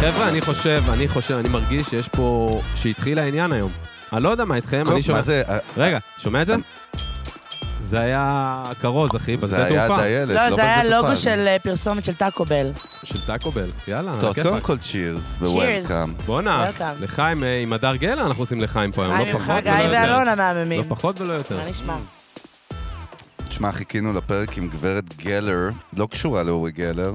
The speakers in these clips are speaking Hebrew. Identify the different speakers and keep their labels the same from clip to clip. Speaker 1: חבר'ה, אני חושב, אני חושב, אני מרגיש שיש פה... שהתחיל העניין היום. אני לא יודע מה איתכם,
Speaker 2: טוב,
Speaker 1: אני שומע...
Speaker 2: מה זה? אה, אמ-
Speaker 1: רגע, שומע את זה? זה היה כרוז, אחי,
Speaker 2: זה
Speaker 1: בשדה
Speaker 2: היה
Speaker 1: תעופה.
Speaker 2: דיילת,
Speaker 3: לא, זה
Speaker 2: בשדה
Speaker 3: היה
Speaker 2: תעופה.
Speaker 3: לוגו של אה, פרסומת של טאקו בל.
Speaker 1: של טאקו בל. יאללה,
Speaker 2: טוב, אז
Speaker 1: על
Speaker 2: קודם
Speaker 1: הכיפאק.
Speaker 2: כל צ'ירס ווולקאם.
Speaker 1: בואנה,
Speaker 3: Welcome.
Speaker 1: לחיים, אה, עם הדר גלר אנחנו עושים לחיים פה היום,
Speaker 3: חיים
Speaker 1: לא
Speaker 3: ממך,
Speaker 1: פחות
Speaker 3: גיא
Speaker 1: ולא יותר.
Speaker 3: ואלונה
Speaker 1: לא
Speaker 3: מהממים.
Speaker 1: פחות ולא יותר.
Speaker 3: מה נשמע?
Speaker 2: תשמע, חיכינו לפרק עם גברת גלר, לא קשורה לאורי גלר.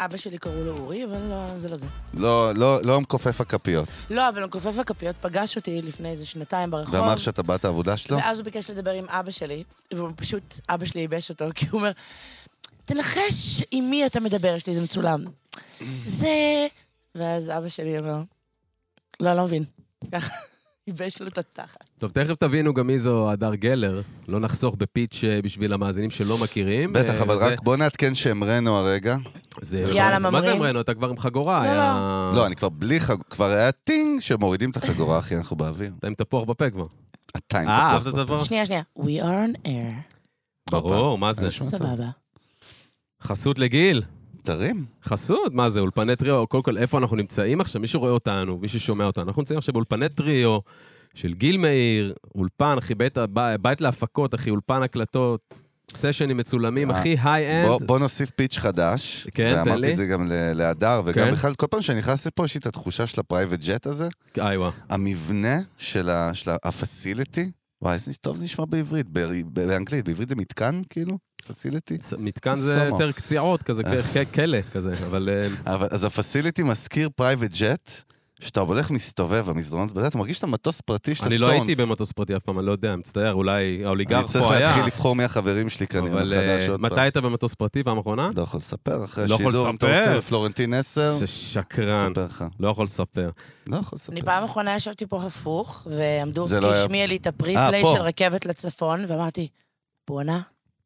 Speaker 3: אבא שלי קראו לו אורי, אבל לא, זה לא זה.
Speaker 2: לא, לא, לא מכופף הכפיות.
Speaker 3: לא, אבל מכופף הכפיות פגש אותי לפני איזה שנתיים ברחוב.
Speaker 2: ואמר שאתה באת העבודה
Speaker 1: לא.
Speaker 2: שלו?
Speaker 3: ואז הוא ביקש לדבר עם אבא שלי, והוא פשוט, אבא שלי ייבש אותו, כי הוא אומר, תנחש עם מי אתה מדבר, יש לי איזה מצולם. זה... ואז אבא שלי אומר, לא, לא מבין. ככה, ייבש לו את התחת.
Speaker 1: טוב, תכף תבינו גם מי זו הדר גלר. לא נחסוך בפיץ' אה, בשביל המאזינים שלא מכירים.
Speaker 2: בטח,
Speaker 1: אה,
Speaker 2: אבל
Speaker 1: זה-
Speaker 2: רק בוא נעדכן שהם רנו הרגע.
Speaker 1: זה...
Speaker 3: יאללה,
Speaker 1: מה זה
Speaker 3: ממרים.
Speaker 1: אמרנו? אתה כבר עם חגורה.
Speaker 3: לא,
Speaker 1: היה-
Speaker 2: לא, אני כבר בלי חג... כבר היה טינג שמורידים את החגורה, אחי, אנחנו באוויר.
Speaker 1: אתה עם תפוח בפה כבר.
Speaker 2: אתה עם
Speaker 1: אה,
Speaker 2: תפוח
Speaker 1: אהבת את הדבר?
Speaker 3: שנייה, שנייה. We are on air.
Speaker 2: בפה.
Speaker 1: ברור, מה זה?
Speaker 2: אני שומע.
Speaker 3: סבבה.
Speaker 1: חסות לגיל.
Speaker 2: תרים.
Speaker 1: חסות, מה זה, אולפני טריו, קודם כל, איפה אנחנו נמצאים עכשיו? מישהו רואה אותנו, מישהו שומע אותנו. אנחנו נמצאים עכשיו באולפני טריו של גיל מאיר, אולפן, אחי, בית, הב- בית להפקות, אחי, אולפן הקלטות, סשנים מצולמים,
Speaker 2: אה,
Speaker 1: אחי,
Speaker 2: בוא-
Speaker 1: היי-אנד.
Speaker 2: בוא נוסיף פיץ' חדש.
Speaker 1: כן, תן לי.
Speaker 2: ואמרתי את זה גם ל- להדר,
Speaker 1: כן.
Speaker 2: וגם בכלל, כל פעם שאני נכנס לפה, יש לי את התחושה של הפרייבט ג'ט הזה.
Speaker 1: איווה.
Speaker 2: המבנה של ה- של ה-facility, וואי, איזה טוב זה נשמע בעברית, ב- ב- באנגלית, בעברית זה מתקן, כאילו? facility?
Speaker 1: ס- מתקן זה
Speaker 2: סומו.
Speaker 1: יותר קציעות, כזה,
Speaker 2: אה.
Speaker 1: כ- כ- כלא כזה, אבל... אה,
Speaker 2: אבל, אז ה-facility מזכיר private jet, שאתה הולך מסתובב במסדרונות, בזה אתה מרגיש שאתה מטוס פרטי של
Speaker 1: אני
Speaker 2: הסטונס.
Speaker 1: לא הייתי במטוס פרטי אף פעם, אני לא יודע, מצטער, אולי
Speaker 2: אני
Speaker 1: האוליגרך
Speaker 2: צריך
Speaker 1: פה היה.
Speaker 2: להתחיל לבחור מי החברים שלי כנראה
Speaker 1: אבל אה,
Speaker 2: מחדש עוד פעם.
Speaker 1: מתי היית במטוס פרטי פעם אחרונה?
Speaker 2: לא יכול לספר, אחרי
Speaker 1: לא יכול
Speaker 2: השידור, אם אתה
Speaker 1: לספר.
Speaker 2: רוצה בפלורנטין 10,
Speaker 1: ששקרן.
Speaker 2: אספר לך.
Speaker 1: לא יכול לספר.
Speaker 2: לא יכול לספר.
Speaker 3: אני פעם אחרונה ישבתי פה הפוך, ועמדורסקי
Speaker 2: זה לא היה-
Speaker 3: השמיע לי את
Speaker 2: אה,
Speaker 3: הפרי-פליי
Speaker 2: פה.
Speaker 3: של רכבת לצפון, ואמרתי, בואנה,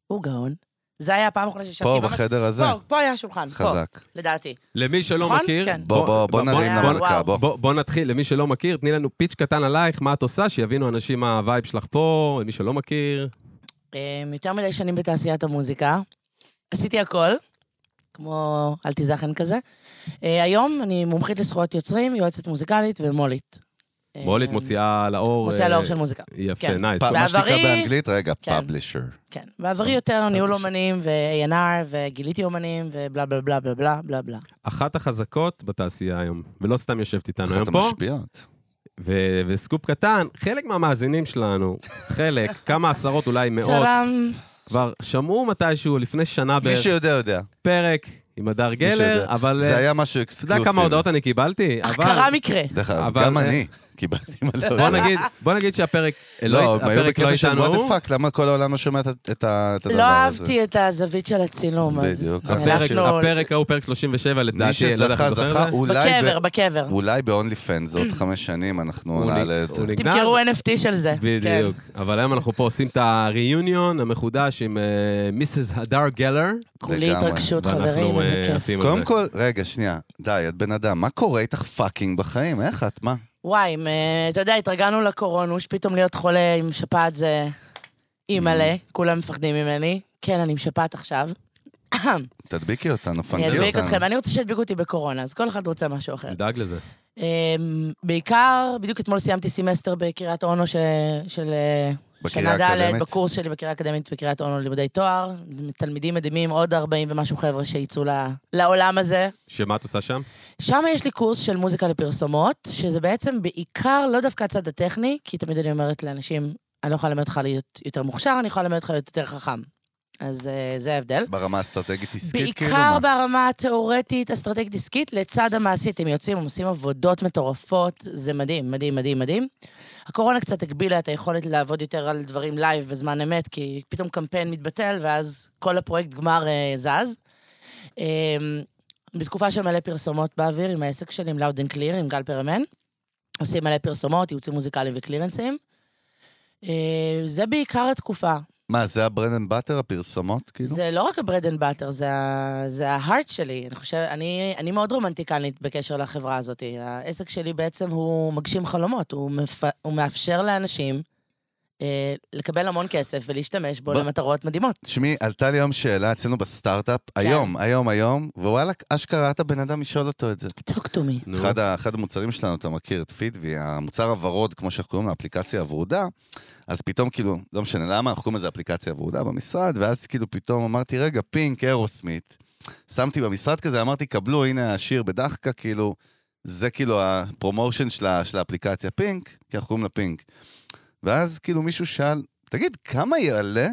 Speaker 3: הוא גאון. זה היה הפעם האחרונה שישבתי
Speaker 2: פה,
Speaker 3: ממש-
Speaker 2: בחדר הזה,
Speaker 3: פה, פה היה השולחן, פה,
Speaker 2: חזק.
Speaker 3: לדעתי.
Speaker 1: למי שלא
Speaker 3: נכון?
Speaker 1: מכיר...
Speaker 3: כן.
Speaker 2: בוא, בוא, בוא נרים
Speaker 3: בוא-
Speaker 2: למלכה, בוא.
Speaker 1: בוא, בוא נתחיל, למי שלא מכיר, תני לנו פיץ' קטן עלייך, מה את עושה, שיבינו אנשים מה הווייב שלך פה, למי שלא מכיר.
Speaker 3: אמ, יותר מדי שנים בתעשיית המוזיקה. עשיתי הכל, כמו אל תיזכן כזה. אה, היום אני מומחית לזכויות יוצרים, יועצת מוזיקלית ומולית. אה,
Speaker 2: אמ,
Speaker 1: מולית מוציאה לאור...
Speaker 3: מוציאה
Speaker 1: אה,
Speaker 3: לאור של מוזיקה.
Speaker 1: יפה,
Speaker 3: כן.
Speaker 1: נייס.
Speaker 2: פ- מה שנקרא
Speaker 3: בעברי-
Speaker 2: באנגלית, רגע,
Speaker 3: כן.
Speaker 2: publisher.
Speaker 3: כן. בעברי יותר ניהול אומנים ו-A&R וגיליתי אומנים ובלה בלה בלה בלה בלה בלה בלה.
Speaker 1: אחת החזקות בתעשייה היום, ולא סתם יושבת איתנו היום
Speaker 2: אחת
Speaker 1: פה.
Speaker 2: המשפיעות.
Speaker 1: ו- וסקופ קטן, חלק מהמאזינים שלנו, חלק, כמה עשרות, אולי מאות,
Speaker 3: צלם.
Speaker 1: כבר שמעו מתישהו, לפני שנה
Speaker 2: מי
Speaker 1: בערך,
Speaker 2: שיודע, יודע.
Speaker 1: פרק עם הדר
Speaker 2: מי
Speaker 1: גלר,
Speaker 2: שיודע.
Speaker 1: אבל...
Speaker 2: זה
Speaker 1: אה,
Speaker 2: היה אה, משהו
Speaker 1: אתה יודע
Speaker 2: אקסקלוסיבי.
Speaker 1: כמה הודעות אני קיבלתי?
Speaker 3: אך
Speaker 1: אבל-
Speaker 3: קרה מקרה.
Speaker 2: דרך אגב,
Speaker 1: אבל,
Speaker 2: גם
Speaker 1: אה,
Speaker 2: אני קיבלתי מלא.
Speaker 1: בוא נגיד, בוא נגיד שהפרק לא,
Speaker 2: לא, הם היו
Speaker 1: הפרק לא
Speaker 2: בקטע של
Speaker 1: איתנו,
Speaker 2: וואט
Speaker 1: הוא,
Speaker 2: דה פאק, למה כל העולם לא שומע את ה- את ה- את הדבר הזה?
Speaker 3: לא אהבתי את הזווית של הצילום, אז
Speaker 2: בדיוק.
Speaker 1: הפרק-
Speaker 3: אנחנו...
Speaker 1: הפרק ההוא, פרק 37
Speaker 2: מי
Speaker 1: לדעתי, לא יודע איך
Speaker 2: שזכה,
Speaker 1: אתה זוכר את
Speaker 2: זכה,
Speaker 1: זה.
Speaker 2: אולי ב-
Speaker 3: בקבר, בקבר.
Speaker 2: אולי ב-only fans עוד חמש שנים אנחנו
Speaker 1: הוא
Speaker 2: נעלה את
Speaker 1: נ-
Speaker 2: זה.
Speaker 1: הוא נגנז.
Speaker 3: תמכרו NFT של זה. כן.
Speaker 1: בדיוק. אבל היום אנחנו פה עושים את הריוניון המחודש עם אה, מיסס הדר גלר.
Speaker 3: כולי
Speaker 2: לגמרי.
Speaker 3: התרגשות,
Speaker 1: ואנחנו,
Speaker 3: חברים,
Speaker 1: אה,
Speaker 3: איזה כיף.
Speaker 1: עפים על
Speaker 2: קודם
Speaker 1: זה.
Speaker 2: כל, רגע, שנייה, די, את בן אדם, מה קורה איתך פאקינג בחיים? איך את? מה?
Speaker 3: וואי, אם, אה, אתה יודע, התרגלנו לקורונוש, פתאום להיות חולה עם שפעת זה אימא'לה,
Speaker 2: Mm.
Speaker 3: כולם מפחדים ממני. כן, אני עם שפעת עכשיו.
Speaker 2: תדביקי אותנו, פנקי
Speaker 3: אני
Speaker 2: אותנו.
Speaker 3: אדביק אתכם, אני רוצה שידביקו אותי בקורונה, אז כל אחד רוצה משהו אחר.
Speaker 1: נדאג לזה.
Speaker 3: אמ, בעיקר, בדיוק אתמול סיימתי סמסטר בקריית אונו ש- של... אה,
Speaker 2: בקריה
Speaker 3: שנה ד'
Speaker 2: האקדמית?
Speaker 3: בקורס שלי בקריה האקדמית בקריית אונו לימודי תואר. תלמידים מדהימים, עוד 40 ומשהו חבר'ה שיצאו ל- לעולם הזה.
Speaker 1: שמה את עושה שם?
Speaker 3: שם יש לי קורס של מוזיקה לפרסומות, שזה בעצם בעיקר לא דווקא הצד הטכני, כי תמיד אני אומרת לאנשים, אני לא יכולה ללמד אותך להיות יותר מוכשר, אני יכולה ללמד אותך להיות יותר חכם. אז אה, זה ההבדל.
Speaker 2: ברמה האסטרטגית עסקית, כאילו
Speaker 3: בעיקר
Speaker 2: מה?
Speaker 3: ברמה התיאורטית, אסטרטגית עסקית, לצד המעשית. הם יוצאים, הם עושים עבודות מטורפות, זה מדהים, מדהים, מדהים, מדהים. הקורונה קצת הגבילה את היכולת לעבוד יותר על דברים לייב בזמן אמת, כי פתאום קמפיין מתבטל, ואז כל הפרויקט גמר אה, זז. אה, בתקופה של מלא פרסומות באוויר, עם העסק שלי, עם לאוד אנד קליר, עם גל פרמן. עושים מלא פרסומות, ייעוצים מוזיקליים וקלירנסים. אה, זה בעיקר התקופה.
Speaker 2: מה, זה הברנד אנד באטר, הפרסומות, כאילו?
Speaker 3: זה לא רק הברד אנד באטר, זה, ה- זה ההארט שלי. אני חושבת, אני, אני מאוד רומנטיקנית בקשר לחברה הזאת. העסק שלי בעצם הוא מגשים חלומות, הוא, מפ... הוא מאפשר לאנשים אה, לקבל המון כסף ולהשתמש בו
Speaker 2: ב-
Speaker 3: למטרות מדהימות.
Speaker 2: תשמעי, עלתה לי היום שאלה אצלנו בסטארט-אפ, היום, היום, היום, ווואלה, אשכרה את הבן אדם לשאול אותו את זה.
Speaker 3: talk to me.
Speaker 1: נו,
Speaker 2: אחד, ה, אחד המוצרים שלנו, אתה מכיר את פידווי, המוצר הוורוד, כמו שאנחנו קוראים לו, האפליקציה הוורודה, אז פתאום כאילו, לא משנה למה, אנחנו קוראים לזה אפליקציה וורודה במשרד, ואז כאילו פתאום אמרתי, רגע, פינק, אירוסמית. שמתי במשרד כזה, אמרתי, קבלו, הנה השיר בדחקה, כאילו, זה כאילו הפרומושן של, ה- של האפליקציה פינק, כי אנחנו קוראים לה פינק. ואז כאילו מישהו שאל, תגיד, כמה יעלה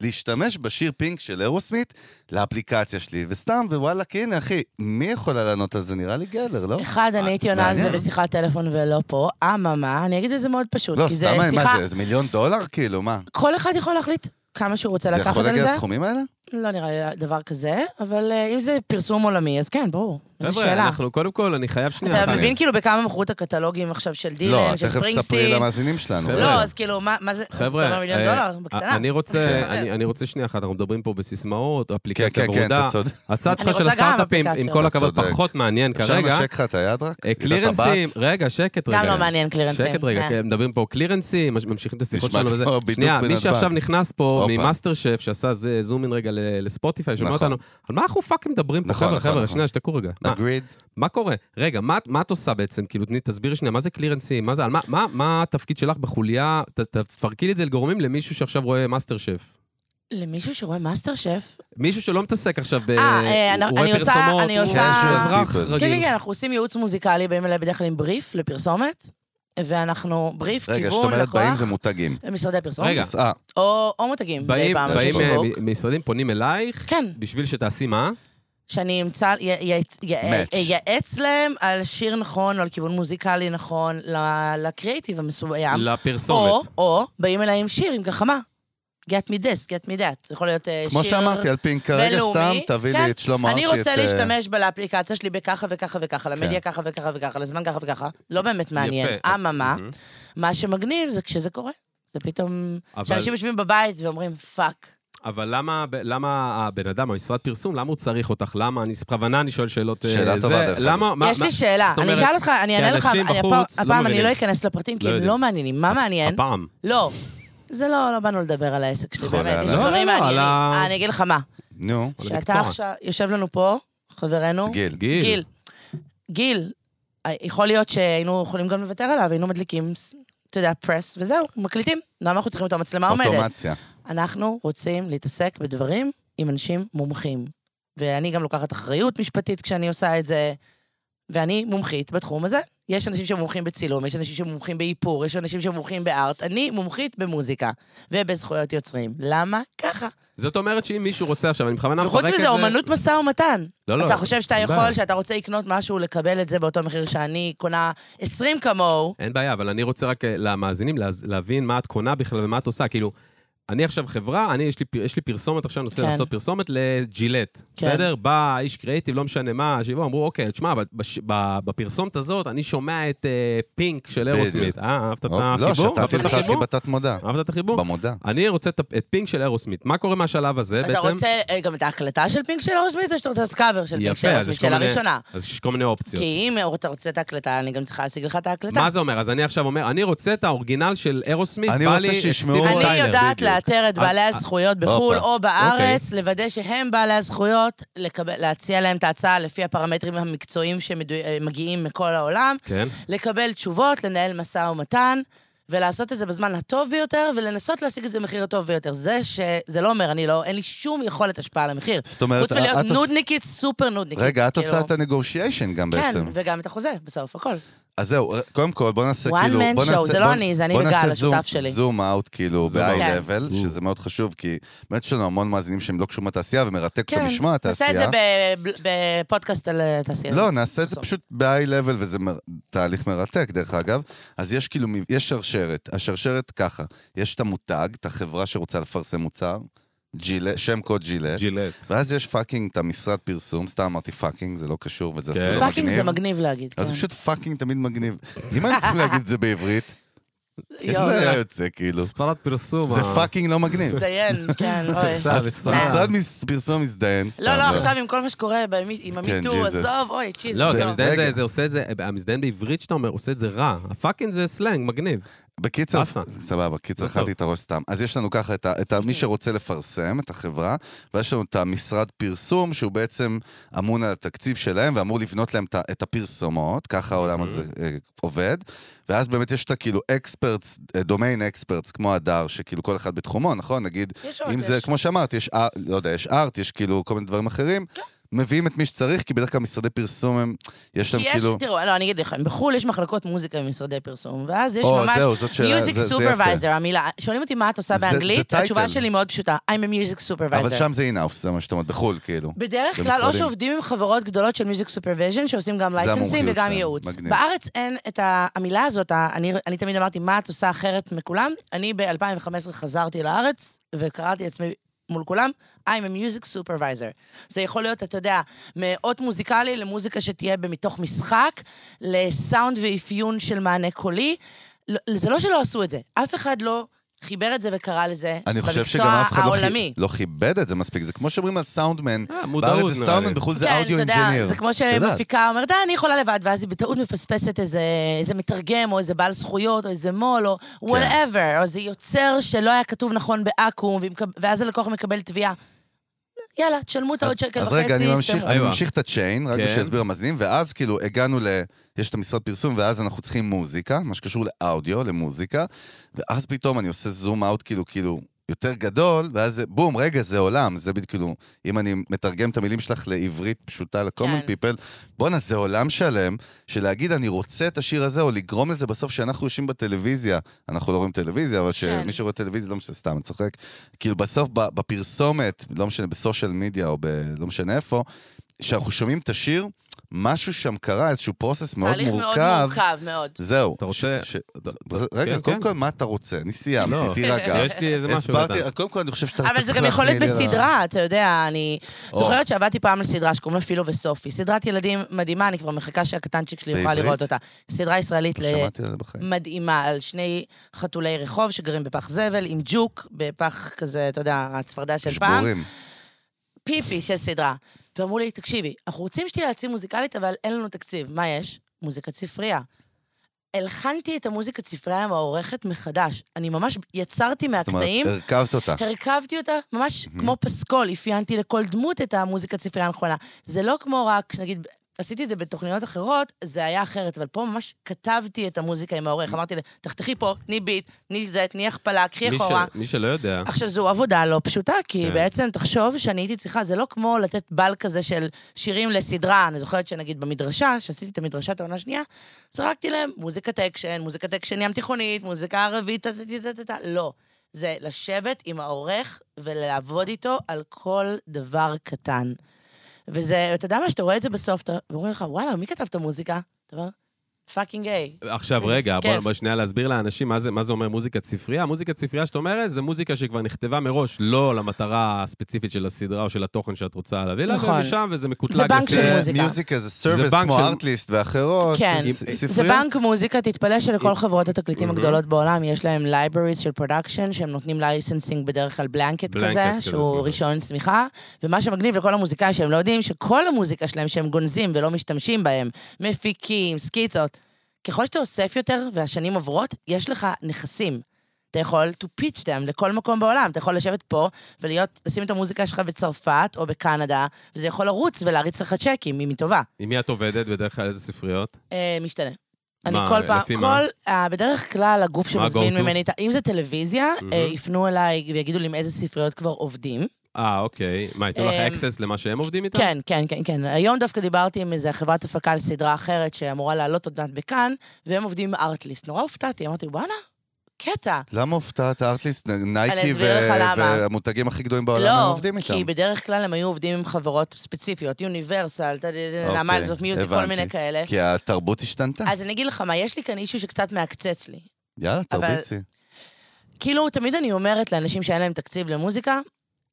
Speaker 2: להשתמש בשיר פינק של אירוסמית לאפליקציה שלי? וסתם, ווואלה, כי הנה, אחי, מי יכולה לענות על זה? נראה לי גלר, לא?
Speaker 3: אחד, אני הייתי עונה על זה
Speaker 2: מעניין.
Speaker 3: בשיחת טלפון ולא פה. אממה, אני אגיד את זה מאוד פשוט,
Speaker 2: לא,
Speaker 3: כי זה
Speaker 2: סתם, מה-
Speaker 3: שיחה...
Speaker 2: מה זה, זה מיליון דולר? כאילו, מה?
Speaker 3: כל אחד יכול להחליט כמה שהוא רוצה
Speaker 2: זה
Speaker 3: לקחת
Speaker 2: יכול
Speaker 3: על
Speaker 2: להגיע
Speaker 3: זה.
Speaker 2: לסכומים האלה?
Speaker 3: לא נראה לי דבר כזה, אבל אה, אם זה פרסום עולמי, אז כן, ברור. זו
Speaker 1: חבר'ה,
Speaker 3: שאלה.
Speaker 1: אנחנו, קודם כל, אני חייב שנייה.
Speaker 3: אתה
Speaker 1: אחת.
Speaker 2: מעניין.
Speaker 3: מבין כאילו בכמה מכרו את הקטלוגים עכשיו של
Speaker 2: לא,
Speaker 3: דילן, של
Speaker 2: תכף תספרי
Speaker 3: ספרינגסטין?
Speaker 2: למאזינים שלנו. אה.
Speaker 1: חבר'ה.
Speaker 2: רגע.
Speaker 3: לא, אז כאילו, מה מה זה? חבר'ה...
Speaker 1: חבר'ה,
Speaker 3: זה מיליון
Speaker 1: אה,
Speaker 3: דולר, בקטנה. כן.
Speaker 1: אני רוצה,
Speaker 3: אני-
Speaker 1: אני- אני רוצה שנייה אחת, אנחנו מדברים פה בסיסמאות,
Speaker 2: כן,
Speaker 1: אפליקציה
Speaker 2: כן, כן,
Speaker 1: ורודה.
Speaker 2: אתה צודק.
Speaker 1: הצד
Speaker 3: אני
Speaker 1: שלך של
Speaker 3: רוצה גם
Speaker 1: הסטארט-אפים, עם
Speaker 3: אפליקציה.
Speaker 1: כל
Speaker 2: אתה
Speaker 1: הכבוד,
Speaker 2: צודק.
Speaker 1: פחות מעניין
Speaker 2: אפשר
Speaker 1: כרגע.
Speaker 2: לנשק לך את היד רק?
Speaker 1: אה,
Speaker 2: את
Speaker 1: קלירנסים,
Speaker 2: הטבעת?
Speaker 1: רגע, שקט רגע.
Speaker 3: גם לא מעניין קלירנסים.
Speaker 1: שקט רגע,
Speaker 3: אה.
Speaker 1: כן, מדברים פה קלירנסים, מש- ממשיכים את השיחות
Speaker 2: נשמע
Speaker 1: שלנו וזה.
Speaker 2: כמו בידוק
Speaker 1: שנייה, מי
Speaker 2: בנתב"ג.
Speaker 1: שעכשיו נכנס פה
Speaker 2: הופה.
Speaker 1: ממאסטר שף, שעשה זה- זום אין רגע ל- לספוטיפיי, שומע
Speaker 2: נכון.
Speaker 1: אותנו, על מה אנחנו פאקינג מדברים פה,
Speaker 2: נכון,
Speaker 1: חבר'ה,
Speaker 2: נכון,
Speaker 1: חבר'ה,
Speaker 2: נכון.
Speaker 1: שנייה, שתקו רגע. מה-
Speaker 2: הגריד?
Speaker 1: מה קורה? רגע, מה, מה את עושה בעצם? כאילו, תני- תסבירי שנייה, מה זה קלירנסים? מה זה, על מה, מה, מה התפקיד שלך בחוליה? ת, תפרקי לי את זה לגורמים למישהו שעכשיו רואה מאסטר שף.
Speaker 3: למישהו שרואה מאסטר שף,
Speaker 1: מישהו שלא מתעסק עכשיו ב...
Speaker 3: אה, אה, אני-
Speaker 1: הוא רואה
Speaker 3: אני עושה-
Speaker 1: פרסומות,
Speaker 3: אני
Speaker 1: הוא
Speaker 3: עושה-
Speaker 1: אזרח
Speaker 2: כן, כן,
Speaker 1: רגיל.
Speaker 3: כן, כן, כן, אנחנו עושים ייעוץ מוזיקלי, באים אליי בדרך כלל עם בריף לפרסומת, ואנחנו, בריף,
Speaker 2: רגע, כשאת
Speaker 3: כיוון, נכון.
Speaker 2: אומרת
Speaker 3: לקוח,
Speaker 2: באים זה מותגים.
Speaker 3: משרדי פרסום,
Speaker 1: רגע.
Speaker 2: אה,
Speaker 3: או, או מותגים,
Speaker 1: באים,
Speaker 3: כן. פעם,
Speaker 1: באים
Speaker 2: יש
Speaker 1: אה,
Speaker 3: בשיווק.
Speaker 1: מ- משרדים, פונים אלייך,
Speaker 3: כן,
Speaker 1: בשביל שתעשי מה?
Speaker 3: שאני אמצא, י- י- י-
Speaker 2: Match.
Speaker 3: אייעץ אה, להם על שיר נכון, או על כיוון מוזיקלי נכון, ל- לקריאיטיב המסוים. או,
Speaker 1: לפרסומת.
Speaker 3: או, באים אליי עם שיר, עם גחמה. Get me this, get me that. זה יכול להיות אה, שיר...
Speaker 2: כמו שאמרתי על פינק כרגע,
Speaker 3: בינלאומי,
Speaker 2: סתם, תביא
Speaker 3: כן.
Speaker 2: לי את שלמה ארצי.
Speaker 3: אני
Speaker 2: את,
Speaker 3: רוצה
Speaker 2: אה,
Speaker 3: להשתמש בה לאפליקציה שלי בככה וככה וככה, למדיה ככה וככה וככה, לזמן ככה וככה. לא באמת מעניין.
Speaker 1: כן. יפה.
Speaker 3: אממה,
Speaker 1: מהמם.
Speaker 3: מה שמגניב זה כשזה קורה. זה פתאום...
Speaker 1: אבל-
Speaker 3: כשאנשים יושבים בבית ואומרים, פאק.
Speaker 1: אבל למה, למה הבן אדם, המשרד פרסום, למה הוא צריך אותך? למה? אני בכוונה, אני שואל שאלות... אה,
Speaker 2: שאלה
Speaker 1: זה,
Speaker 2: טובה, דרך אגב.
Speaker 1: למה? מה-
Speaker 3: יש
Speaker 1: מה-
Speaker 3: לי שאלה.
Speaker 1: זאת
Speaker 3: אני
Speaker 1: אומרת,
Speaker 3: אשאל אותך, אני
Speaker 1: כי
Speaker 3: אענה לך,
Speaker 1: אנשים
Speaker 3: אני הפעם-
Speaker 1: בחוץ לא
Speaker 3: הפעם אני
Speaker 1: מבינים.
Speaker 3: לא אכנס לפרטים, כי
Speaker 1: לא
Speaker 3: הם
Speaker 1: יודעים.
Speaker 3: לא מעניינים. מה מעניין?
Speaker 1: הפעם.
Speaker 3: לא. זה לא, לא באנו לדבר על העסק שלי,
Speaker 2: חולה
Speaker 3: באמת, יש
Speaker 2: עליי.
Speaker 1: לא,
Speaker 3: דברים
Speaker 1: לא, לא, על
Speaker 3: מעניינים.
Speaker 1: ה-
Speaker 3: אה, אני אגיד לך מה.
Speaker 2: נו,
Speaker 1: על
Speaker 3: שאתה
Speaker 1: המקצוע.
Speaker 3: עכשיו, יושב לנו פה, חברנו,
Speaker 2: גיל.
Speaker 1: גיל.
Speaker 3: גיל. גיל, אה, יכול להיות שהיינו יכולים גם לוותר עליו, היינו מדליקים, ס- אתה יודע, פרס, וזהו, מקליטים. למה אנחנו צריכים את המצלמה עומדת?
Speaker 2: אוטומציה.
Speaker 3: אנחנו רוצים להתעסק בדברים עם אנשים מומחים. ואני גם לוקחת אחריות משפטית כשאני עושה את זה, ואני מומחית בתחום הזה. יש אנשים שמומחים בצילום, יש אנשים שמומחים באיפור, יש אנשים שמומחים בארט. אני מומחית במוזיקה ובזכויות יוצרים. למה? ככה.
Speaker 1: זאת אומרת שאם מישהו רוצה עכשיו, אני בכוונה מפרק את
Speaker 3: וחוץ
Speaker 1: זה...
Speaker 3: מזה, אומנות משא ומתן.
Speaker 1: לא, לא.
Speaker 3: אתה חושב שאתה
Speaker 1: אין בעיה.
Speaker 3: יכול, שאתה רוצה לקנות משהו, לקבל את זה באותו מחיר שאני קונה 20 כמוהו.
Speaker 1: אין בעיה, אבל אני רוצה רק אה, למאזינים להז- להבין מה את קונה בכלל ומה את עושה. כאילו, אני עכשיו חברה, אני, יש לי, פר- יש לי פרסומת עכשיו, אני רוצה
Speaker 3: כן.
Speaker 1: לעשות פרסומת לג'ילט, בסדר? בא איש קריאיטיב, לא משנה מה, שבו אמרו, אוקיי, תשמע, ב- בש- ב- בפרסומת הזאת אני שומע את אה, פינק של אירוסמית.
Speaker 2: בדיוק.
Speaker 1: אה, אהבת את
Speaker 2: אופ, לא,
Speaker 1: החיבור? אהבת
Speaker 2: שתפתי
Speaker 1: את
Speaker 2: אותך
Speaker 1: החיבור?
Speaker 2: כבתת מודע.
Speaker 3: אה.
Speaker 1: אהבת את החיבור?
Speaker 2: במודע.
Speaker 1: אני רוצה את ה- את פינק של אירוסמית. מה קורה מהשלב הזה בעצם?
Speaker 3: אתה רוצה אה, גם את ההקלטה של פינק של אורסמית, או שאתה רוצה לעשות קאבר של פינק
Speaker 1: יפה,
Speaker 3: של
Speaker 1: אז
Speaker 3: אורסמית?
Speaker 1: יש כל
Speaker 3: שאלה
Speaker 1: מיני-
Speaker 3: ראשונה.
Speaker 1: אז יש כל מיני אופציות.
Speaker 3: כי אם אתה רוצה את ההקלטה, אני גם צריכה להשיג לך את ההקלטה.
Speaker 1: מה זה אומר? אז אני עכשיו אומר, אני רוצה את האורגינל של אירוסמית,
Speaker 2: אני
Speaker 1: בא
Speaker 2: רוצה
Speaker 1: לי את
Speaker 2: שישמעו
Speaker 1: סטיבן
Speaker 2: אותי.
Speaker 3: אני
Speaker 1: טיילר. אה,
Speaker 3: יודעת
Speaker 2: בדיוק. אה,
Speaker 3: לאתר את בעלי
Speaker 1: אז-
Speaker 3: הזכויות בחו"ל
Speaker 2: הופה. אוקיי.
Speaker 3: או בארץ, לוודא שהם בעלי הזכויות, לקבל- להציע להם את ההצעה לפי הפרמטרים המקצועיים שמגיעים מכל העולם,
Speaker 1: כן.
Speaker 3: לקבל תשובות, לנהל משא ומתן, ולעשות את זה בזמן הטוב ביותר, ולנסות להשיג את זה במחיר הטוב ביותר. זה שזה לא אומר, אני לא, אין לי שום יכולת השפעה על המחיר.
Speaker 2: זאת אומרת,
Speaker 3: חוץ מלהיות
Speaker 2: את עוש-
Speaker 3: נודניקית, סופר נודניקית.
Speaker 2: רגע, את
Speaker 3: כאילו.
Speaker 2: עושה את הנגושיישן גם בעצם.
Speaker 3: כן, וגם את החוזה, בסוף, הכל.
Speaker 2: אז זהו, קודם כל, בוא נעשה
Speaker 3: One
Speaker 2: כאילו...
Speaker 3: man
Speaker 2: בוא
Speaker 3: show,
Speaker 2: נעשה-
Speaker 3: זה לא
Speaker 2: בוא-
Speaker 3: אני, זה אני
Speaker 2: בוא
Speaker 3: וגל,
Speaker 2: נעשה
Speaker 3: השותף
Speaker 2: זום-
Speaker 3: שלי.
Speaker 2: זום אאוט, כאילו,
Speaker 1: זום
Speaker 2: ב-high
Speaker 3: כן.
Speaker 2: level, שזה מאוד חשוב, כי באמת יש לנו המון מאזינים שהם לא קשורים לתעשייה ומרתק אותם
Speaker 3: כן,
Speaker 2: לשמוע
Speaker 3: נעשה את
Speaker 2: התעשייה.
Speaker 3: זה ב- בפודקאסט על אה, תעשייה.
Speaker 2: לא, נעשה את זה
Speaker 3: בסוף.
Speaker 2: פשוט ב-high level, וזה מר- תהליך מרתק, דרך אגב. אז יש כאילו, מ- יש שרשרת. השרשרת ככה, יש את המותג, את החברה שרוצה לפרסם מוצר, ג'ילה, שם קוד ג'ילה.
Speaker 1: אה, ג'ילט.
Speaker 2: ואז יש פאקינג את המשרד פרסום, סתם אמרתי פאקינג, זה לא קשור וזה
Speaker 1: כן.
Speaker 2: אפילו לא
Speaker 3: פאקינג זה
Speaker 2: מגניב.
Speaker 3: מגניב להגיד.
Speaker 2: אז
Speaker 3: כן.
Speaker 2: פשוט פאקינג תמיד מגניב. אם היינו צריכים להגיד את זה בעברית, איך
Speaker 3: יואו,
Speaker 2: זה היה יוצא כאילו?
Speaker 1: ספרת פרסום.
Speaker 2: זה
Speaker 1: ה-
Speaker 2: פאקינג לא מגניב.
Speaker 3: מצטיין, כן, אוי.
Speaker 1: סע
Speaker 2: אז
Speaker 1: וסע.
Speaker 2: משרד מס- פרסום מזדיין. סתם,
Speaker 3: לא, לא, עכשיו עם כל מה שקורה במי- עם
Speaker 2: כן,
Speaker 3: המיטו,
Speaker 2: Jesus.
Speaker 3: עזוב, אוי, צ'יז.
Speaker 1: לא, כי
Speaker 2: רגע.
Speaker 1: המזדיין זה- זה עושה את זה, המזדיין בעברית שאתה אומר, עושה את זה רע. הפאקינג זה סלנג, מגניב.
Speaker 2: בקיצר,
Speaker 1: אסה.
Speaker 2: סבבה, בקיצר,
Speaker 1: הכל טוב.
Speaker 2: אכלתי את הראש סתם. אז יש לנו ככה את, ה, את ה,
Speaker 3: אוקיי.
Speaker 2: מי שרוצה לפרסם, את החברה, ויש לנו את המשרד פרסום, שהוא בעצם אמון על התקציב שלהם, ואמור לבנות להם את, ה- את הפרסומות, ככה העולם הזה אה, עובד. ואז באמת יש את כאילו, הכאילו אקספרטס, דומיין אקספרטס, אה, כמו הדר, שכאילו כל אחד בתחומו, נכון? נגיד,
Speaker 3: יש
Speaker 2: אם
Speaker 3: עוד,
Speaker 2: זה,
Speaker 3: יש.
Speaker 2: כמו שאמרת, יש, אה, לא יודע, יש ארט, יש כאילו כל מיני דברים אחרים.
Speaker 3: כן.
Speaker 2: מביאים את מי שצריך, כי בדרך כלל משרדי פרסום הם, יש להם
Speaker 3: כי יש,
Speaker 2: כאילו...
Speaker 3: תראו, לא, אני אגיד לכם, בחו"ל יש מחלקות מוזיקה במשרדי פרסום, ואז יש
Speaker 2: או,
Speaker 3: ממש...
Speaker 2: זהו, זאת שאלה,
Speaker 3: מיוזיק
Speaker 2: זה- זה יפה.
Speaker 3: סופרוויזר, המילה. שואלים אותי מה את עושה
Speaker 2: זה- זה
Speaker 3: באנגלית,
Speaker 2: טייטל.
Speaker 3: התשובה שלי מאוד פשוטה, I'm a music supervisor.
Speaker 2: אבל שם זה אינאוס, זה מה שאת אומרת, בחו"ל, כאילו.
Speaker 3: בדרך כלל,
Speaker 2: במשרדים.
Speaker 3: או שעובדים עם חברות גדולות של מיוזיק סופרוויז'ן, שעושים גם
Speaker 2: זה
Speaker 3: לייסנסים
Speaker 2: המומחיות
Speaker 3: וגם
Speaker 2: שלהם,
Speaker 3: ייעוץ.
Speaker 2: מגניב.
Speaker 3: בארץ אין את ה- המילה הזאת, ה- אני אני תמיד אמרתי, מה את עושה אחרת מכולם? אני ב-2015 חזרתי לארץ, וקראתי לעצמי... מול כולם, I'm a music supervisor. זה יכול להיות, אתה יודע, מאות מוזיקלי למוזיקה שתהיה מתוך משחק, לסאונד ואפיון של מענה קולי. לא- זה לא שלא עשו את זה, אף אחד לא חיבר את זה וקרא לזה
Speaker 2: אני חושב
Speaker 3: במקצוע
Speaker 2: שגם אף אחד לא,
Speaker 3: העולמי.
Speaker 2: חי... לא כיבד את זה מספיק, זה כמו שאומרים על סאונדמן,
Speaker 1: אה, מודעות,
Speaker 2: בארץ זה
Speaker 1: נראה לי.
Speaker 2: סאונדמן, בחו"ל זה אודיו
Speaker 3: כן, אתה יודע,
Speaker 2: אינג'יניר.
Speaker 3: זה כמו שמפיקה אומרת, "אה, אני יכולה לבד, ואז היא בטעות מפספסת איזה, איזה מתרגם, או איזה בעל זכויות, או איזה מו"ל, או
Speaker 2: כן.
Speaker 3: whatever, או איזה יוצר שלא היה כתוב נכון בעכו"ם, והיא מקב- ואז הלקוח מקבל תביעה. יאללה, תשלמו את
Speaker 2: אז-
Speaker 3: העוד שקל
Speaker 2: אז
Speaker 3: וחצי.
Speaker 2: רגע, אני
Speaker 3: סתם.
Speaker 2: ממשיך, אני
Speaker 1: אייווה.
Speaker 2: ממשיך את הצ'יין, רק
Speaker 1: כן.
Speaker 2: בשביל להסביר למאזינים, ואז כאילו הגענו ל... יש את המשרד פרסום, ואז אנחנו צריכים מוזיקה, מה שקשור לאודיו, למוזיקה, ואז פתאום אני עושה זום אאוט כאילו, כאילו, יותר גדול, ואז זה- בום, רגע, זה עולם, זה בדיוק כאילו, אם אני מתרגם את המילים שלך לעברית פשוטה, ל-common
Speaker 3: כן.
Speaker 2: people, בואנה, זה עולם שלם, שלהגיד אני רוצה את השיר הזה, או לגרום לזה בסוף שאנחנו יושבים בטלוויזיה, אנחנו לא רואים טלוויזיה, אבל
Speaker 3: כן.
Speaker 2: שמי שרואה טלוויזיה, לא משנה, סתם, אני צוחק, כאילו בסוף ב- בפרסומת, לא משנה, בסושיאל מדיה או ב... לא משנה איפה, כשאנחנו שומעים את השיר, משהו שם קרה, איזשהו פרוסס מאוד
Speaker 3: תהליך מאוד
Speaker 2: מורכב.
Speaker 3: מורכב, מאוד.
Speaker 2: זהו.
Speaker 1: אתה רוצה-
Speaker 2: ש- ש- רגע,
Speaker 1: כן,
Speaker 2: קודם
Speaker 1: כן.
Speaker 2: כל, מה אתה רוצה? אני סיימתי,
Speaker 1: לא.
Speaker 2: תירגע.
Speaker 1: יש לי איזה משהו
Speaker 2: הסברתי,
Speaker 1: קטן.
Speaker 2: קודם כל, אני חושב שאתה אתה
Speaker 3: אבל זה
Speaker 2: צריך
Speaker 3: גם יכול להיות
Speaker 2: להחמיא לי על ה-
Speaker 3: בסדרה, אתה יודע, אני
Speaker 2: או.
Speaker 3: זוכרת שעבדתי פעם על סדרה שקוראים לה פילו וסופי. סדרת ילדים מדהימה, אני כבר מחכה שהקטנצ'יק שלי יוכל
Speaker 2: בעברית?
Speaker 3: לראות אותה. סדרה ישראלית
Speaker 2: לא
Speaker 3: ל-
Speaker 2: שמעתי על זה בחיים.
Speaker 3: מדהימה על שני חתולי רחוב שגרים בפח זבל עם ג'וק, בפח כזה, אתה יודע, הצפרדע של פעם.
Speaker 2: שבורים.
Speaker 3: פיפי של סדרה. ואמרו לי, תקשיבי, אנחנו רוצים שתהיה יועצים מוזיקלית, אבל אין לנו תקציב. מה יש? מוזיקת ספרייה. הלחנתי את המוזיקת ספרייה עם העורכת מחדש. אני ממש יצרתי
Speaker 2: זאת אומרת,
Speaker 3: מהקטעים,
Speaker 2: הרכבת אותה.
Speaker 3: הרכבתי אותה ממש כמו פסקול, אפיינתי לכל דמות את המוזיקת ספרייה הנכונה. זה לא כמו רק, נגיד, עשיתי את זה בתוכניות אחרות, זה היה אחרת, אבל פה ממש כתבתי את המוזיקה עם העורך. אמרתי לה, תחתכי פה, תני ביט, תני זה, תני הכפלה, קחי
Speaker 1: מי ש-
Speaker 3: אחורה.
Speaker 1: מי שלא יודע,
Speaker 3: עכשיו, זו עבודה לא פשוטה, כי
Speaker 1: כן.
Speaker 3: בעצם, תחשוב שאני הייתי צריכה, זה לא כמו לתת בל כזה של שירים לסדרה. אני זוכרת שנגיד במדרשה, שעשיתי את המדרשת העונה השנייה, זרקתי להם מוזיקת אקשן, מוזיקת אקשן ים תיכונית, מוזיקה ערבית, טה-טה-טה-טה-טה. לא. זה לשבת עם העורך ולעבוד איתו על כל דבר קטן. וזה, אתה יודע מה, שאתה רואה את זה בסוף, אתה- ואומרים לך, וואלה, מי כתב את המוזיקה? אתה אומר, פאקינג איי.
Speaker 1: עכשיו רגע, בוא-
Speaker 3: אה, כיף.
Speaker 1: בוא שנייה להסביר לאנשים מה זה- מה זה אומר מוזיקת ספרייה. מוזיקת ספרייה שאת אומרת, זה מוזיקה שכבר נכתבה מראש, לא למטרה הספציפית של הסדרה או של התוכן שאת רוצה להביא לה,
Speaker 3: נכון.
Speaker 1: ומשם וזה מקוטלג.
Speaker 3: זה בנק
Speaker 1: לפי-
Speaker 3: של
Speaker 2: זה
Speaker 3: מוזיקה.
Speaker 2: מיוזיקה זה סרוויס
Speaker 1: בנק
Speaker 2: כמו
Speaker 1: של-
Speaker 2: ארטליסט ואחרות.
Speaker 3: כן.
Speaker 2: ס-
Speaker 3: זה
Speaker 2: ספריות.
Speaker 3: בנק מוזיקה, תתפלא
Speaker 1: אם-
Speaker 3: שלכל חברות התקליטים
Speaker 1: מהמם.
Speaker 3: הגדולות בעולם יש להם libraries של פרודקשן, שהם נותנים לייסנסינג בדרך כלל בלנקט
Speaker 1: בלנקט
Speaker 3: כזה,
Speaker 1: כזה,
Speaker 3: שהוא
Speaker 1: סליחה.
Speaker 3: רישיון צמיחה, ומה שמגניב לכל המוזיקאים שהם לא יודעים, שכל המוזיקה שלהם שהם גונזים ולא משתמשים בהם, מפיקים, סקיצות, ככל שאתה אוסף יותר והשנים עוברות, יש לך נכסים. אתה יכול to pitch them לכל מקום בעולם. אתה יכול לשבת פה ולהיות, לשים את המוזיקה שלך בצרפת או בקנדה, וזה יכול לרוץ ולהריץ לך צ'קים, אם היא טובה.
Speaker 1: עם מי את עובדת בדרך כלל, איזה ספריות?
Speaker 3: אה, משתנה. אני
Speaker 1: מה,
Speaker 3: כל פעם,
Speaker 1: לפי מה?
Speaker 3: כל, אה, בדרך כלל הגוף
Speaker 1: מה
Speaker 3: שמזמין
Speaker 1: ה-go to?
Speaker 3: ממני, את ה- אם זה טלוויזיה,
Speaker 1: מהמם.
Speaker 3: אה, יפנו אליי ויגידו לי עם איזה ספריות כבר עובדים.
Speaker 1: אה, אוקיי. מה, ייתנו לך
Speaker 3: אמ,
Speaker 1: access למה שהם עובדים איתם?
Speaker 3: כן, כן, כן, כן. היום דווקא דיברתי עם איזה חברת הפקה על סדרה אחרת שאמורה לעלות עוד מעט בכאן, והם עובדים עם ארטליסט. נורא הופתעתי, אמרתי, וואלה, קטע.
Speaker 2: למה הופתעת ארטליסט? נייקי
Speaker 3: אסביר לך
Speaker 2: ו-
Speaker 3: למה.
Speaker 2: והמותגים הכי גדולים בעולם הם
Speaker 3: לא,
Speaker 2: עובדים איתם.
Speaker 3: כי בדרך כלל הם היו עובדים עם חברות ספציפיות, יוניברסל,
Speaker 2: אוקיי,
Speaker 3: נמל זאת מיוזיק, כל
Speaker 2: הבנתי.
Speaker 3: מיני כאלה.
Speaker 2: כי התרבות השתנתה.
Speaker 3: אז אני אגיד לך מה, יש לי כאן אישו שקצת מעקצץ לי.
Speaker 2: יאללה,
Speaker 3: אבל-
Speaker 2: תרביצי.
Speaker 3: כאילו, תמיד אני אומרת לאנשים שאין להם תקציב למוזיקה,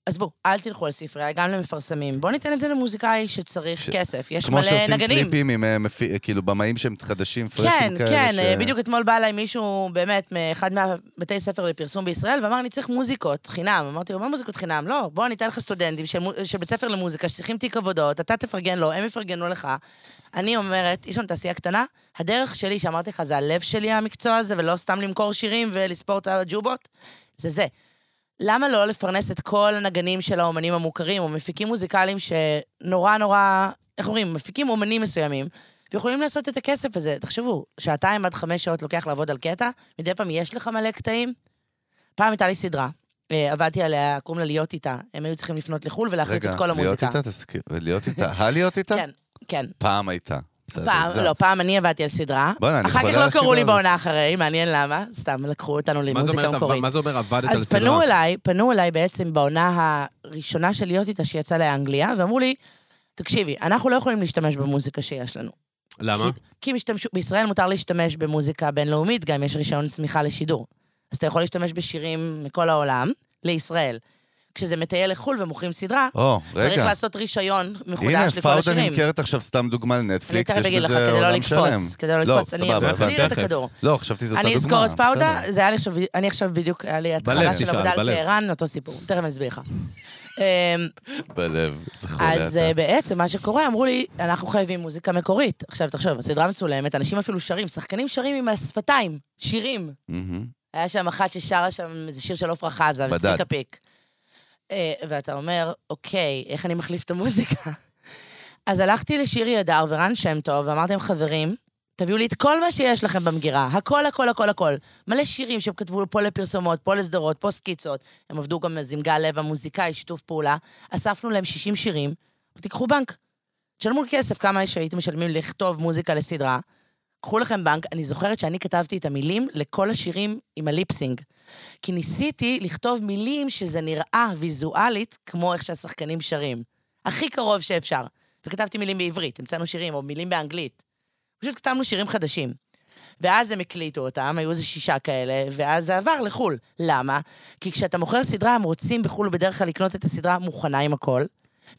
Speaker 3: עזבו, אל תלכו על ספרייה, גם למפרסמים. בואו ניתן את זה למוזיקאי שצריך
Speaker 2: ש-
Speaker 3: כסף. יש
Speaker 2: כמו
Speaker 3: מלא
Speaker 2: שעושים
Speaker 3: נגנים.
Speaker 2: קליפים עם, אה, מפי- אה, כאילו, במאים שהם חדשים,
Speaker 3: כן,
Speaker 2: פרשים כאלה.
Speaker 3: כן,
Speaker 2: ש-
Speaker 3: אה, בדיוק אתמול בא אליי מישהו, באמת, מאחד מהבתי ספר לפרסום בישראל, ואמר, אני צריך מוזיקות חינם. אמרתי לו, מה מוזיקות חינם? לא, בוא, אני אתן לך סטודנטים של מו- של בית ספר למוזיקה שצריכים תיק עבודות, אתה תפרגן לו, הם יפרגנו לך. אני אומרת, יש לנו תעשייה קטנה, הדרך שלי, שאמרתי לך, זה הלב שלי, המקצוע הזה, ולא סתם למכור שירים ולספור את הג'ובות, זה זה. למה לא לפרנס את כל הנגנים של האומנים המוכרים, או מפיקים מוזיקליים שנורא נורא, איך אומרים, מפיקים אומנים מסוימים, ויכולים לעשות את הכסף הזה. תחשבו, שעתיים עד חמש שעות לוקח לעבוד על קטע, מדי פעם יש לך מלא קטעים. פעם הייתה לי סדרה, אה, עבדתי עליה, קוראים לה להיות איתה. הם היו צריכים לפנות לחו"ל ולהחליף את כל המוזיקה.
Speaker 2: רגע, להיות איתה, תזכיר, להיות איתה, הלהיות איתה?
Speaker 3: כן, כן.
Speaker 2: פעם הייתה. בסדר,
Speaker 3: פעם,
Speaker 2: זה-
Speaker 3: לא, פעם אני עבדתי על סדרה.
Speaker 2: בוא'נה, אני
Speaker 3: אחר
Speaker 2: חולה
Speaker 3: כך
Speaker 2: על
Speaker 3: לא קראו לי
Speaker 2: הסדרה הזאת.
Speaker 3: בעונה אחרי, מעניין למה. סתם לקחו אותנו
Speaker 1: מה זה
Speaker 3: למוזיקה
Speaker 1: אומר-
Speaker 3: המקורית.
Speaker 1: מה זה אומר עבדת על
Speaker 3: אז
Speaker 1: סדרה?
Speaker 3: פנו אליי, פנו אליי בעצם בעונה הראשונה של להיות איתה שיצאה לאנגליה, ואמרו לי, תקשיבי, אנחנו לא יכולים להשתמש במוזיקה שיש לנו.
Speaker 1: למה?
Speaker 3: כי- כי הם השתמשו, בישראל מותר להשתמש במוזיקה בינלאומית, גם יש רישיון צמיחה לשידור. אז אתה יכול להשתמש בשירים מכל העולם לישראל. כשזה מטייל לחו"ל ומוכרים סדרה,
Speaker 2: או,
Speaker 3: צריך
Speaker 2: רגע.
Speaker 3: לעשות רישיון
Speaker 2: הנה,
Speaker 3: מחודש לכל
Speaker 2: פאודה
Speaker 3: השירים.
Speaker 2: נמכרת עכשיו סתם דוגמה
Speaker 3: אני
Speaker 2: לנטפליקס,
Speaker 3: תכף
Speaker 2: יש
Speaker 3: אגיד לך,
Speaker 2: בזה
Speaker 3: כדי לא
Speaker 2: עולם שלם.
Speaker 3: לקפוץ, כדי לא
Speaker 2: לא,
Speaker 3: לקפוץ, אני
Speaker 2: סבבה,
Speaker 3: מחזיר את
Speaker 1: תכף.
Speaker 3: הכדור.
Speaker 2: לא, חשבתי זאת
Speaker 3: אני
Speaker 2: הדוגמה.
Speaker 3: אזכור את פאודה,
Speaker 2: בסדר.
Speaker 3: זה היה לי עכשיו, אני עכשיו בדיוק, היה לי
Speaker 1: בלב
Speaker 3: התחלה של
Speaker 1: תשאל,
Speaker 3: עבודה על
Speaker 1: בלב.
Speaker 3: טהרן, אותו סיפור, תכף אני אסביר לך. אמ,
Speaker 2: בלב, זה חולה.
Speaker 3: אז
Speaker 2: אתה.
Speaker 3: אה, בעצם מה שקורה, אמרו לי, אנחנו חייבים מוזיקה מקורית. עכשיו, תחשוב, הסדרה מצולמת, אנשים אפילו שרים, שחקנים שרים עם השפתיים, שירים.
Speaker 2: מהמם.
Speaker 3: היה שם אחת ששרה שם איזה שיר של עפרה חזה,
Speaker 2: בדד.
Speaker 3: וצביקה פיק. אה, ואתה אומר, אוקיי, איך אני מחליף את המוזיקה? אז הלכתי לשירי אדר ורן שם טוב, ואמרתי להם, חברים, תביאו לי את כל מה שיש לכם במגירה, הכל, הכל, הכל, הכל. מלא שירים שהם כתבו פה לפרסומות, פה לסדרות, פה סקיצות. הם עבדו גם אז עם גל לב המוזיקאי, שיתוף פעולה. אספנו להם 60 שירים, תיקחו בנק. תשלמו כסף, כמה שהייתם משלמים לכתוב מוזיקה לסדרה. קחו לכם בנק, אני זוכרת שאני כתבתי את המילים לכל השירים עם הליפסינג. כי ניסיתי לכתוב מילים שזה נראה ויזואלית כמו איך שהשחקנים שרים. הכי קרוב שאפשר. וכתבתי מילים בעברית, המצאנו שירים, או מילים באנגלית. פשוט כתבנו שירים חדשים. ואז הם הקליטו אותם, היו איזה שישה כאלה, ואז זה עבר לחו"ל. למה? כי כשאתה מוכר סדרה, הם רוצים בחו"ל בדרך כלל לקנות את הסדרה מוכנה עם הכל,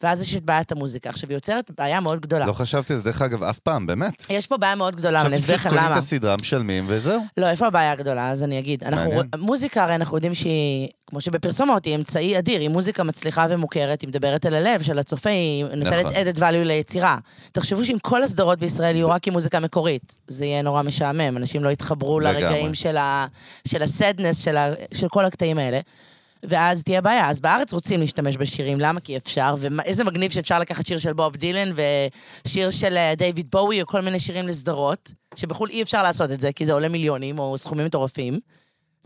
Speaker 3: ואז יש את בעיית המוזיקה. עכשיו, היא יוצרת בעיה מאוד גדולה.
Speaker 2: לא חשבתי על זה, דרך אגב, אף פעם, באמת.
Speaker 3: יש פה בעיה מאוד גדולה, אני
Speaker 2: חשבתי
Speaker 3: אסביר
Speaker 2: שפשוט
Speaker 3: לכם
Speaker 2: קונים את
Speaker 3: למה.
Speaker 2: הסדרה, משלמים וזהו.
Speaker 3: לא, איפה הבעיה הגדולה? אז אני אגיד. אנחנו,
Speaker 2: מעניין.
Speaker 3: מוזיקה, הרי אנחנו יודעים שהיא, כמו שבפרסומות, היא אמצעי אדיר, היא מוזיקה מצליחה ומוכרת, היא מדברת אל הלב של הצופה, היא נותנת
Speaker 2: נכון.
Speaker 3: added value ליצירה. תחשבו שאם כל הסדרות בישראל יהיו רק עם מוזיקה מקורית, זה יהיה נורא משעמם, אנשים לא יתחברו
Speaker 2: לגמרי.
Speaker 3: לרגעים של, ה, של הסדנס, של, ה, של כל הקטעים האלה. ואז תהיה בעיה. אז בארץ רוצים להשתמש בשירים, למה? כי אפשר, ואיזה מגניב שאפשר לקחת שיר של בוב דילן ושיר של אה, דיוויד בואי, או כל מיני שירים לסדרות, שבחו"ל אי אפשר לעשות את זה, כי זה עולה מיליונים או סכומים מטורפים.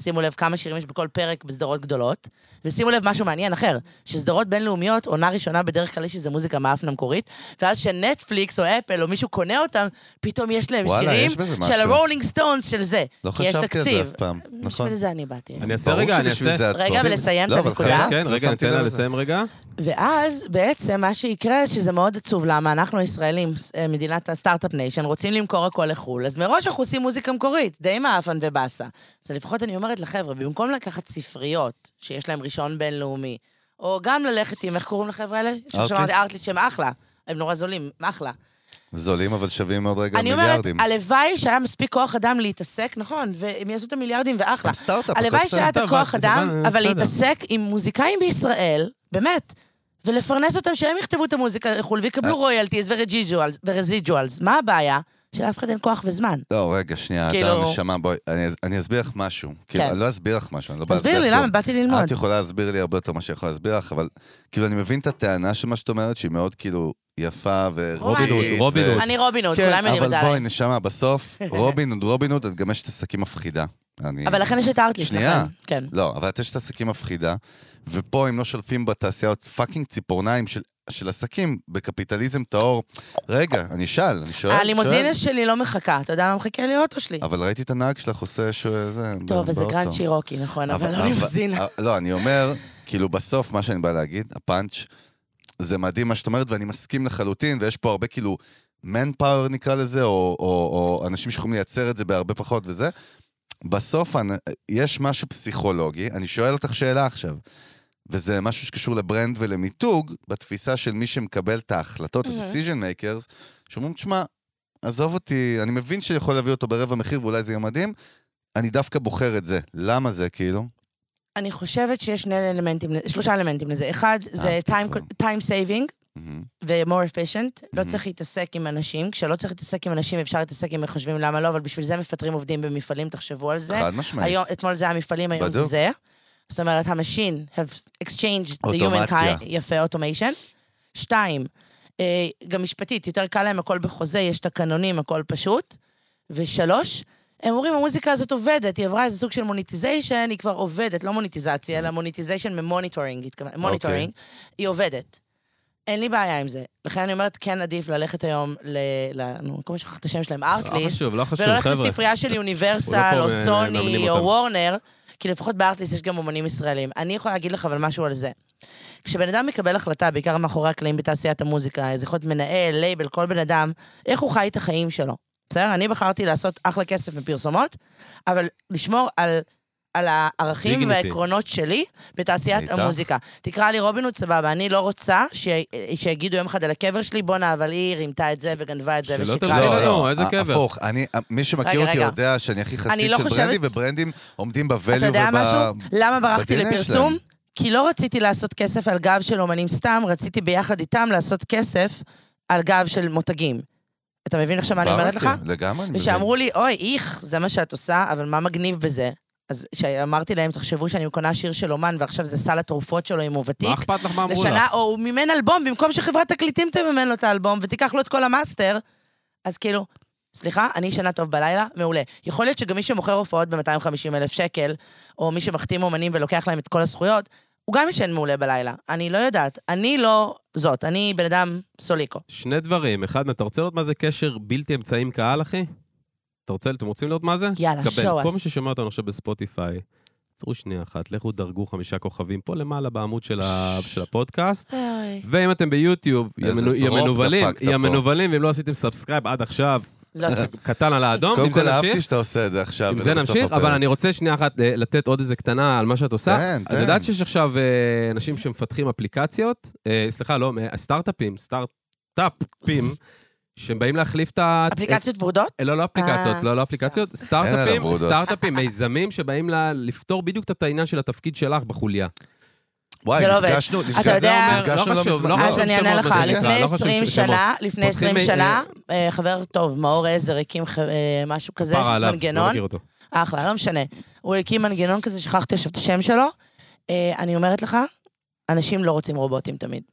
Speaker 3: שימו לב כמה שירים יש בכל פרק בסדרות גדולות, ושימו לב משהו מעניין אחר, שסדרות בינלאומיות, עונה ראשונה בדרך כלל יש איזה מוזיקה מאפנה מקורית, ואז שנטפליקס או אפל או מישהו קונה אותם, פתאום יש להם
Speaker 2: וואלה,
Speaker 3: שירים
Speaker 2: יש בזה משהו.
Speaker 3: של הרולינג סטונס של זה,
Speaker 2: לא
Speaker 3: כי יש
Speaker 2: חשבתי על זה
Speaker 3: תקציב.
Speaker 2: אף פעם, נכון.
Speaker 3: בשביל זה אני באתי.
Speaker 1: אני אעשה
Speaker 2: ברור
Speaker 1: רגע, אני
Speaker 2: שבשביל
Speaker 1: אעשה...
Speaker 2: זה את
Speaker 3: רגע,
Speaker 2: פה.
Speaker 3: ולסיים את
Speaker 2: לא, אבל
Speaker 3: הנקודה.
Speaker 2: חזק,
Speaker 1: כן,
Speaker 2: לא
Speaker 1: רגע,
Speaker 2: שמתי
Speaker 1: ניתן לה
Speaker 2: לב לזה.
Speaker 1: לסיים רגע. לא
Speaker 3: ואז בעצם מה שיקרה, שזה מאוד עצוב, למה אנחנו הישראלים, אה, מדינת הסטארט-אפ ניישן, רוצים למכור הכל לחו"ל, אז מראש אנחנו עושים מוזיקה מקורית, די מאפן ובאסה. אז לפחות אני אומרת לחבר'ה, במקום לקחת ספריות, שיש להם רישיון בינלאומי, או גם ללכת עם, איך קוראים לחבר'ה האלה? שעכשיו אמרתי
Speaker 2: ארטליסט?
Speaker 3: ארטליט שהם אחלה, הם נורא זולים, אחלה.
Speaker 2: זולים, אבל שווים עוד רגע
Speaker 3: אני אומרת,
Speaker 2: מיליארדים.
Speaker 3: הלוואי שהיה מספיק כוח אדם להתעסק, נכון, והם יעשו את המיליארדים ואחלה.
Speaker 2: הם סטארט-אפ, הכל
Speaker 3: הלוואי
Speaker 2: בסדר.
Speaker 3: שהיה את
Speaker 1: טוב,
Speaker 3: הכוח
Speaker 1: אבל-
Speaker 3: אדם,
Speaker 1: אבל-
Speaker 3: אבל
Speaker 1: בסדר.
Speaker 3: להתעסק עם מוזיקאים בישראל, באמת, ולפרנס אותם שהם יכתבו את המוזיקה לחו"ל
Speaker 2: אה.
Speaker 3: ויקבלו רויאלטיז ורזיג'ואלס. מה הבעיה? שלאף אחד אין כוח וזמן.
Speaker 2: לא, רגע, שנייה,
Speaker 3: כאילו-
Speaker 2: אתה נשמה, בואי, אני- אני אסביר לך משהו. כאילו,
Speaker 3: כן.
Speaker 2: אני לא אסביר לך משהו, אני לא בא להסביר
Speaker 3: תסביר לי,
Speaker 2: כלום.
Speaker 3: למה? באתי ללמוד.
Speaker 2: את יכולה להסביר לי הרבה יותר ממה שיכול להסביר לך, אבל כאילו, אני מבין את הטענה של מה שאת אומרת, שהיא מאוד כאילו יפה
Speaker 1: רובין הוד,
Speaker 2: ורובינית.
Speaker 1: רובין
Speaker 2: ו-
Speaker 1: הוד.
Speaker 3: אני רובין הוד,
Speaker 2: כן,
Speaker 3: כולם יודעים את
Speaker 2: אבל
Speaker 3: זה
Speaker 2: בואי,
Speaker 3: עליי.
Speaker 2: נשמה, בסוף, רובין הוד, רובין הוד, את גם אשת עסקים מפחידה. אני-
Speaker 3: אבל לכן יש את הארטליסט,
Speaker 2: שנייה.
Speaker 3: נכון. כן.
Speaker 2: לא, אבל את אשת עסקים מפחידה, ופה אם לא שולפים בתעשייה עוד פאקינג ציפורניים של... של עסקים בקפיטליזם טהור. רגע, אני אשאל, אני שואל, שואל.
Speaker 3: הלימוזינה שלי לא מחכה, אתה יודע מה מחכה לי? האוטו שלי.
Speaker 2: אבל ראיתי את הנהג שלך עושה שהוא... זה,
Speaker 3: טוב,
Speaker 2: בא-
Speaker 3: אז זה
Speaker 2: באוטו.
Speaker 3: גרנד שירוקי, נכון, אבל לא לימוזינה.
Speaker 2: אבל- לא, אני אומר, כאילו בסוף, מה שאני בא להגיד, הפאנץ', זה מדהים מה שאת אומרת, ואני מסכים לחלוטין, ויש פה הרבה כאילו מן פאוור נקרא לזה, או, או, או אנשים שיכולים לייצר את זה בהרבה פחות וזה. בסוף אנ- יש משהו פסיכולוגי, אני שואל אותך שאלה עכשיו. וזה משהו שקשור לברנד ולמיתוג, בתפיסה של מי שמקבל את ההחלטות,
Speaker 3: מהמם.
Speaker 2: ה-decision makers, שאומרים, תשמע, עזוב אותי, אני מבין שיכול להביא אותו ברבע מחיר ואולי זה יהיה מדהים, אני דווקא בוחר את זה. למה זה, כאילו?
Speaker 3: אני חושבת שיש שני אלמנטים, שלושה אלמנטים לזה. אחד, זה
Speaker 2: אהבתי
Speaker 3: time,
Speaker 2: כבר.
Speaker 3: time saving
Speaker 2: מהמם.
Speaker 3: ו-more efficient. לא
Speaker 2: Mhm.
Speaker 3: צריך להתעסק עם אנשים. כשלא צריך להתעסק עם אנשים, אפשר להתעסק עם מחשבים למה לא, אבל בשביל זה מפטרים עובדים במפעלים, תחשבו על זה.
Speaker 2: חד משמעית.
Speaker 3: היום, אתמול זה המפעלים, היום זה
Speaker 2: בדיוק.
Speaker 3: זה. זאת אומרת, המשין have exchanged the human
Speaker 2: אוטומציה.
Speaker 3: kind, יפה, אוטומיישן. שתיים, אה, גם משפטית, יותר קל להם, הכל בחוזה, יש תקנונים, הכל פשוט. ושלוש, הם אומרים, המוזיקה הזאת עובדת, היא עברה איזה סוג של מוניטיזיישן, היא כבר עובדת, לא מוניטיזציה, אלא מוניטיזיישן ממוניטורינג,
Speaker 2: אוקיי.
Speaker 3: מוניטורינג, היא עובדת. אין לי בעיה עם זה. לכן אני אומרת, כן עדיף ללכת היום ל... ל- נו, כמו שכחת את השם שלהם,
Speaker 1: לא
Speaker 3: ארטליסט,
Speaker 1: חשוב, לא חשוב,
Speaker 3: וללכת
Speaker 1: חבר'ה.
Speaker 3: לספרייה של
Speaker 1: הוא לא
Speaker 3: יוניברסל,
Speaker 1: פה,
Speaker 3: או
Speaker 1: אה,
Speaker 3: סוני,
Speaker 1: מאמנים
Speaker 3: או
Speaker 1: אותם.
Speaker 3: וורנר, כי לפחות בארטליסט יש גם אומנים ישראלים. אני יכולה להגיד לך אבל משהו על זה. כשבן אדם מקבל החלטה, בעיקר מאחורי הקלעים בתעשיית המוזיקה, זה יכול להיות מנהל, לייבל, כל בן אדם, איך הוא חי את החיים שלו. בסדר? אני בחרתי לעשות אחלה כסף מפרסומות, אבל לשמור על... על הערכים
Speaker 1: Dignity.
Speaker 3: והעקרונות שלי בתעשיית
Speaker 2: אני איתך.
Speaker 3: המוזיקה. תקרא לי רובין הוד, סבבה, אני לא רוצה ש... שיגידו יום אחד על הקבר שלי, בואנה, אבל היא רימתה את זה וגנבה את זה
Speaker 1: שלא
Speaker 3: ושיקרה
Speaker 1: תלכי
Speaker 3: את
Speaker 1: לא,
Speaker 3: זה.
Speaker 1: לא, איזה
Speaker 2: ה-
Speaker 1: קבר.
Speaker 2: אה, הפוך, אני, מי שמכיר
Speaker 3: רגע,
Speaker 2: אותי
Speaker 3: רגע.
Speaker 2: יודע שאני הכי
Speaker 3: אני
Speaker 2: חסיד
Speaker 3: לא
Speaker 2: של
Speaker 3: חושבת-
Speaker 2: ברנדים, וברנדים עומדים בvalue
Speaker 3: אתה יודע
Speaker 2: וב-
Speaker 3: משהו? למה ברחתי
Speaker 2: ב-DNA
Speaker 3: לפרסום? כי לא רציתי לעשות כסף על גב של אומנים סתם, רציתי ביחד איתם לעשות כסף על גב של מותגים. אתה מבין עכשיו מה אני אומרת לך?
Speaker 2: ברנדים, כן, לגמרי, אני מבין.
Speaker 3: ושאמרו לי, אוי, איך, זה מה שאת עושה, אבל מה מגניב בזה? אז כשאמרתי להם, תחשבו שאני קונה שיר של אומן ועכשיו זה סל התרופות שלו אם הוא
Speaker 1: מה
Speaker 3: ותיק,
Speaker 1: אכפת לך מה אמרו
Speaker 3: לשנה,
Speaker 1: לך?
Speaker 3: או הוא מימן אלבום, במקום שחברת תקליטים תממן לו את האלבום ותיקח לו את כל המאסטר, אז כאילו, סליחה, אני ישנה טוב בלילה, מעולה. יכול להיות שגם מי שמוכר הופעות ב-250 אלף שקל, או מי שמחתים אומנים ולוקח להם את כל הזכויות, הוא גם ישן מעולה בלילה. אני לא יודעת. אני לא זאת, אני בן אדם סוליקו.
Speaker 1: שני דברים. אחד, אתה רוצה לראות מה זה קשר בלתי אמצעי עם קהל, אחי? אתה רוצה, אתם רוצים לראות מה זה?
Speaker 3: יאללה, show
Speaker 1: קבל. כל
Speaker 3: us.
Speaker 1: מי ששומע אותנו עכשיו בספוטיפיי, עצרו שנייה אחת, לכו דרגו חמישה כוכבים פה למעלה בעמוד של ה- של הפודקאסט. ואם אתם ביוטיוב, יא
Speaker 2: איזה
Speaker 1: מנו- יא
Speaker 2: דרופ
Speaker 1: מנוולים,
Speaker 2: דפקת
Speaker 1: יא
Speaker 2: פה.
Speaker 1: מנוולים, ואם לא עשיתם סאבסקרייב עד עכשיו,
Speaker 3: לא טוב.
Speaker 1: קטן על האדום,
Speaker 2: קודם
Speaker 1: אם זה
Speaker 2: כל אהבתי
Speaker 1: נמשיך.
Speaker 2: שאתה עושה את זה עכשיו.
Speaker 1: אם
Speaker 2: ולא
Speaker 1: זה
Speaker 2: בסוף
Speaker 1: נמשיך,
Speaker 2: הפרק.
Speaker 1: אבל אני רוצה שנייה אחת אה, לתת עוד איזה קטנה על מה שאת עושה.
Speaker 2: תן,
Speaker 1: את
Speaker 2: תן.
Speaker 1: יודעת שיש עכשיו אה, אנשים שמפתחים אפליקציות, אה, סליחה, לא, אה, סטארט-אפים, סטארט-אפים, שהם באים להחליף את ה...
Speaker 3: אפליקציות ורודות?
Speaker 1: אה, לא, לא אפליקציות,
Speaker 3: אה.
Speaker 1: לא, לא אפליקציות,
Speaker 2: עליו
Speaker 1: סטארט-אפים,
Speaker 2: עבודות.
Speaker 1: סטארט-אפים, מיזמים שבאים ל- לפתור בדיוק את העניין של התפקיד שלך בחוליה.
Speaker 2: וואי,
Speaker 3: זה לא עובד.
Speaker 2: נפגשנו,
Speaker 3: אתה
Speaker 2: נפגשנו,
Speaker 1: זה
Speaker 3: יודע-
Speaker 1: אומר-
Speaker 2: נפגשנו
Speaker 1: לא
Speaker 2: לא
Speaker 1: חשוב,
Speaker 2: מזמן.
Speaker 1: לא
Speaker 2: אה,
Speaker 1: חשוב
Speaker 3: אז אני אענה
Speaker 1: שמות
Speaker 3: לך,
Speaker 1: וזה נקרא,
Speaker 3: לפני
Speaker 1: לא חשוב
Speaker 3: 20
Speaker 1: שמות.
Speaker 3: שנה, לפני
Speaker 1: פותחים,
Speaker 3: 20
Speaker 1: אה,
Speaker 3: שנה, אה, חבר טוב, מאור עזר, הקים ח- אה, משהו כזה,
Speaker 1: פרה עליו, לא
Speaker 3: מנגנון,
Speaker 1: מכיר אותו.
Speaker 3: אחלה, לא משנה. הוא הקים מנגנון כזה, שכחתי עכשיו את השם שלו. אה, אני אומרת לך, אנשים לא רוצים רובוטים תמיד.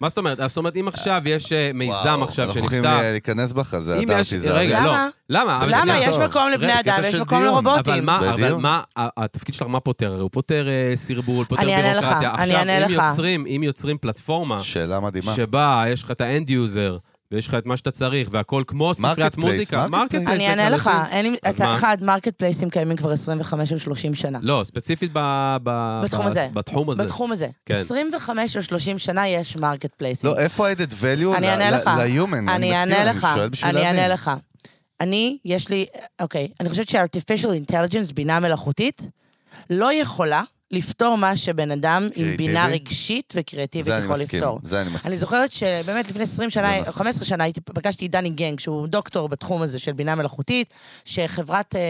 Speaker 1: מה זאת אומרת? זאת אומרת, אם עכשיו יש אה, מיזם
Speaker 2: וואו,
Speaker 1: עכשיו
Speaker 2: אנחנו הולכים
Speaker 1: שנפתח...
Speaker 2: להיכנס בך על זה,
Speaker 1: אם
Speaker 2: ידעתי,
Speaker 1: יש...
Speaker 2: זה
Speaker 1: רגע,
Speaker 2: הרי-
Speaker 1: לא.
Speaker 3: למה?
Speaker 1: למה? אבל כן,
Speaker 3: למה?
Speaker 1: שנייה,
Speaker 3: יש
Speaker 2: טוב.
Speaker 3: מקום לבני
Speaker 2: רגע,
Speaker 3: אדם
Speaker 2: קטע
Speaker 3: ויש
Speaker 2: של
Speaker 3: מקום
Speaker 2: דיון.
Speaker 1: אבל
Speaker 3: לרובוטים.
Speaker 1: מה, אבל
Speaker 2: בדיוק.
Speaker 1: מה ה- התפקיד שלך, מה פותר? הוא פותר אה, סרבול, פותר
Speaker 3: אני אענה לך,
Speaker 1: בירוקרטיה.
Speaker 3: אני אענה
Speaker 1: עכשיו, אם
Speaker 3: לך.
Speaker 1: יוצרים, אם יוצרים פלטפורמה
Speaker 2: שאלה מדהימה.
Speaker 1: שבה יש לך את האנד יוזר, ויש לך את מה שאתה צריך, והכל כמו ספריית
Speaker 2: Marketplace,
Speaker 1: מוזיקה.
Speaker 2: Marketplace.
Speaker 1: Marketplace
Speaker 3: אני אענה לך,
Speaker 1: לחלוטין.
Speaker 3: אין לי...
Speaker 1: אז
Speaker 3: אתה-
Speaker 1: מה?
Speaker 3: אחד, מרקט פלייסים קיימים כבר 25 או 30 שנה.
Speaker 1: לא, ספציפית ב- ב-
Speaker 3: בתחום
Speaker 1: ב-
Speaker 3: הזה.
Speaker 1: בתחום הזה.
Speaker 3: בתחום הזה.
Speaker 1: כן.
Speaker 3: 25 או 30 שנה יש מרקט פלייסים.
Speaker 2: לא, איפה ה-added value
Speaker 3: אני אענה
Speaker 2: ל-
Speaker 3: לך.
Speaker 2: ל- ל-human?
Speaker 3: אני אענה
Speaker 2: מסכים,
Speaker 3: לך,
Speaker 2: שואל בשביל
Speaker 3: אני אענה
Speaker 2: להבין.
Speaker 3: לך. אני, יש לי, אוקיי, אני חושבת ש-artificial intelligence, בינה מלאכותית, לא יכולה לפתור מה שבן אדם עם
Speaker 2: קריאטיבי?
Speaker 3: בינה רגשית וקריאטיבית
Speaker 2: זה אני
Speaker 3: יכול
Speaker 2: מסכים,
Speaker 3: לפתור.
Speaker 2: זה אני מסכים.
Speaker 3: אני זוכרת שבאמת לפני 20 שנה,
Speaker 2: זה
Speaker 1: נכון.
Speaker 3: או 15 שנה, הייתי, פגשתי את דני גנג, שהוא דוקטור בתחום הזה של בינה מלאכותית, שחברת, אה,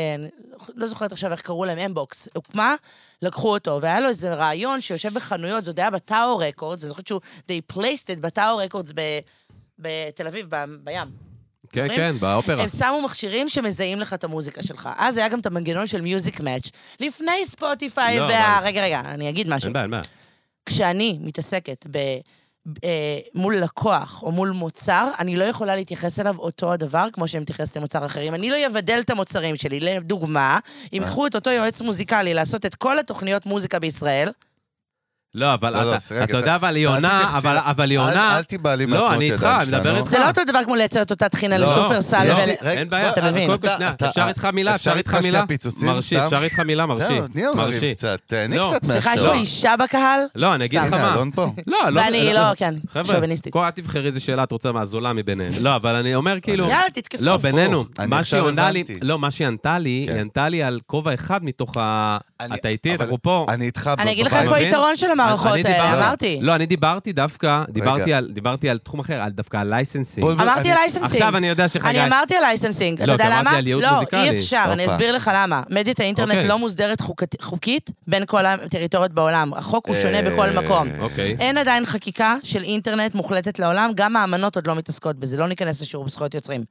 Speaker 3: לא זוכרת עכשיו איך קראו להם, אמבוקס, הוקמה, לקחו אותו, והיה לו איזה רעיון שיושב בחנויות, זה עוד היה בטאו רקורדס, אני זוכרת שהוא, they placed it בטאו רקורדס ב... בתל אביב, ב- בים.
Speaker 1: כן,
Speaker 3: זוכרים?
Speaker 1: כן, באופרה.
Speaker 3: הם שמו מכשירים שמזהים לך את המוזיקה שלך. אז היה גם את המנגנון של מיוזיק מאץ'. לפני ספוטיפיי
Speaker 1: לא,
Speaker 3: וה...
Speaker 1: אבל-
Speaker 3: רגע, רגע, אני אגיד משהו.
Speaker 1: אין בעיה, אין בעיה.
Speaker 3: כשאני מתעסקת ב... אה, מול לקוח או מול מוצר, אני לא יכולה להתייחס אליו אותו הדבר כמו שאני מתייחסת למוצר אחרים. אני לא אבדל את המוצרים שלי. לדוגמה, אם
Speaker 1: אה.
Speaker 3: קחו את אותו יועץ מוזיקלי לעשות את כל התוכניות מוזיקה בישראל,
Speaker 1: לא, אבל
Speaker 2: לא, לא,
Speaker 1: אתה
Speaker 2: רגע,
Speaker 1: אתה יודע,
Speaker 2: אתה-
Speaker 1: אבל היא
Speaker 2: אל
Speaker 1: עונה,
Speaker 2: תתייחסי
Speaker 1: אבל-
Speaker 2: לה-
Speaker 1: אבל היא
Speaker 2: אל-
Speaker 1: עונה...
Speaker 2: אל תיבהלי
Speaker 1: לא,
Speaker 2: מהתנועות
Speaker 1: אני
Speaker 2: ידיים
Speaker 1: איתך,
Speaker 2: שלנו.
Speaker 1: אני מדבר איתך.
Speaker 3: זה לא אותו דבר כמו לייצר את אותה טחינה
Speaker 2: לא,
Speaker 3: לשופרסל.
Speaker 2: לא.
Speaker 3: ול-
Speaker 2: רגע,
Speaker 1: אין בעיה,
Speaker 3: אתה מבין.
Speaker 1: קודם כל
Speaker 2: אתה-
Speaker 1: שנייה,
Speaker 2: אתה-
Speaker 1: אפשר איתך מילה, אפשר איתך
Speaker 2: שנייה
Speaker 1: מילה.
Speaker 2: פיצוצים?
Speaker 1: מרשי,
Speaker 2: סתם? לא,
Speaker 1: אפשר איתך מילה, מרשי.
Speaker 2: תן, תני לנו
Speaker 1: מרשי.
Speaker 2: לריב קצת, תהני
Speaker 1: לא.
Speaker 2: קצת
Speaker 3: סליחה, יש
Speaker 1: לא.
Speaker 3: פה אישה בקהל?
Speaker 1: לא, אני אגיד לך
Speaker 3: סתם.
Speaker 2: הנה,
Speaker 1: מה.
Speaker 2: אלון פה.
Speaker 1: לא, לא.
Speaker 3: ואני לא, כן,
Speaker 1: חבר'ה,
Speaker 3: שוביניסטית.
Speaker 1: כל את תבחרי איזה שאלה את רוצה מהזולה מביניהן. לא, אבל אני אומר כאילו...
Speaker 3: יאללה, תתקפו.
Speaker 1: לא,
Speaker 2: הפוך.
Speaker 1: בינינו.
Speaker 2: אני
Speaker 1: מה
Speaker 2: עכשיו
Speaker 1: שהיא עונה לי...
Speaker 2: הבנתי.
Speaker 1: לא, מה שהיא ענתה לי,
Speaker 2: כן.
Speaker 1: היא ענתה לי על כובע אחד מתוך ה...
Speaker 2: אני-
Speaker 1: אתה איתי,
Speaker 2: אבל
Speaker 1: אנחנו פה.
Speaker 2: אני איתך.
Speaker 3: אני אגיד לך
Speaker 2: בבית.
Speaker 1: אתה
Speaker 3: איפה
Speaker 1: מבין?
Speaker 3: היתרון של המערכות
Speaker 1: אני
Speaker 3: האלה,
Speaker 1: דיברתי-
Speaker 3: אמרתי.
Speaker 1: לא, אני דיברתי דווקא, דיברתי על- דיברתי על תחום אחר, על- דווקא על לייסנסינג.
Speaker 2: בוא-
Speaker 3: אמרתי
Speaker 2: אני-
Speaker 3: לייסנסינג.
Speaker 1: עכשיו אני יודע שחגי-
Speaker 3: אני אמרתי לייסנסינג.
Speaker 1: לא,
Speaker 3: אתה יודע
Speaker 1: כי
Speaker 3: למה?
Speaker 1: אמרתי על ייעוד מוזיקלי.
Speaker 3: לא, אי אפשר, אני
Speaker 2: הופה.
Speaker 3: אסביר לך למה. מדיית האינטרנט
Speaker 1: אוקיי.
Speaker 3: לא מוסדרת חוקת- חוקית בין כל הטריטוריות בעולם. החוק הוא שונה
Speaker 2: אה,
Speaker 3: בכל מקום.
Speaker 1: אוקיי.
Speaker 3: אין עדיין חקיקה של אינטרנט מוחלטת לעולם, גם האמנות עוד לא מתעסקות בזה, לא ניכנס לשיעור בזכויות יוצרים.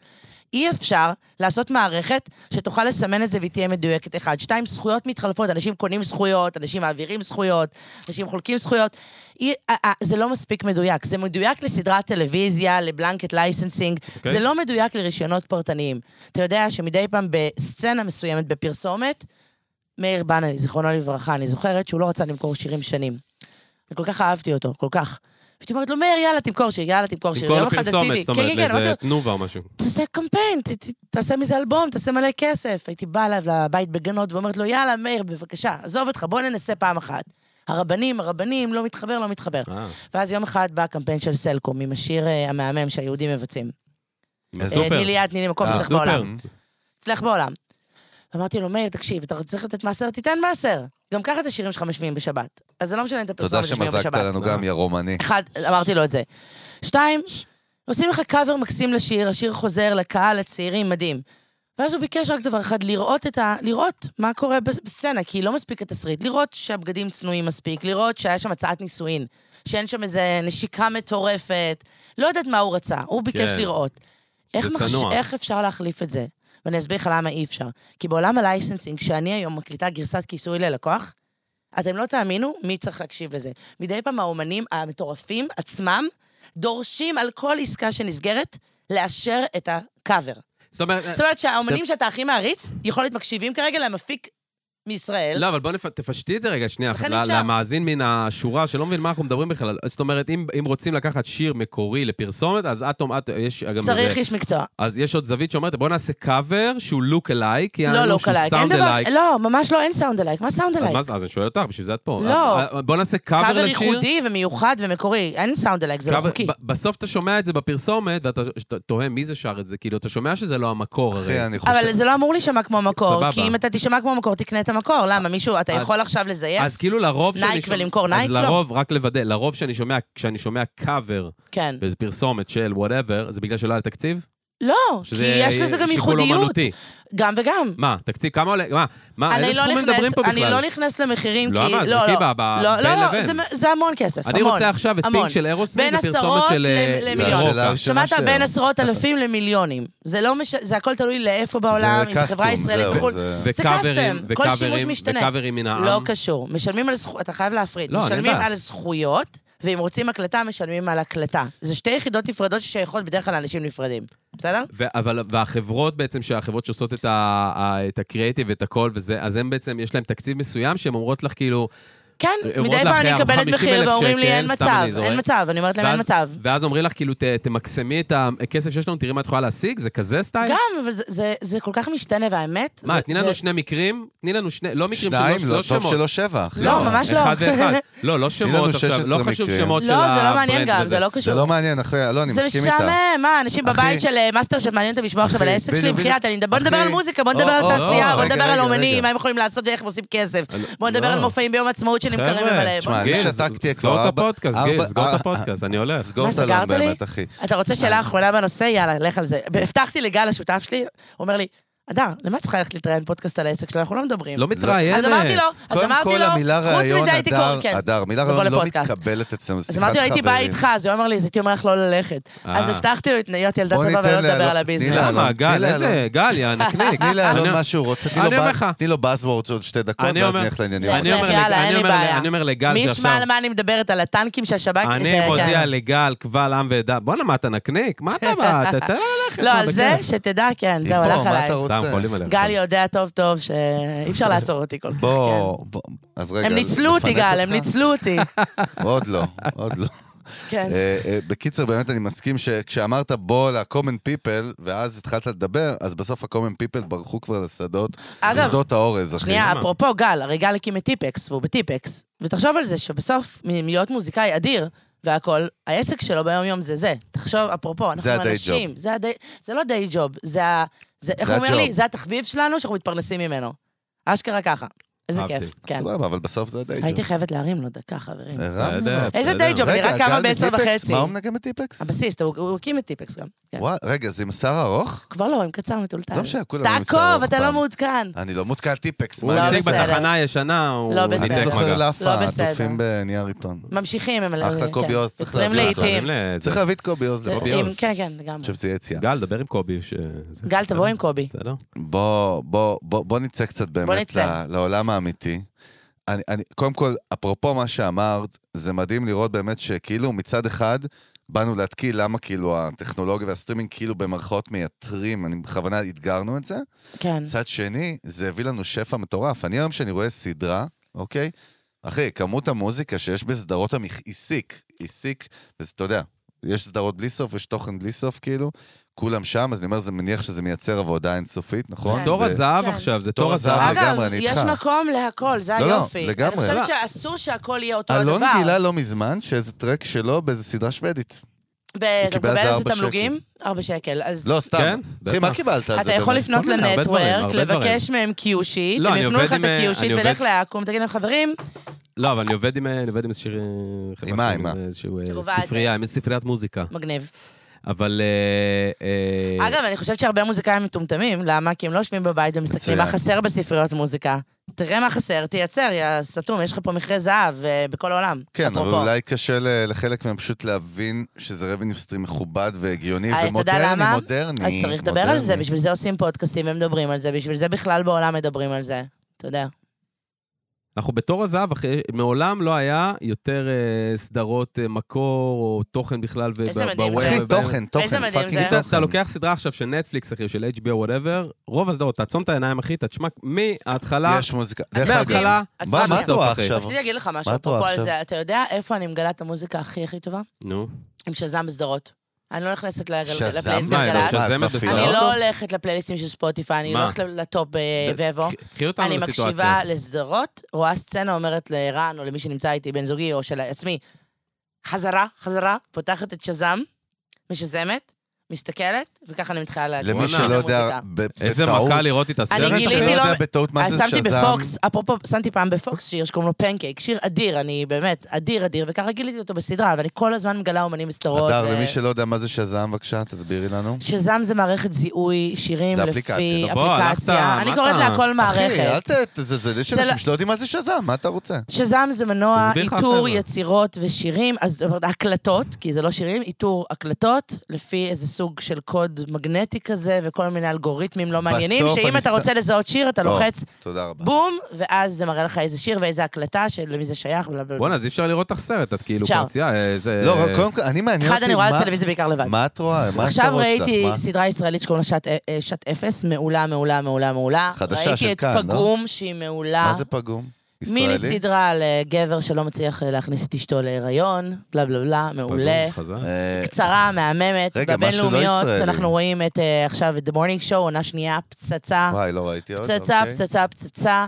Speaker 3: אי אפשר לעשות מערכת שתוכל לסמן את זה והיא תהיה מדויקת, אחד. שתיים, זכויות מתחלפות, אנשים קונים זכויות, אנשים מעבירים זכויות, אנשים חולקים זכויות. אי, אה, אה, זה לא מספיק מדויק. זה מדויק לסדרת טלוויזיה, לבלנקט לייסנסינג, okay. זה לא מדויק לרישיונות פרטניים. אתה יודע שמדי פעם בסצנה מסוימת, בפרסומת, מאיר בנאלי, זיכרונו לברכה, אני זוכרת שהוא לא רצה למכור שירים שנים. אני כל כך אהבתי אותו, כל כך. והייתי אומרת לו, מאיר, יאללה, תמכור שיר, יאללה, תמכור שיר.
Speaker 1: כל
Speaker 3: יום אחד
Speaker 1: הפרסומת,
Speaker 3: עשיתי-
Speaker 1: זאת אומרת,
Speaker 3: כן, כן, כן, אמרתי
Speaker 1: לאיזה
Speaker 3: לו,
Speaker 1: תנובה או משהו.
Speaker 3: תעשה קמפיין, ת, ת, תעשה מזה אלבום, תעשה מלא כסף. הייתי באה אליו לבית בגנות ואומרת לו, יאללה, מאיר, בבקשה, עזוב אותך, בוא ננסה פעם אחת. הרבנים, הרבנים, לא מתחבר, לא מתחבר.
Speaker 1: אה,
Speaker 3: ואז יום אחד בא הקמפיין של סלקום, עם השיר אה, המהמם שהיהודים מבצעים. אה,
Speaker 1: סופר.
Speaker 3: תני לי יד, תני לי מקום,
Speaker 2: אה,
Speaker 3: אצלך
Speaker 1: סופר.
Speaker 3: בעולם. אצלך בעולם. אמרתי לו, מאיר, תקשיב, אתה צריך לתת מעשר, תיתן מעשר. גם ככה את השירים שלך משמיעים בשבת. אז זה לא משנה אם את
Speaker 2: תודה
Speaker 3: הפרסומת תשמיע בשבת.
Speaker 2: שמזגת לנו גם, יא רומני.
Speaker 3: אחד, אמרתי לו את זה. שתיים, עושים לך קאבר מקסים לשיר, השיר חוזר לקהל, לצעירים, מדהים. ואז הוא ביקש רק דבר אחד, לראות את ה... לראות מה קורה בס- בסצנה, כי לא מספיק התסריט. לראות שהבגדים צנועים מספיק, לראות שהיה שם הצעת נישואין, שאין שם איזה נשיקה מטורפת. לא יודעת מה הוא רצה, הוא ביקש
Speaker 1: כן.
Speaker 3: לראות. איך, מחש...
Speaker 1: צנוע.
Speaker 3: איך אפשר להחליף את זה? ואני אסביר לך למה אי אפשר. כי בעולם הלייסנסינג, שאני היום מקליטה גרסת כיסוי ללקוח, אתם לא תאמינו מי צריך להקשיב לזה. מדי פעם האומנים המטורפים עצמם דורשים על כל עסקה שנסגרת לאשר את הקאבר.
Speaker 1: זאת אומרת, אה,
Speaker 3: זאת אומרת שהאומנים שאתה הכי מעריץ, יכול להיות מקשיבים כרגע למפיק מישראל.
Speaker 1: לא, אבל בוא נפ- תפשטי את זה רגע שנייה,
Speaker 3: לכן
Speaker 1: ל-
Speaker 3: אי אפשר.
Speaker 1: למאזין מן השורה שלא מבין מה אנחנו מדברים בכלל. זאת אומרת, אם אם רוצים לקחת שיר מקורי לפרסומת, אז את, את- יש גם
Speaker 3: צריך
Speaker 1: איזה-
Speaker 3: איש מקצוע.
Speaker 1: אז יש עוד זווית שאומרת, בוא נעשה קאבר שהוא לוק אלייק,
Speaker 3: לא, לא קלייק. אין דבר, לא, ממש לא, אין סאונד אלייק. מה סאונד אלייק?
Speaker 1: אז אני שואל אותך, בשביל זה את פה.
Speaker 3: לא.
Speaker 1: אז- אה, בוא נעשה קאבר
Speaker 3: קאבר
Speaker 1: לשיר.
Speaker 3: ייחודי ומיוחד ומקורי. אין סאונד אלייק, זה לא
Speaker 1: קאבר-
Speaker 3: חוקי.
Speaker 1: ב- בסוף אתה שומע את זה בפרסומת, ואתה שאתה תוהה מי זה שר את זה, כאילו, אתה שומע שזה לא המקור הרי.
Speaker 2: אחי, אני חושב...
Speaker 3: אבל זה לא אמור להישמע כמו
Speaker 1: סבבה.
Speaker 3: המקור, כי אם אתה תשמע כמו המקור, תקנה את המקור. למה, מישהו, אתה
Speaker 1: אז-
Speaker 3: יכול עכשיו לזייף?
Speaker 1: אז כאילו לרוב שאני
Speaker 3: נייק
Speaker 1: שומע-
Speaker 3: ולמכור נייק?
Speaker 1: אז
Speaker 3: לא.
Speaker 1: לרוב, רק לוודא, לרוב שאני שומע, כשאני שומע קאבר
Speaker 3: כן.
Speaker 1: באיזה פרסומת של וואטאבר, זה בגלל שלא היה תקציב?
Speaker 3: לא, כי
Speaker 1: שזה
Speaker 3: יש לזה גם
Speaker 1: שיקול
Speaker 3: ייחודיות.
Speaker 1: אומנותי.
Speaker 3: גם וגם.
Speaker 1: מה, תקציב כמה עולה? מה, מה, על
Speaker 3: אני
Speaker 1: איזה
Speaker 3: לא
Speaker 1: סכומים מדברים
Speaker 3: נכנס,
Speaker 1: פה בכלל?
Speaker 3: אני לא נכנס למחירים,
Speaker 1: לא,
Speaker 3: כי...
Speaker 1: מה, זה כאילו ב- ב-
Speaker 3: לא,
Speaker 1: בין
Speaker 3: לא,
Speaker 1: לבין.
Speaker 3: זה- זה המון כסף, המון.
Speaker 1: אני רוצה עכשיו את פינק
Speaker 3: המון.
Speaker 1: של אירוסמית
Speaker 3: בין
Speaker 1: ופרסומת
Speaker 3: עשרות
Speaker 1: של...
Speaker 3: ל-
Speaker 1: אה,
Speaker 3: למיליון.
Speaker 1: לרוק.
Speaker 2: השאלה הראשונה
Speaker 3: שמעת
Speaker 2: שלי.
Speaker 3: בין עשרות אלפים למיליונים. זה לא מש... זה הכל תלוי לאיפה בעולם, אם זה חברה
Speaker 2: קסטום,
Speaker 3: ישראלית
Speaker 2: זהו,
Speaker 3: וכו'.
Speaker 2: זה-
Speaker 3: זה
Speaker 1: וקאברים,
Speaker 3: custom, כל שימוש
Speaker 1: וקאברים,
Speaker 3: משתנה.
Speaker 1: וקאברים מן העם.
Speaker 3: לא קשור. משלמים על זכויות, אתה חייב להפריד.
Speaker 1: אה, לא, אני
Speaker 3: משלמים
Speaker 1: יודע.
Speaker 3: על זכויות, ואם רוצים הקלטה, משלמים על הקלטה. זה שתי יחידות נפרדות ששייכות בדרך כלל לאנשים נפרדים. בסדר?
Speaker 1: ו- אבל, והחברות בעצם, שהחברות שעושות את, ה, ה, את הקריאיטיב ואת הכל וזה, אז הם בעצם, יש להם תקציב מסוים שהן אומרות לך כאילו...
Speaker 3: כן,
Speaker 1: אומרות לך,
Speaker 3: מדי פעם אני
Speaker 1: "אה,
Speaker 3: מקבלת
Speaker 1: 50,000
Speaker 3: מחיר ואומרים לי,
Speaker 1: שקל",
Speaker 3: אין
Speaker 1: סתם
Speaker 3: מצב,
Speaker 1: אני זורק.
Speaker 3: אין מצב. אני אומרת להם, אין
Speaker 1: ואז,
Speaker 3: מצב.
Speaker 1: ואז אומרים לך כאילו, ת, תמקסמי את הכסף שיש לנו, תראי מה את יכולה להשיג, זה כזה סטייל?
Speaker 3: גם, אבל זה- זה- זה כל כך משתנה, והאמת...
Speaker 1: מה,
Speaker 3: זה-
Speaker 1: תני לנו
Speaker 3: זה-
Speaker 1: שני מקרים, תני לנו שני, לא מקרים
Speaker 2: שניים,
Speaker 1: של לא,
Speaker 2: לא,
Speaker 1: לא שמות.
Speaker 2: טוב שלא שבע, אחי.
Speaker 3: לא, ממש לא.
Speaker 1: אחד ואחד. לא, לא
Speaker 2: לנו
Speaker 1: שמות עכשיו,
Speaker 2: 16
Speaker 1: לא חשוב
Speaker 2: מקרים.
Speaker 1: שמות של
Speaker 3: לא, זה לא מעניין
Speaker 1: הברנד
Speaker 3: גם,
Speaker 1: וזה.
Speaker 3: זה לא
Speaker 2: זה
Speaker 3: קשור.
Speaker 2: לא מעניין, אחי, לא, אני
Speaker 3: זה
Speaker 2: מסכים איתך.
Speaker 3: משעמם, מה, אנשים
Speaker 2: אחי.
Speaker 3: בבית של אה, מאסטר שט מעניין אותם לשמוע עכשיו על
Speaker 2: אחי,
Speaker 3: העסק
Speaker 2: בדיוק,
Speaker 3: שלי,
Speaker 2: בדיוק.
Speaker 3: בחייאת, אני- בוא נדבר
Speaker 2: אחי.
Speaker 3: על מוזיקה, בוא נדבר
Speaker 2: או,
Speaker 3: על
Speaker 2: או,
Speaker 3: תעשייה,
Speaker 1: או,
Speaker 3: בוא
Speaker 2: רגע,
Speaker 3: נדבר על
Speaker 2: רגע,
Speaker 3: אומנים,
Speaker 2: רגע.
Speaker 3: מה הם יכולים לעשות ואיך הם עושים כסף, בוא נדבר
Speaker 1: לא.
Speaker 3: על מופעים ביום עצמאות שנמכרים
Speaker 1: חבר'ה,
Speaker 3: ומלא...
Speaker 2: תשמע, אני
Speaker 1: גיל,
Speaker 2: שתקתי
Speaker 1: סגור
Speaker 2: כבר
Speaker 1: את
Speaker 2: ארבע-
Speaker 1: הפודקאסט, גיל,
Speaker 2: ארבע-
Speaker 1: סגור
Speaker 2: אה,
Speaker 1: את הפודקאסט, אני הולך.
Speaker 2: סגור
Speaker 3: מה,
Speaker 2: את הלום
Speaker 3: סגרת לי?
Speaker 2: באמת, אחי.
Speaker 3: אתה רוצה שאלה אחרונה בנושא? יאללה, לך על זה. הבטחתי לגל, השותף שלי, הוא אומר לי, אדר, למה את צריכה ללכת להתראיין פודקאסט על העסק שלו? אנחנו לא מדברים.
Speaker 1: לא מתראיינת.
Speaker 3: אז אמרתי לו, אז
Speaker 2: קודם
Speaker 3: אמרתי
Speaker 2: כל,
Speaker 3: לו,
Speaker 2: המילה
Speaker 3: חוץ
Speaker 2: ראיון,
Speaker 3: מזה הייתי
Speaker 2: הדר,
Speaker 3: קורא, כן.
Speaker 2: הדר, מילה
Speaker 3: לבוא
Speaker 2: ראיון לא
Speaker 3: לפודקאסט.
Speaker 2: מתקבלת אצלנו,
Speaker 3: אז
Speaker 2: שיחת
Speaker 3: אמרתי לו, הייתי באה
Speaker 2: חברים.
Speaker 3: איתך, אז הוא אמר לי, אז הייתי אומר לך לא ללכת.
Speaker 1: אה.
Speaker 3: אז הבטחתי לו, "התניות ילדה
Speaker 2: בוא
Speaker 3: טובה
Speaker 2: ניתן לא,
Speaker 3: ולא לדבר
Speaker 2: לאלון-
Speaker 3: על הביזנס.
Speaker 2: תני
Speaker 1: למה,
Speaker 2: לאלון, תני
Speaker 1: גל, איזה,
Speaker 2: לאלון.
Speaker 1: גל, יא נקניק.
Speaker 2: תני לאלון
Speaker 1: אני-
Speaker 2: מה שהוא רוצה, תני
Speaker 1: אני
Speaker 2: לו
Speaker 1: אומר
Speaker 2: ב-
Speaker 1: לך.
Speaker 2: תני לו Buzzwords עוד שתי דקות,
Speaker 1: אני
Speaker 2: ואז
Speaker 1: אומר-
Speaker 2: נלך לעניינים.
Speaker 1: אני
Speaker 3: לך,
Speaker 1: אומר
Speaker 3: יאללה,
Speaker 1: לג-
Speaker 3: אין
Speaker 1: אני
Speaker 3: לי
Speaker 1: אומר לג-
Speaker 3: בעיה.
Speaker 1: אני אומר לגל
Speaker 3: מי
Speaker 1: שעכשיו-
Speaker 3: ישמע על מה אני מדברת? על הטנקים של השב"כ?
Speaker 1: אני
Speaker 3: זה-
Speaker 1: מודיע
Speaker 3: כן.
Speaker 1: לגל קבל עם ועדה, בואנה, מה אתה נקניק? מה אתה בא? אתה תן ללכת.
Speaker 3: לא,
Speaker 1: מה,
Speaker 3: על זה,
Speaker 1: בכיף.
Speaker 3: שתדע, כן,
Speaker 2: היא
Speaker 3: זהו,
Speaker 2: פה,
Speaker 3: הלך
Speaker 2: מה
Speaker 3: עליי.
Speaker 2: אתה לא רוצה?
Speaker 1: סתם, חולים עליך.
Speaker 3: גל יודע טוב טוב שאי אפשר לעצור אותי כל כך, כן.
Speaker 2: בוא, בוא, אז רגע.
Speaker 3: הם ניצלו אותי,
Speaker 2: לפנק
Speaker 3: גל, הם
Speaker 2: אותך?
Speaker 3: ניצלו אותי.
Speaker 2: עוד לא, עוד לא.
Speaker 3: כן.
Speaker 2: אה, אה, בקיצר, באמת אני מסכים שכשאמרת בוא ל-common people, ואז התחלת לדבר, אז בסוף ה-common people ברחו כבר לשדות,
Speaker 3: אגב,
Speaker 2: לשדות האורז, אחי.
Speaker 3: שנייה,
Speaker 1: למה?
Speaker 3: אפרופו גל, הרי גל הקים את טיפקס, והוא בטיפקס. ותחשוב על זה שבסוף, מ- מלהיות מוזיקאי אדיר והכול, העסק שלו ביום-יום זה זה. תחשוב, אפרופו, אנחנו
Speaker 2: הדיי
Speaker 3: אנשים. זה הדיי זה לא דיי ג'וב, זה ה... זה, איך
Speaker 2: זה
Speaker 3: הוא אומר
Speaker 2: הג'וב.
Speaker 3: לי? זה התחביב שלנו שאנחנו מתפרנסים ממנו. אשכרה ככה. איזה
Speaker 1: אהבתי.
Speaker 3: כיף, כן.
Speaker 2: סבבה, אבל בסוף זה אה, הדייג'וב.
Speaker 3: הייתי חייבת להרים לו דקה, חברים.
Speaker 1: אתה יודע,
Speaker 3: איזה
Speaker 1: בסדר.
Speaker 3: דייג'וב, אני רק קמה בעשר וחצי. אה,
Speaker 2: מה הוא מנגן בטיפקס?
Speaker 3: הבסיסט, הוא הוא הקים את טיפקס גם. כן.
Speaker 2: וואי, רגע, זה עם שיער ארוך?
Speaker 3: כבר לא, עם קצר מטולטל.
Speaker 2: לא משנה, כולם עם שיער ארוך
Speaker 3: תעקוב, אתה לא
Speaker 2: פעם.
Speaker 3: מעודכן.
Speaker 2: אני לא מותקע על טיפקס,
Speaker 1: הוא לא
Speaker 2: מה אני
Speaker 1: הפסיק
Speaker 2: אעשה?
Speaker 3: בסדר.
Speaker 1: בתחנה הישנה, הוא
Speaker 3: לא בסדר.
Speaker 2: אני
Speaker 1: ניתק
Speaker 2: זוכר
Speaker 1: מגע.
Speaker 2: לאף
Speaker 3: לא בסדר. לא
Speaker 2: עטופים בנייר עיתון.
Speaker 3: ממשיכים, הם...
Speaker 2: אחלה,
Speaker 3: כן.
Speaker 2: קובי עוז, צריך
Speaker 3: יוצרים
Speaker 2: להביא אותו.
Speaker 3: לעיתים.
Speaker 1: ל-
Speaker 2: צריך להביא את קובי עוז לפה.
Speaker 1: קובי
Speaker 3: עם-
Speaker 1: עוז.
Speaker 3: כן, כן, לגמרי.
Speaker 2: אני חושב שזה יהיה יציאה.
Speaker 1: גל, דבר עם קובי. ש- זה-
Speaker 3: גל, תבוא
Speaker 2: אה,
Speaker 3: עם קובי.
Speaker 1: בסדר?
Speaker 2: בוא, בוא, בוא, בוא נצא קצת באמת
Speaker 3: נצא.
Speaker 2: ל- לעולם האמיתי. אני, אני, קודם כל, אפרופו מה שאמרת, זה מדהים לראות באמת שכאילו מצד אחד באנו להתקיל למה כאילו הטכנולוגיה והסטרימינג כאילו במרכאות מייתרים, אני בכוונה אתגרנו את זה.
Speaker 3: כן.
Speaker 2: מצד שני, זה הביא לנו שפע מטורף. אני היום כשאני רואה סדרה, אוקיי? אחי, כמות המוזיקה שיש בסדרות המכ... הסיק, הסיק, וזה, אתה יודע, יש סדרות בלי סוף, יש תוכן בלי סוף, כאילו, כולם שם, אז אני אומר, זה מניח שזה מייצר עבודה אינסופית, נכון?
Speaker 3: כן.
Speaker 1: תור
Speaker 2: ו-
Speaker 1: הזהב
Speaker 3: כן.
Speaker 1: עכשיו, זה
Speaker 2: תור
Speaker 1: תור
Speaker 2: הזהב.
Speaker 1: הזהב.
Speaker 3: אגב,
Speaker 2: לגמרי, אני
Speaker 3: יש
Speaker 2: איתך.
Speaker 3: מקום להכל, זה
Speaker 2: לא, לא,
Speaker 3: היופי.
Speaker 2: לגמרי.
Speaker 3: אני חושבת
Speaker 1: לא.
Speaker 3: שאסור שהכל יהיה אותו הדבר.
Speaker 2: אלון גילה לא מזמן שאיזה טרק שלו באיזה סדרה שוודית.
Speaker 3: ואתה
Speaker 2: קיבל על
Speaker 3: מקבל
Speaker 2: זה
Speaker 3: על זה
Speaker 2: ארבע
Speaker 3: תמלוגים? ארבע שקל. אז
Speaker 2: לא, סתם.
Speaker 1: כן,
Speaker 2: אחי,
Speaker 1: בטח.
Speaker 2: מה קיבלת על זה?
Speaker 3: אתה יכול
Speaker 2: באמת?
Speaker 3: לפנות
Speaker 1: כל מיני, הרבה דברים,
Speaker 3: לנטוורק,
Speaker 1: הרבה דברים.
Speaker 3: לבקש מהם קיושית,
Speaker 1: לא,
Speaker 3: הם
Speaker 1: אני
Speaker 3: יפנו
Speaker 1: עובד
Speaker 3: לך את
Speaker 1: עם, אה,
Speaker 3: הקיושית,
Speaker 1: אני
Speaker 3: ולך
Speaker 1: עובד-
Speaker 3: לעכו"ם, תגיד להם, חברים,
Speaker 1: לא, אבל אני עובד עם, אה, אני עובד עם איזה שיר... אה, חברה
Speaker 2: מה,
Speaker 1: של-
Speaker 2: עם מה?
Speaker 1: איזשהו אה,
Speaker 3: שקובעת.
Speaker 1: ספרייה, עם איזה ספריית מוזיקה.
Speaker 3: מגניב.
Speaker 1: אבל... אה, אה,
Speaker 3: אגב, אני חושבת שהרבה מוזיקאים מטומטמים, למה? כי הם לא יושבים בבית ומסתכלים
Speaker 2: מצוין.
Speaker 3: מה חסר בספריות מוזיקה. תראה מה חסר, תייצר, יא סתום, יש לך פה מכרה זהב אה, בכל העולם.
Speaker 2: כן, אבל
Speaker 3: אפרופו.
Speaker 2: אולי קשה ל- לחלק מהם פשוט להבין שזה רבניו סטרים מכובד והגיוני
Speaker 3: אה, אתה יודע
Speaker 2: ומודרני,
Speaker 3: למה?
Speaker 2: מודרני.
Speaker 3: אז צריך לדבר על
Speaker 2: מודרני.
Speaker 3: זה, בשביל זה עושים פודקאסטים ומדברים על זה, בשביל זה בכלל בעולם מדברים על זה. אתה יודע.
Speaker 1: אנחנו בתור הזהב, אחי, מעולם לא היה יותר אה, סדרות אה, מקור או תוכן בכלל. וב-
Speaker 3: איזה מדהים
Speaker 1: בווב,
Speaker 3: זה.
Speaker 2: אחי,
Speaker 1: וב-
Speaker 2: תוכן, תוכן,
Speaker 3: מדהים
Speaker 2: פאקינג
Speaker 3: זה.
Speaker 1: אתה-
Speaker 2: תוכן.
Speaker 1: אתה לוקח סדרה עכשיו של נטפליקס, אחי, של HBO, וואטאבר, רוב הסדרות, תעצום את העיניים, אחי, תשמע מההתחלה,
Speaker 2: יש מוזיקה. דרך אגב,
Speaker 1: מההתחלה,
Speaker 3: אז
Speaker 2: מה
Speaker 1: עד
Speaker 2: מה את
Speaker 1: הסוף,
Speaker 2: רואה
Speaker 1: אחי.
Speaker 2: עכשיו?
Speaker 3: רציתי להגיד לך משהו,
Speaker 2: מה את רואה
Speaker 3: אפרופו על
Speaker 2: עכשיו?
Speaker 3: זה, אתה יודע איפה אני מגלה את המוזיקה הכי הכי טובה?
Speaker 1: נו,
Speaker 3: עם שזם בסדרות. אני לא נכנסת לגל-
Speaker 2: שזם?
Speaker 3: לפלייליסט
Speaker 1: מה,
Speaker 3: גל"צ.
Speaker 1: אתה שזמת
Speaker 2: אני
Speaker 1: בסדרה?
Speaker 3: אני
Speaker 2: אותו?
Speaker 3: לא הולכת לפלייליסטים של ספוטיפיי, אני
Speaker 1: מה?
Speaker 3: לא הולכת לטופ אה,
Speaker 1: ד-
Speaker 3: ואבו.
Speaker 1: קחי אותנו
Speaker 3: אני
Speaker 1: לסיטואציה.
Speaker 3: מקשיבה לסדרות, רואה סצנה, אומרת לרן או למי שנמצא איתי, בן זוגי או של עצמי, חזרה, חזרה, פותחת את שזם, משזמת, מסתכלת, וככה אני מתחילה להגיד.
Speaker 2: למי
Speaker 1: וואלה.
Speaker 2: שלא יודע,
Speaker 3: המוזיקה.
Speaker 2: ב- בטעות...
Speaker 1: איזה מכה לראות את הסרט.
Speaker 3: אני
Speaker 1: הזה.
Speaker 2: סרט שלא
Speaker 3: גיליתי
Speaker 2: יודע
Speaker 3: לא-
Speaker 2: בטעות מה
Speaker 3: אז
Speaker 2: זה
Speaker 3: שמתי
Speaker 2: שזם.
Speaker 3: בפוקס, אפרופו, שמתי פעם בפוקס שיר שקוראים לו פנקייק, שיר אדיר, אני באמת, אדיר אדיר, וככה גיליתי אותו בסדרה, ואני כל הזמן מגלה אומנים בסדרות.
Speaker 2: הדר,
Speaker 3: ו-
Speaker 2: למי שלא יודע מה זה שזם, בבקשה, תסבירי לנו.
Speaker 3: שזם זה מערכת זיהוי שירים
Speaker 2: זה
Speaker 3: לפי
Speaker 2: אפליקציה,
Speaker 1: לא, בוא, הלכת,
Speaker 3: אפליקציה. אני
Speaker 1: מה
Speaker 3: קוראת
Speaker 1: אתה-
Speaker 3: לה כל
Speaker 2: אחי, אל
Speaker 3: מערכת.
Speaker 2: ת... זה- זה- יש
Speaker 3: זה
Speaker 2: אנשים
Speaker 3: לא-
Speaker 2: שלא יודעים מה זה שזם, מה אתה רוצה?
Speaker 3: שזם זה מנוע
Speaker 1: תסביר לך
Speaker 3: איתור
Speaker 1: אחרי זה.
Speaker 3: יצירות ושירים, אז זאת אומרת, הקלטות, כי זה לא שירים, איתור הקלטות, לפי איזה סוג של קוד מגנטי כזה, וכל מיני אלגוריתמים לא מעניינים,
Speaker 2: בסוף
Speaker 3: שאם
Speaker 2: אני
Speaker 3: אתה
Speaker 2: ס-
Speaker 3: רוצה לזהות שיר, אתה
Speaker 2: לא,
Speaker 3: לוחץ
Speaker 2: תודה רבה.
Speaker 3: בום, ואז זה מראה לך איזה שיר ואיזה הקלטה, למי זה שייך, בלה בלה. בלה.
Speaker 1: בואנה, אז אי אפשר לראות לך סרט, את כאילו
Speaker 3: אפשר.
Speaker 1: פרצייה, אה, זה...
Speaker 2: לא, רק קודם כל, אני מעניין
Speaker 3: אחד,
Speaker 2: אותי
Speaker 3: אני רואה
Speaker 2: מה...
Speaker 3: טלוויזיה בעיקר לבד.
Speaker 2: מה את רואה? מה
Speaker 3: עכשיו
Speaker 2: הסדרות שלך?
Speaker 3: ראיתי
Speaker 2: מה?
Speaker 3: סדרה ישראלית שקוראים לה שעת- אה, שעת אפס, מעולה, מעולה, מעולה, מעולה.
Speaker 2: חדשה של
Speaker 3: ראיתי את
Speaker 2: כאן, לא?
Speaker 3: פגום, שהיא מעולה.
Speaker 2: מה זה פגום?
Speaker 3: מיני
Speaker 2: ישראלי?
Speaker 3: סדרה על אה, גבר שלא מצליח אה, להכניס את אשתו להיריון, בלה בלה בלה, מעולה.
Speaker 1: פגום, חזק.
Speaker 2: אה,
Speaker 3: קצרה, מהממת,
Speaker 2: רגע, משהו לא
Speaker 3: בבינלאומיות,
Speaker 2: ישראלי.
Speaker 3: אנחנו רואים את אה, עכשיו את The Morning Show, עונה שנייה, פצצה,
Speaker 2: וואי, לא ראיתי עוד.
Speaker 3: פצצה,
Speaker 2: אוקיי.
Speaker 3: פצצה, פצצה.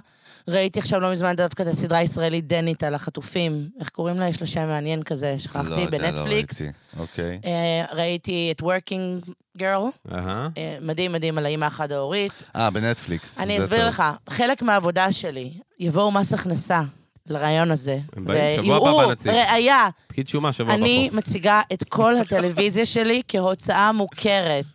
Speaker 3: ראיתי עכשיו לא מזמן דווקא את הסדרה הישראלית דנית על החטופים, איך קוראים לה? יש לה שם מעניין כזה,
Speaker 2: לא
Speaker 3: שכחתי,
Speaker 2: יודע, לא
Speaker 3: בנטפליקס.
Speaker 2: ראיתי. אוקיי.
Speaker 3: אה, ראיתי את Working Girl,
Speaker 1: אהה.
Speaker 3: אה, מדהים מדהים על האימא החד-ההורית.
Speaker 2: אה, בנטפליקס.
Speaker 3: אני
Speaker 2: זה
Speaker 3: אסביר
Speaker 2: טוב.
Speaker 3: לך, חלק מהעבודה שלי, יבואו מס הכנסה לרעיון הזה,
Speaker 1: הם באים שבוע הבא בנציג.
Speaker 3: ראייה,
Speaker 1: פקיד שומה שבוע הבא
Speaker 3: אני
Speaker 1: פה.
Speaker 3: מציגה את כל הטלוויזיה שלי כהוצאה מוכרת.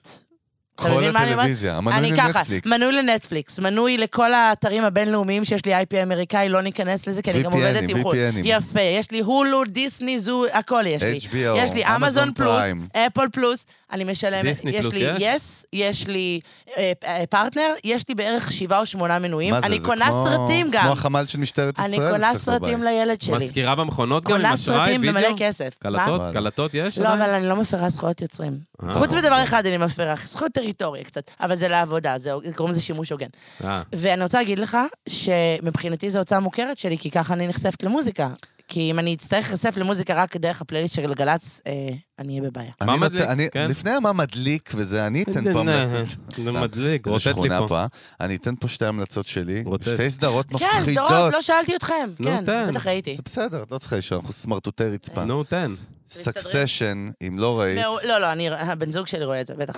Speaker 3: אתה
Speaker 2: כל
Speaker 3: מבין מה אני אומרת?
Speaker 2: הטלוויזיה,
Speaker 3: אני
Speaker 2: המנוי
Speaker 3: ככה,
Speaker 2: לנטפליקס.
Speaker 3: מנוי לנטפליקס, מנוי לכל האתרים הבינלאומיים שיש לי IP אמריקאי, לא ניכנס לזה, כי אני גם
Speaker 2: VPNים,
Speaker 3: עובדת עם חו"ל.
Speaker 2: VPNים.
Speaker 3: יפה, יש לי הולו, דיסני, זו, הכל יש לי.
Speaker 2: HBO,
Speaker 3: יש לי
Speaker 2: Amazon
Speaker 3: אמזון פלוס,
Speaker 2: Prime.
Speaker 3: אפל פלוס, אני משלמת.
Speaker 1: דיסני
Speaker 3: יש
Speaker 1: פלוס
Speaker 3: לי
Speaker 1: יש?
Speaker 3: יס, יש לי אה, אה, פרטנר, יש לי בערך שבעה או שמונה מנויים.
Speaker 2: מה זה,
Speaker 3: אני
Speaker 2: זה
Speaker 3: קונה
Speaker 2: כמו-
Speaker 3: סרטים
Speaker 2: כמו
Speaker 3: גם.
Speaker 2: החמ"ל של משטרת ישראל.
Speaker 3: אני קונה
Speaker 2: אצלך
Speaker 3: סרטים
Speaker 2: בבית.
Speaker 3: לילד שלי.
Speaker 1: מזכירה במכונות גם עם
Speaker 3: קונה
Speaker 1: אשראי,
Speaker 3: סרטים במלא
Speaker 1: כן, וידאו?
Speaker 3: כסף. מה?
Speaker 1: קלטות?
Speaker 2: מה?
Speaker 1: קלטות יש?
Speaker 3: לא,
Speaker 1: עדיין?
Speaker 3: אבל אני לא מפרה זכויות יוצרים.
Speaker 1: אה.
Speaker 3: חוץ מדבר אחד אני מפרה, זכויות טריטוריה קצת, אבל זה לעבודה, זה קוראים לזה שימוש הוגן.
Speaker 1: אה.
Speaker 3: ואני רוצה להגיד לך שמבחינתי זו הוצאה מוכרת שלי, כי ככה אני נחשפת למוזיקה. כי אם אני אצטרך להיחשף למוזיקה רק דרך הפלייליסט של גלגלצ, אה, אני אהיה בבעיה.
Speaker 2: אני
Speaker 1: מה
Speaker 2: נות-
Speaker 1: מדליק?
Speaker 2: אני-
Speaker 1: כן.
Speaker 2: לפני מה מדליק וזה, אני אתן פה המלצות.
Speaker 1: זה
Speaker 2: סתם.
Speaker 1: מדליק,
Speaker 2: איזה
Speaker 1: רוטט לי
Speaker 2: שכונה
Speaker 1: פה.
Speaker 2: פה. אני אתן פה שתי המלצות שלי.
Speaker 1: רוטט.
Speaker 2: שתי סדרות
Speaker 3: כן, סדרות,
Speaker 2: מפחידות.
Speaker 3: לא שאלתי אתכם.
Speaker 1: נו,
Speaker 3: כן,
Speaker 1: תן.
Speaker 3: בטח ראיתי.
Speaker 2: זה בסדר, את לא צריכה לשאול, אנחנו סמרטוטי רצפה.
Speaker 1: נו, תן.
Speaker 2: סקסשן, אם לא ראית.
Speaker 3: מעול- לא, לא, אני- הבן זוג שלי רואה את זה, בטח.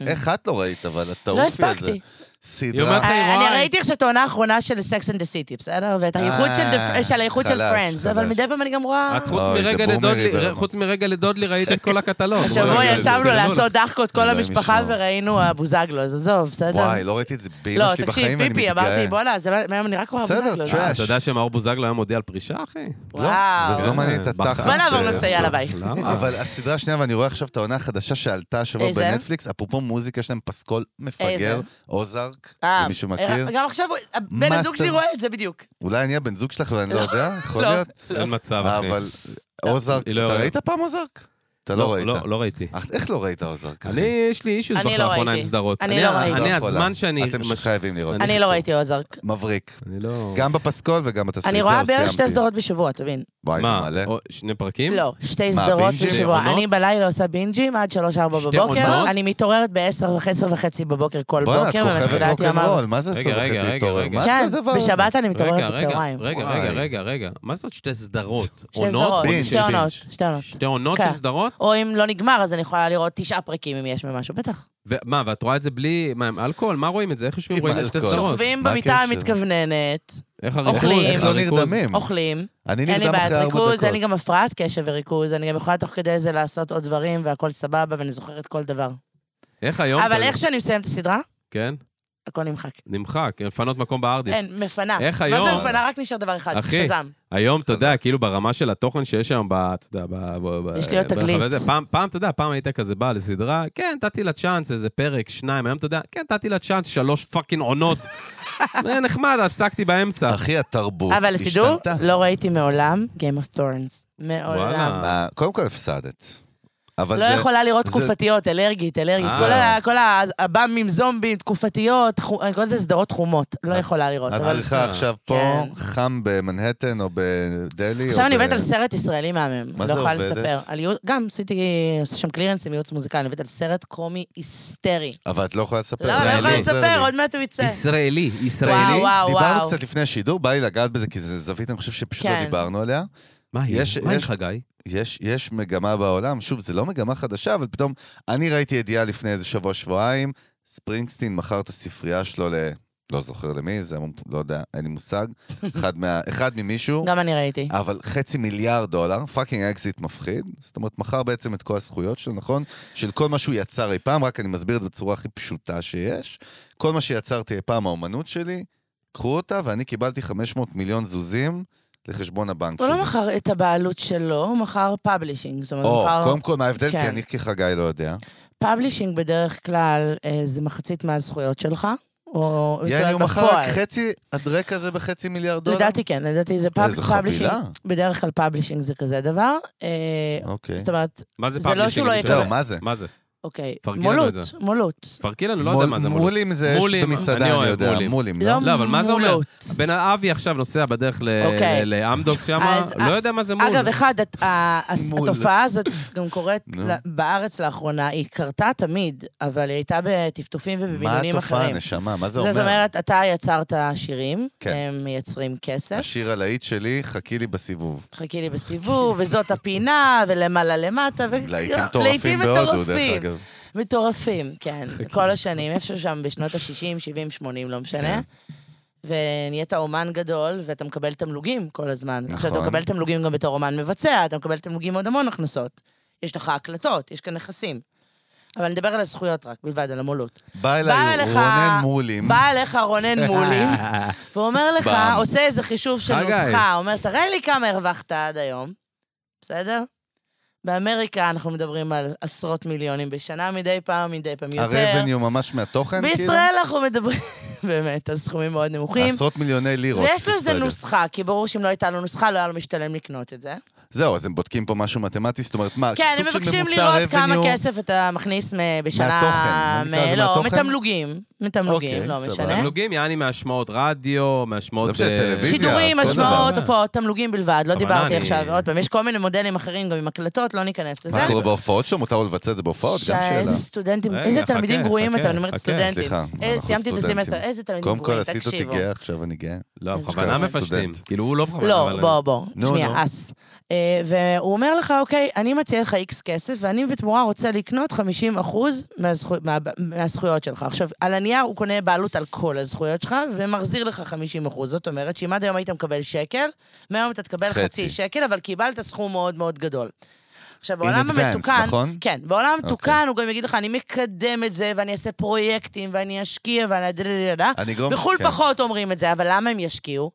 Speaker 2: איך את לא ראית, אבל את תעופי על
Speaker 3: לא
Speaker 2: זה.
Speaker 3: הספקתי.
Speaker 1: היא אומרת
Speaker 2: סדרה...
Speaker 1: לך,
Speaker 3: אה, אני
Speaker 1: וואי.
Speaker 3: ראיתי עכשיו את העונה האחרונה של Sex and the City, בסדר? ואת האיחוד של
Speaker 2: אה,
Speaker 3: the- של האיחוד של
Speaker 2: חלש,
Speaker 3: Friends, אבל
Speaker 2: חלש.
Speaker 3: מדי פעם אני גם רואה...
Speaker 1: את חוץ
Speaker 2: אוי, זה
Speaker 1: מרגע
Speaker 2: בומרי
Speaker 1: לדודלי-
Speaker 2: ברמה.
Speaker 1: חוץ מרגע לדודלי ראית את כל הקטלוג.
Speaker 3: השבוע
Speaker 1: וואי,
Speaker 3: ישבנו
Speaker 1: זה
Speaker 3: לעשות דחקות כל
Speaker 2: אלוהים
Speaker 3: המשפחה
Speaker 2: ישמור.
Speaker 3: וראינו אה, בוזגלו, אז עזוב, בסדר?
Speaker 2: וואי, לא ראיתי את זה באמא
Speaker 3: לא,
Speaker 2: שלי
Speaker 3: תקשיב,
Speaker 2: בחיים, ואני
Speaker 3: פיפי, אמרתי,
Speaker 2: מתגאה.
Speaker 3: בואנה, זה מה- מהיום אני רק רואה
Speaker 2: בסדר, לא,
Speaker 3: בוזגלו. זה-
Speaker 2: טראש.
Speaker 1: אה, אתה יודע שמאור בוזגלו היה מודיע על פרישה, אחי?
Speaker 2: לא,
Speaker 3: וואו.
Speaker 2: זה לא מעניין את
Speaker 1: בחיים.
Speaker 2: התחת.
Speaker 3: בוא נעבור
Speaker 2: אה,
Speaker 3: לנושא, יאללה ביי.
Speaker 1: למה?
Speaker 2: אבל הסדרה השנייה, ואני רואה עכשיו את העונה החדשה שעלתה השבוע
Speaker 3: איזה?
Speaker 2: בנטפליקס, אפרופו מוזיקה, יש להם פסקול
Speaker 3: איזה?
Speaker 2: מפגר, אוזארק,
Speaker 3: אה,
Speaker 2: למי שמכיר.
Speaker 3: גם עכשיו בן
Speaker 2: מה
Speaker 3: הזוג
Speaker 2: עשתה?
Speaker 3: שלי רואה את זה בדיוק.
Speaker 2: אולי אני הבן זוג שלך ואני לא יודע, יכול
Speaker 3: לא.
Speaker 2: להיות.
Speaker 1: אין מצב, אחי.
Speaker 2: אבל אוזארק,
Speaker 1: היא לא
Speaker 2: אתה
Speaker 1: יודעת.
Speaker 2: ראית פעם אוזארק? אתה לא ראית.
Speaker 1: לא, לא ראיתי.
Speaker 2: אך, איך לא ראית אוזארק? אחי?
Speaker 1: אני, יש לי אישוז
Speaker 3: אני לא
Speaker 1: לאחרונה עם
Speaker 3: ראיתי.
Speaker 1: סדרות.
Speaker 3: אני לא ראיתי.
Speaker 1: אני,
Speaker 2: לא יכולה.
Speaker 1: הזמן שאני...
Speaker 2: אתם
Speaker 1: מש-
Speaker 2: חייבים לראות.
Speaker 1: אני
Speaker 3: אני לא
Speaker 1: חושב.
Speaker 3: ראיתי אוזרק.
Speaker 2: מבריק.
Speaker 1: אני לא...
Speaker 2: גם בפסקול וגם בתסריט.
Speaker 3: אני
Speaker 2: זהו,
Speaker 3: רואה בערך
Speaker 2: סיימתי.
Speaker 3: שתי סדרות בשבוע, תבין.
Speaker 2: וואי, זה
Speaker 1: מה,
Speaker 2: מלא.
Speaker 1: או- שני פרקים?
Speaker 3: לא, שתי
Speaker 2: מה,
Speaker 3: סדרות
Speaker 2: בינג'ים?
Speaker 3: בשבוע.
Speaker 1: עונות?
Speaker 3: אני בלילה עושה בינג'ים עד 3-4
Speaker 1: שתי
Speaker 3: בבוקר.
Speaker 1: עונות?
Speaker 3: אני מתעוררת ב-10 וחצי וחצי בבוקר כל
Speaker 2: בואנה, את
Speaker 3: בוקר,
Speaker 2: כוכבת
Speaker 3: ומתחילה את יומה.
Speaker 2: רוקנרול, מה זה עשר
Speaker 1: רגע, רגע,
Speaker 2: וחצי
Speaker 1: רגע,
Speaker 2: התעורר?
Speaker 1: רגע.
Speaker 2: מה זה
Speaker 3: כן,
Speaker 2: הדבר הזה?
Speaker 3: בשבת אני מתעוררת
Speaker 1: רגע,
Speaker 3: בצהריים.
Speaker 1: רגע,
Speaker 2: וואי.
Speaker 1: רגע, רגע, רגע. מה זאת שתי סדרות?
Speaker 3: שתי
Speaker 1: עונות?
Speaker 3: סדרות,
Speaker 2: בינג',
Speaker 3: שתי
Speaker 2: בינג'.
Speaker 3: עונות, שתי עונות.
Speaker 1: שתי עונות
Speaker 3: כן.
Speaker 1: של סדרות?
Speaker 3: או אם לא נגמר, אז אני יכולה לראות תשעה פרקים אם יש ממשהו, בטח.
Speaker 1: ומה, ואת רואה את זה בלי... מה, עם אלכוהול? מה רואים את זה? איך יושבים
Speaker 2: עם
Speaker 1: רואים את שתי
Speaker 2: אלכוהול.
Speaker 1: סדרות?
Speaker 3: יושבים
Speaker 2: מה
Speaker 3: במיטה
Speaker 2: הקשר?
Speaker 3: המתכווננת,
Speaker 1: איך הריכוז?
Speaker 3: אוכלים.
Speaker 2: איך לא
Speaker 1: הריכוז?
Speaker 2: נרדמים?
Speaker 3: אוכלים,
Speaker 2: אני
Speaker 3: אין לי
Speaker 2: נרדם
Speaker 3: בעיית
Speaker 2: אחרי ארבע
Speaker 3: ריכוז, אין לי
Speaker 2: דקות.
Speaker 3: גם הפרעת קשב וריכוז, אני גם יכולה תוך כדי זה לעשות עוד דברים והכל סבבה ואני זוכרת כל דבר.
Speaker 1: איך היום?
Speaker 3: אבל
Speaker 1: אתה-
Speaker 3: איך שאני מסיימת את הסדרה,
Speaker 1: כן?
Speaker 3: הכל נמחק.
Speaker 1: נמחק, לפנות מקום בארדיס.
Speaker 3: אין, מפנה.
Speaker 1: איך
Speaker 3: מה
Speaker 1: היום?
Speaker 3: זה מפנה? רק נשאר דבר אחד,
Speaker 1: אחי,
Speaker 3: שזם.
Speaker 1: היום, אתה יודע, כאילו ברמה של התוכן שיש היום, ב- אתה יודע, ב... ב- ב-
Speaker 3: יש לי עוד
Speaker 1: ב-
Speaker 3: תגלית.
Speaker 1: אבל זה, פעם, פעם, אתה יודע, פעם היית כזה בא לסדרה, כן, נתתי לה צ'אנס, איזה פרק, שניים, היום אתה יודע, כן, נתתי לה צ'אנס, שלוש פאקינג עונות. זה נחמד, הפסקתי באמצע.
Speaker 2: אחי, התרבות
Speaker 3: אבל תדעו,
Speaker 2: השתנתה.
Speaker 3: לא ראיתי מעולם Game of Thorns.
Speaker 1: וואלה.
Speaker 3: מעולם.
Speaker 2: מה, קודם כל הפסדת. אבל
Speaker 3: לא
Speaker 2: זה-
Speaker 3: יכולה לראות
Speaker 2: זה-
Speaker 3: תקופתיות, אלרגית, אלרגית.
Speaker 1: אה.
Speaker 3: כל ה- כל ה- הבאמים, זומבים, תקופתיות, חו- אני קוראת לזה סדרות חומות. לא
Speaker 2: את-
Speaker 3: יכולה לראות.
Speaker 2: את
Speaker 3: אבל-
Speaker 2: צריכה עכשיו פה,
Speaker 3: כן.
Speaker 2: חם במנהטן או בדלהי. או
Speaker 3: עכשיו אני
Speaker 2: ב-
Speaker 3: עובדת על סרט ישראלי מהמם.
Speaker 2: מה
Speaker 3: לא
Speaker 2: זה
Speaker 3: יכולה
Speaker 2: עובדת?
Speaker 3: לספר. על ייעוץ- גם עשיתי עושה שם קלירנס עם ייעוץ מוזיקלי, אני עובדת על סרט קומי היסטרי.
Speaker 2: אבל את לא יכולה לספר.
Speaker 3: לא, לא
Speaker 1: ישראלי.
Speaker 3: יכולה
Speaker 2: עוזר לי.
Speaker 3: לספר, עוד מעט הוא יצא.
Speaker 1: ישראלי,
Speaker 3: וואו,
Speaker 1: ישראלי.
Speaker 3: וואו,
Speaker 2: דיברנו
Speaker 3: וואו.
Speaker 2: קצת לפני השידור, בא לי לגעת בזה, כי זו זווית, אני חושב שפשוט לא
Speaker 3: כן.
Speaker 2: דיברנו עליה.
Speaker 1: מה היא?
Speaker 2: יש-
Speaker 1: מה עם
Speaker 2: יש-
Speaker 1: חגי?
Speaker 2: יש, יש מגמה בעולם, שוב, זה לא מגמה חדשה, אבל פתאום, אני ראיתי ידיעה לפני איזה שבוע-שבועיים, ספרינגסטין מכר את הספרייה שלו ל... לא זוכר למי, זה המון- לא יודע, אין לי מושג. אחד, מה, אחד ממישהו,
Speaker 3: גם אני ראיתי.
Speaker 2: אבל חצי מיליארד דולר, פאקינג אקזיט מפחיד. זאת אומרת, מכר בעצם את כל הזכויות שלו, נכון? של כל מה שהוא יצר אי פעם, רק אני מסביר את זה בצורה הכי פשוטה שיש. כל מה שיצרתי אי פעם, האומנות שלי, קחו אותה, ואני קיבלתי 500 מיליון זוזים לחשבון הבנק
Speaker 3: הוא
Speaker 2: שלי.
Speaker 3: לא מכר את הבעלות שלו, הוא מכר פאבלישינג. זאת אומרת, הוא
Speaker 2: או,
Speaker 3: מכר...
Speaker 2: קודם כל, מה ההבדל? כי
Speaker 3: כן.
Speaker 2: אני כחגי לא יודע.
Speaker 3: פאבלישינג בדרך כלל אה, זה מחצית מהזכויות שלך, או זאת
Speaker 2: יעני,
Speaker 3: אומרת
Speaker 2: הוא מכר רק
Speaker 3: בפועל.
Speaker 2: חצי הדרק הזה בחצי מיליארד דולר?
Speaker 3: לדעתי כן, לדעתי זה
Speaker 2: איזה
Speaker 3: פאבלישינג.
Speaker 2: חבילה.
Speaker 3: בדרך כלל פאבלישינג זה כזה דבר. אה,
Speaker 2: אוקיי.
Speaker 3: זאת אומרת,
Speaker 1: מה זה
Speaker 3: זה לא
Speaker 1: פאבלישינג?
Speaker 3: שהוא לא
Speaker 1: אני
Speaker 3: יקבל.
Speaker 2: זהו,
Speaker 1: שואל?
Speaker 2: מה זה?
Speaker 1: מה זה?
Speaker 3: אוקיי,
Speaker 1: תפרגן לנו
Speaker 3: מולות,
Speaker 1: את זה.
Speaker 3: מולות.
Speaker 1: פרקי לנו, לא יודע
Speaker 2: מול-
Speaker 1: מה זה מול.
Speaker 2: מולים זה יש
Speaker 1: מולים, אני
Speaker 2: במסעדה, אני
Speaker 1: אוהב
Speaker 2: יודע.
Speaker 1: מולים.
Speaker 2: מולים,
Speaker 3: לא
Speaker 2: לא?
Speaker 1: לא, אבל מה זה אומר?
Speaker 3: מולות.
Speaker 1: בן אבי עכשיו נוסע בדרך ל-
Speaker 3: אוקיי.
Speaker 1: ל- לאמדוקס שם,
Speaker 3: אז- אה,
Speaker 1: לא יודע מה זה מול.
Speaker 3: אגב, אחד, הת- ה- הס-
Speaker 2: מול.
Speaker 3: התופעה הזאת גם קורית
Speaker 2: נו.
Speaker 3: ל- בארץ לאחרונה, היא קרתה תמיד, אבל היא הייתה בטפטופים
Speaker 2: מה
Speaker 3: ובמינונים
Speaker 2: התופעה,
Speaker 3: אחרים.
Speaker 2: נשמה? מה זה
Speaker 3: זאת
Speaker 2: אומר?
Speaker 3: אומרת, אתה יצרת שירים,
Speaker 2: כן.
Speaker 3: הם מייצרים כסף.
Speaker 2: השיר הלהיט שלי, חכי לי בסיבוב.
Speaker 3: חכי לי בסיבוב, וזאת הפינה, ולמעלה למטה, ו... אה,
Speaker 2: להיטים מטורפים
Speaker 3: לעיתים
Speaker 2: כן בהודו, דרך אגב.
Speaker 3: מטורפים, כן. כל השנים, איפשהו שם בשנות ה-60, 70, 80, לא משנה. ונהיית אומן גדול, ואתה מקבל תמלוגים כל הזמן. נכון. עכשיו, אתה
Speaker 2: נכון.
Speaker 3: מקבל תמלוגים גם בתור אומן מבצע, אתה מקבל תמלוגים מעוד המון הכנסות. יש לך הקלטות, יש כאן נכסים. אבל נדבר על הזכויות רק, בלבד, על המולות.
Speaker 2: בא
Speaker 3: בא
Speaker 2: אליי
Speaker 3: אליך-
Speaker 2: רונן מולים.
Speaker 3: בא אליך רונן מולי, ואומר לך,
Speaker 2: פעם.
Speaker 3: עושה איזה חישוב של
Speaker 1: חגי.
Speaker 3: נוסחה, אומר, תראה לי כמה הרווחת עד היום, בסדר? באמריקה אנחנו מדברים על עשרות מיליונים בשנה מדי פעם, מדי פעם יותר.
Speaker 2: הרבניו ממש מהתוכן, כאילו?
Speaker 3: בישראל אנחנו מדברים באמת על סכומים מאוד נמוכים.
Speaker 2: עשרות מיליוני לירות.
Speaker 3: ויש לו איזה
Speaker 2: בסדר.
Speaker 3: נוסחה, כי ברור שאם לא הייתה לו נוסחה, לא היה לו משתלם לקנות את זה.
Speaker 2: זהו, אז הם בודקים פה משהו מתמטי, זאת אומרת, מה,
Speaker 3: כן,
Speaker 2: סוג
Speaker 3: הם
Speaker 2: של
Speaker 3: מבקשים
Speaker 2: ממוצע
Speaker 3: לראות כמה
Speaker 2: revenue?
Speaker 3: כסף אתה מכניס מ- בשנה...
Speaker 2: מהתוכן, נקרא לזה
Speaker 3: מ- לא,
Speaker 2: מהתוכן?
Speaker 3: מתמלוגים. מתמלוגים,
Speaker 2: אוקיי,
Speaker 3: לא
Speaker 2: סבבה.
Speaker 3: משנה.
Speaker 1: תמלוגים, יעני מהשמעות רדיו, מהשמעות...
Speaker 2: לא משנה,
Speaker 1: אה,
Speaker 2: טלוויזיה.
Speaker 1: שידור.
Speaker 3: שידורים,
Speaker 2: כל
Speaker 3: השמעות,
Speaker 1: דבר.
Speaker 3: הופעות, תמלוגים בלבד, לא
Speaker 1: אבל
Speaker 3: דיברתי
Speaker 1: אני-
Speaker 3: עכשיו. עוד פעם, יש כל מיני מודלים אחרים, גם עם הקלטות, לא ניכנס לזה.
Speaker 2: מה קורה בהופעות שלו? מותר לו לבצע את זה בהופעות? גם
Speaker 3: ש-
Speaker 2: שאלה.
Speaker 3: איזה סטודנטים,
Speaker 1: רגע,
Speaker 3: איזה
Speaker 1: חכה,
Speaker 3: תלמידים גרועים
Speaker 1: חכה,
Speaker 3: אתה, אני אומרת
Speaker 1: חכה.
Speaker 3: סטודנטים.
Speaker 2: סליחה,
Speaker 3: אה,
Speaker 2: אנחנו
Speaker 3: סיימתי את
Speaker 2: סטודנטים.
Speaker 3: הסמסטר, איזה תלמידים
Speaker 2: קודם כל
Speaker 3: גרועים,
Speaker 2: עשית אותי
Speaker 3: תקשיבו.
Speaker 2: גאה, עכשיו אני גאה.
Speaker 1: לא,
Speaker 3: איזה
Speaker 1: בכוונה
Speaker 2: סטודנט.
Speaker 1: מפשטים. כאילו, הוא לא בכוונה,
Speaker 3: לא,
Speaker 1: אבל-
Speaker 3: בוא, בוא,
Speaker 2: נו,
Speaker 3: שנייה,
Speaker 2: נו.
Speaker 3: אס. אה, אה, והוא אומר לך, אוקיי, אני מציע לך איקס כסף, ואני בתמורה רוצה לקנות 50 אחוז מהזכויות שלך. עכשיו, על הנייר הוא קונה בעלות על כל הזכויות שלך, ומחזיר לך 50 אחוז. זאת אומרת שאם עד היום היית מקבל שקל, מהיום אתה תקבל חצי,
Speaker 2: חצי.
Speaker 3: חצי שקל, אבל קיבלת סכום מאוד מאוד גדול. עכשיו,
Speaker 2: In
Speaker 3: בעולם
Speaker 2: advance,
Speaker 3: המתוקן...
Speaker 2: נכון?
Speaker 3: כן, בעולם
Speaker 2: אוקיי.
Speaker 3: המתוקן הוא גם יגיד לך, אני מקדם את זה, ואני אעשה פרויקטים, ואני אשקיע, ואני... דדדדדה."
Speaker 2: אני אגרום...
Speaker 3: בחו"ל
Speaker 2: כן,
Speaker 3: פחות אומרים את זה, אבל למה הם ישקיעו?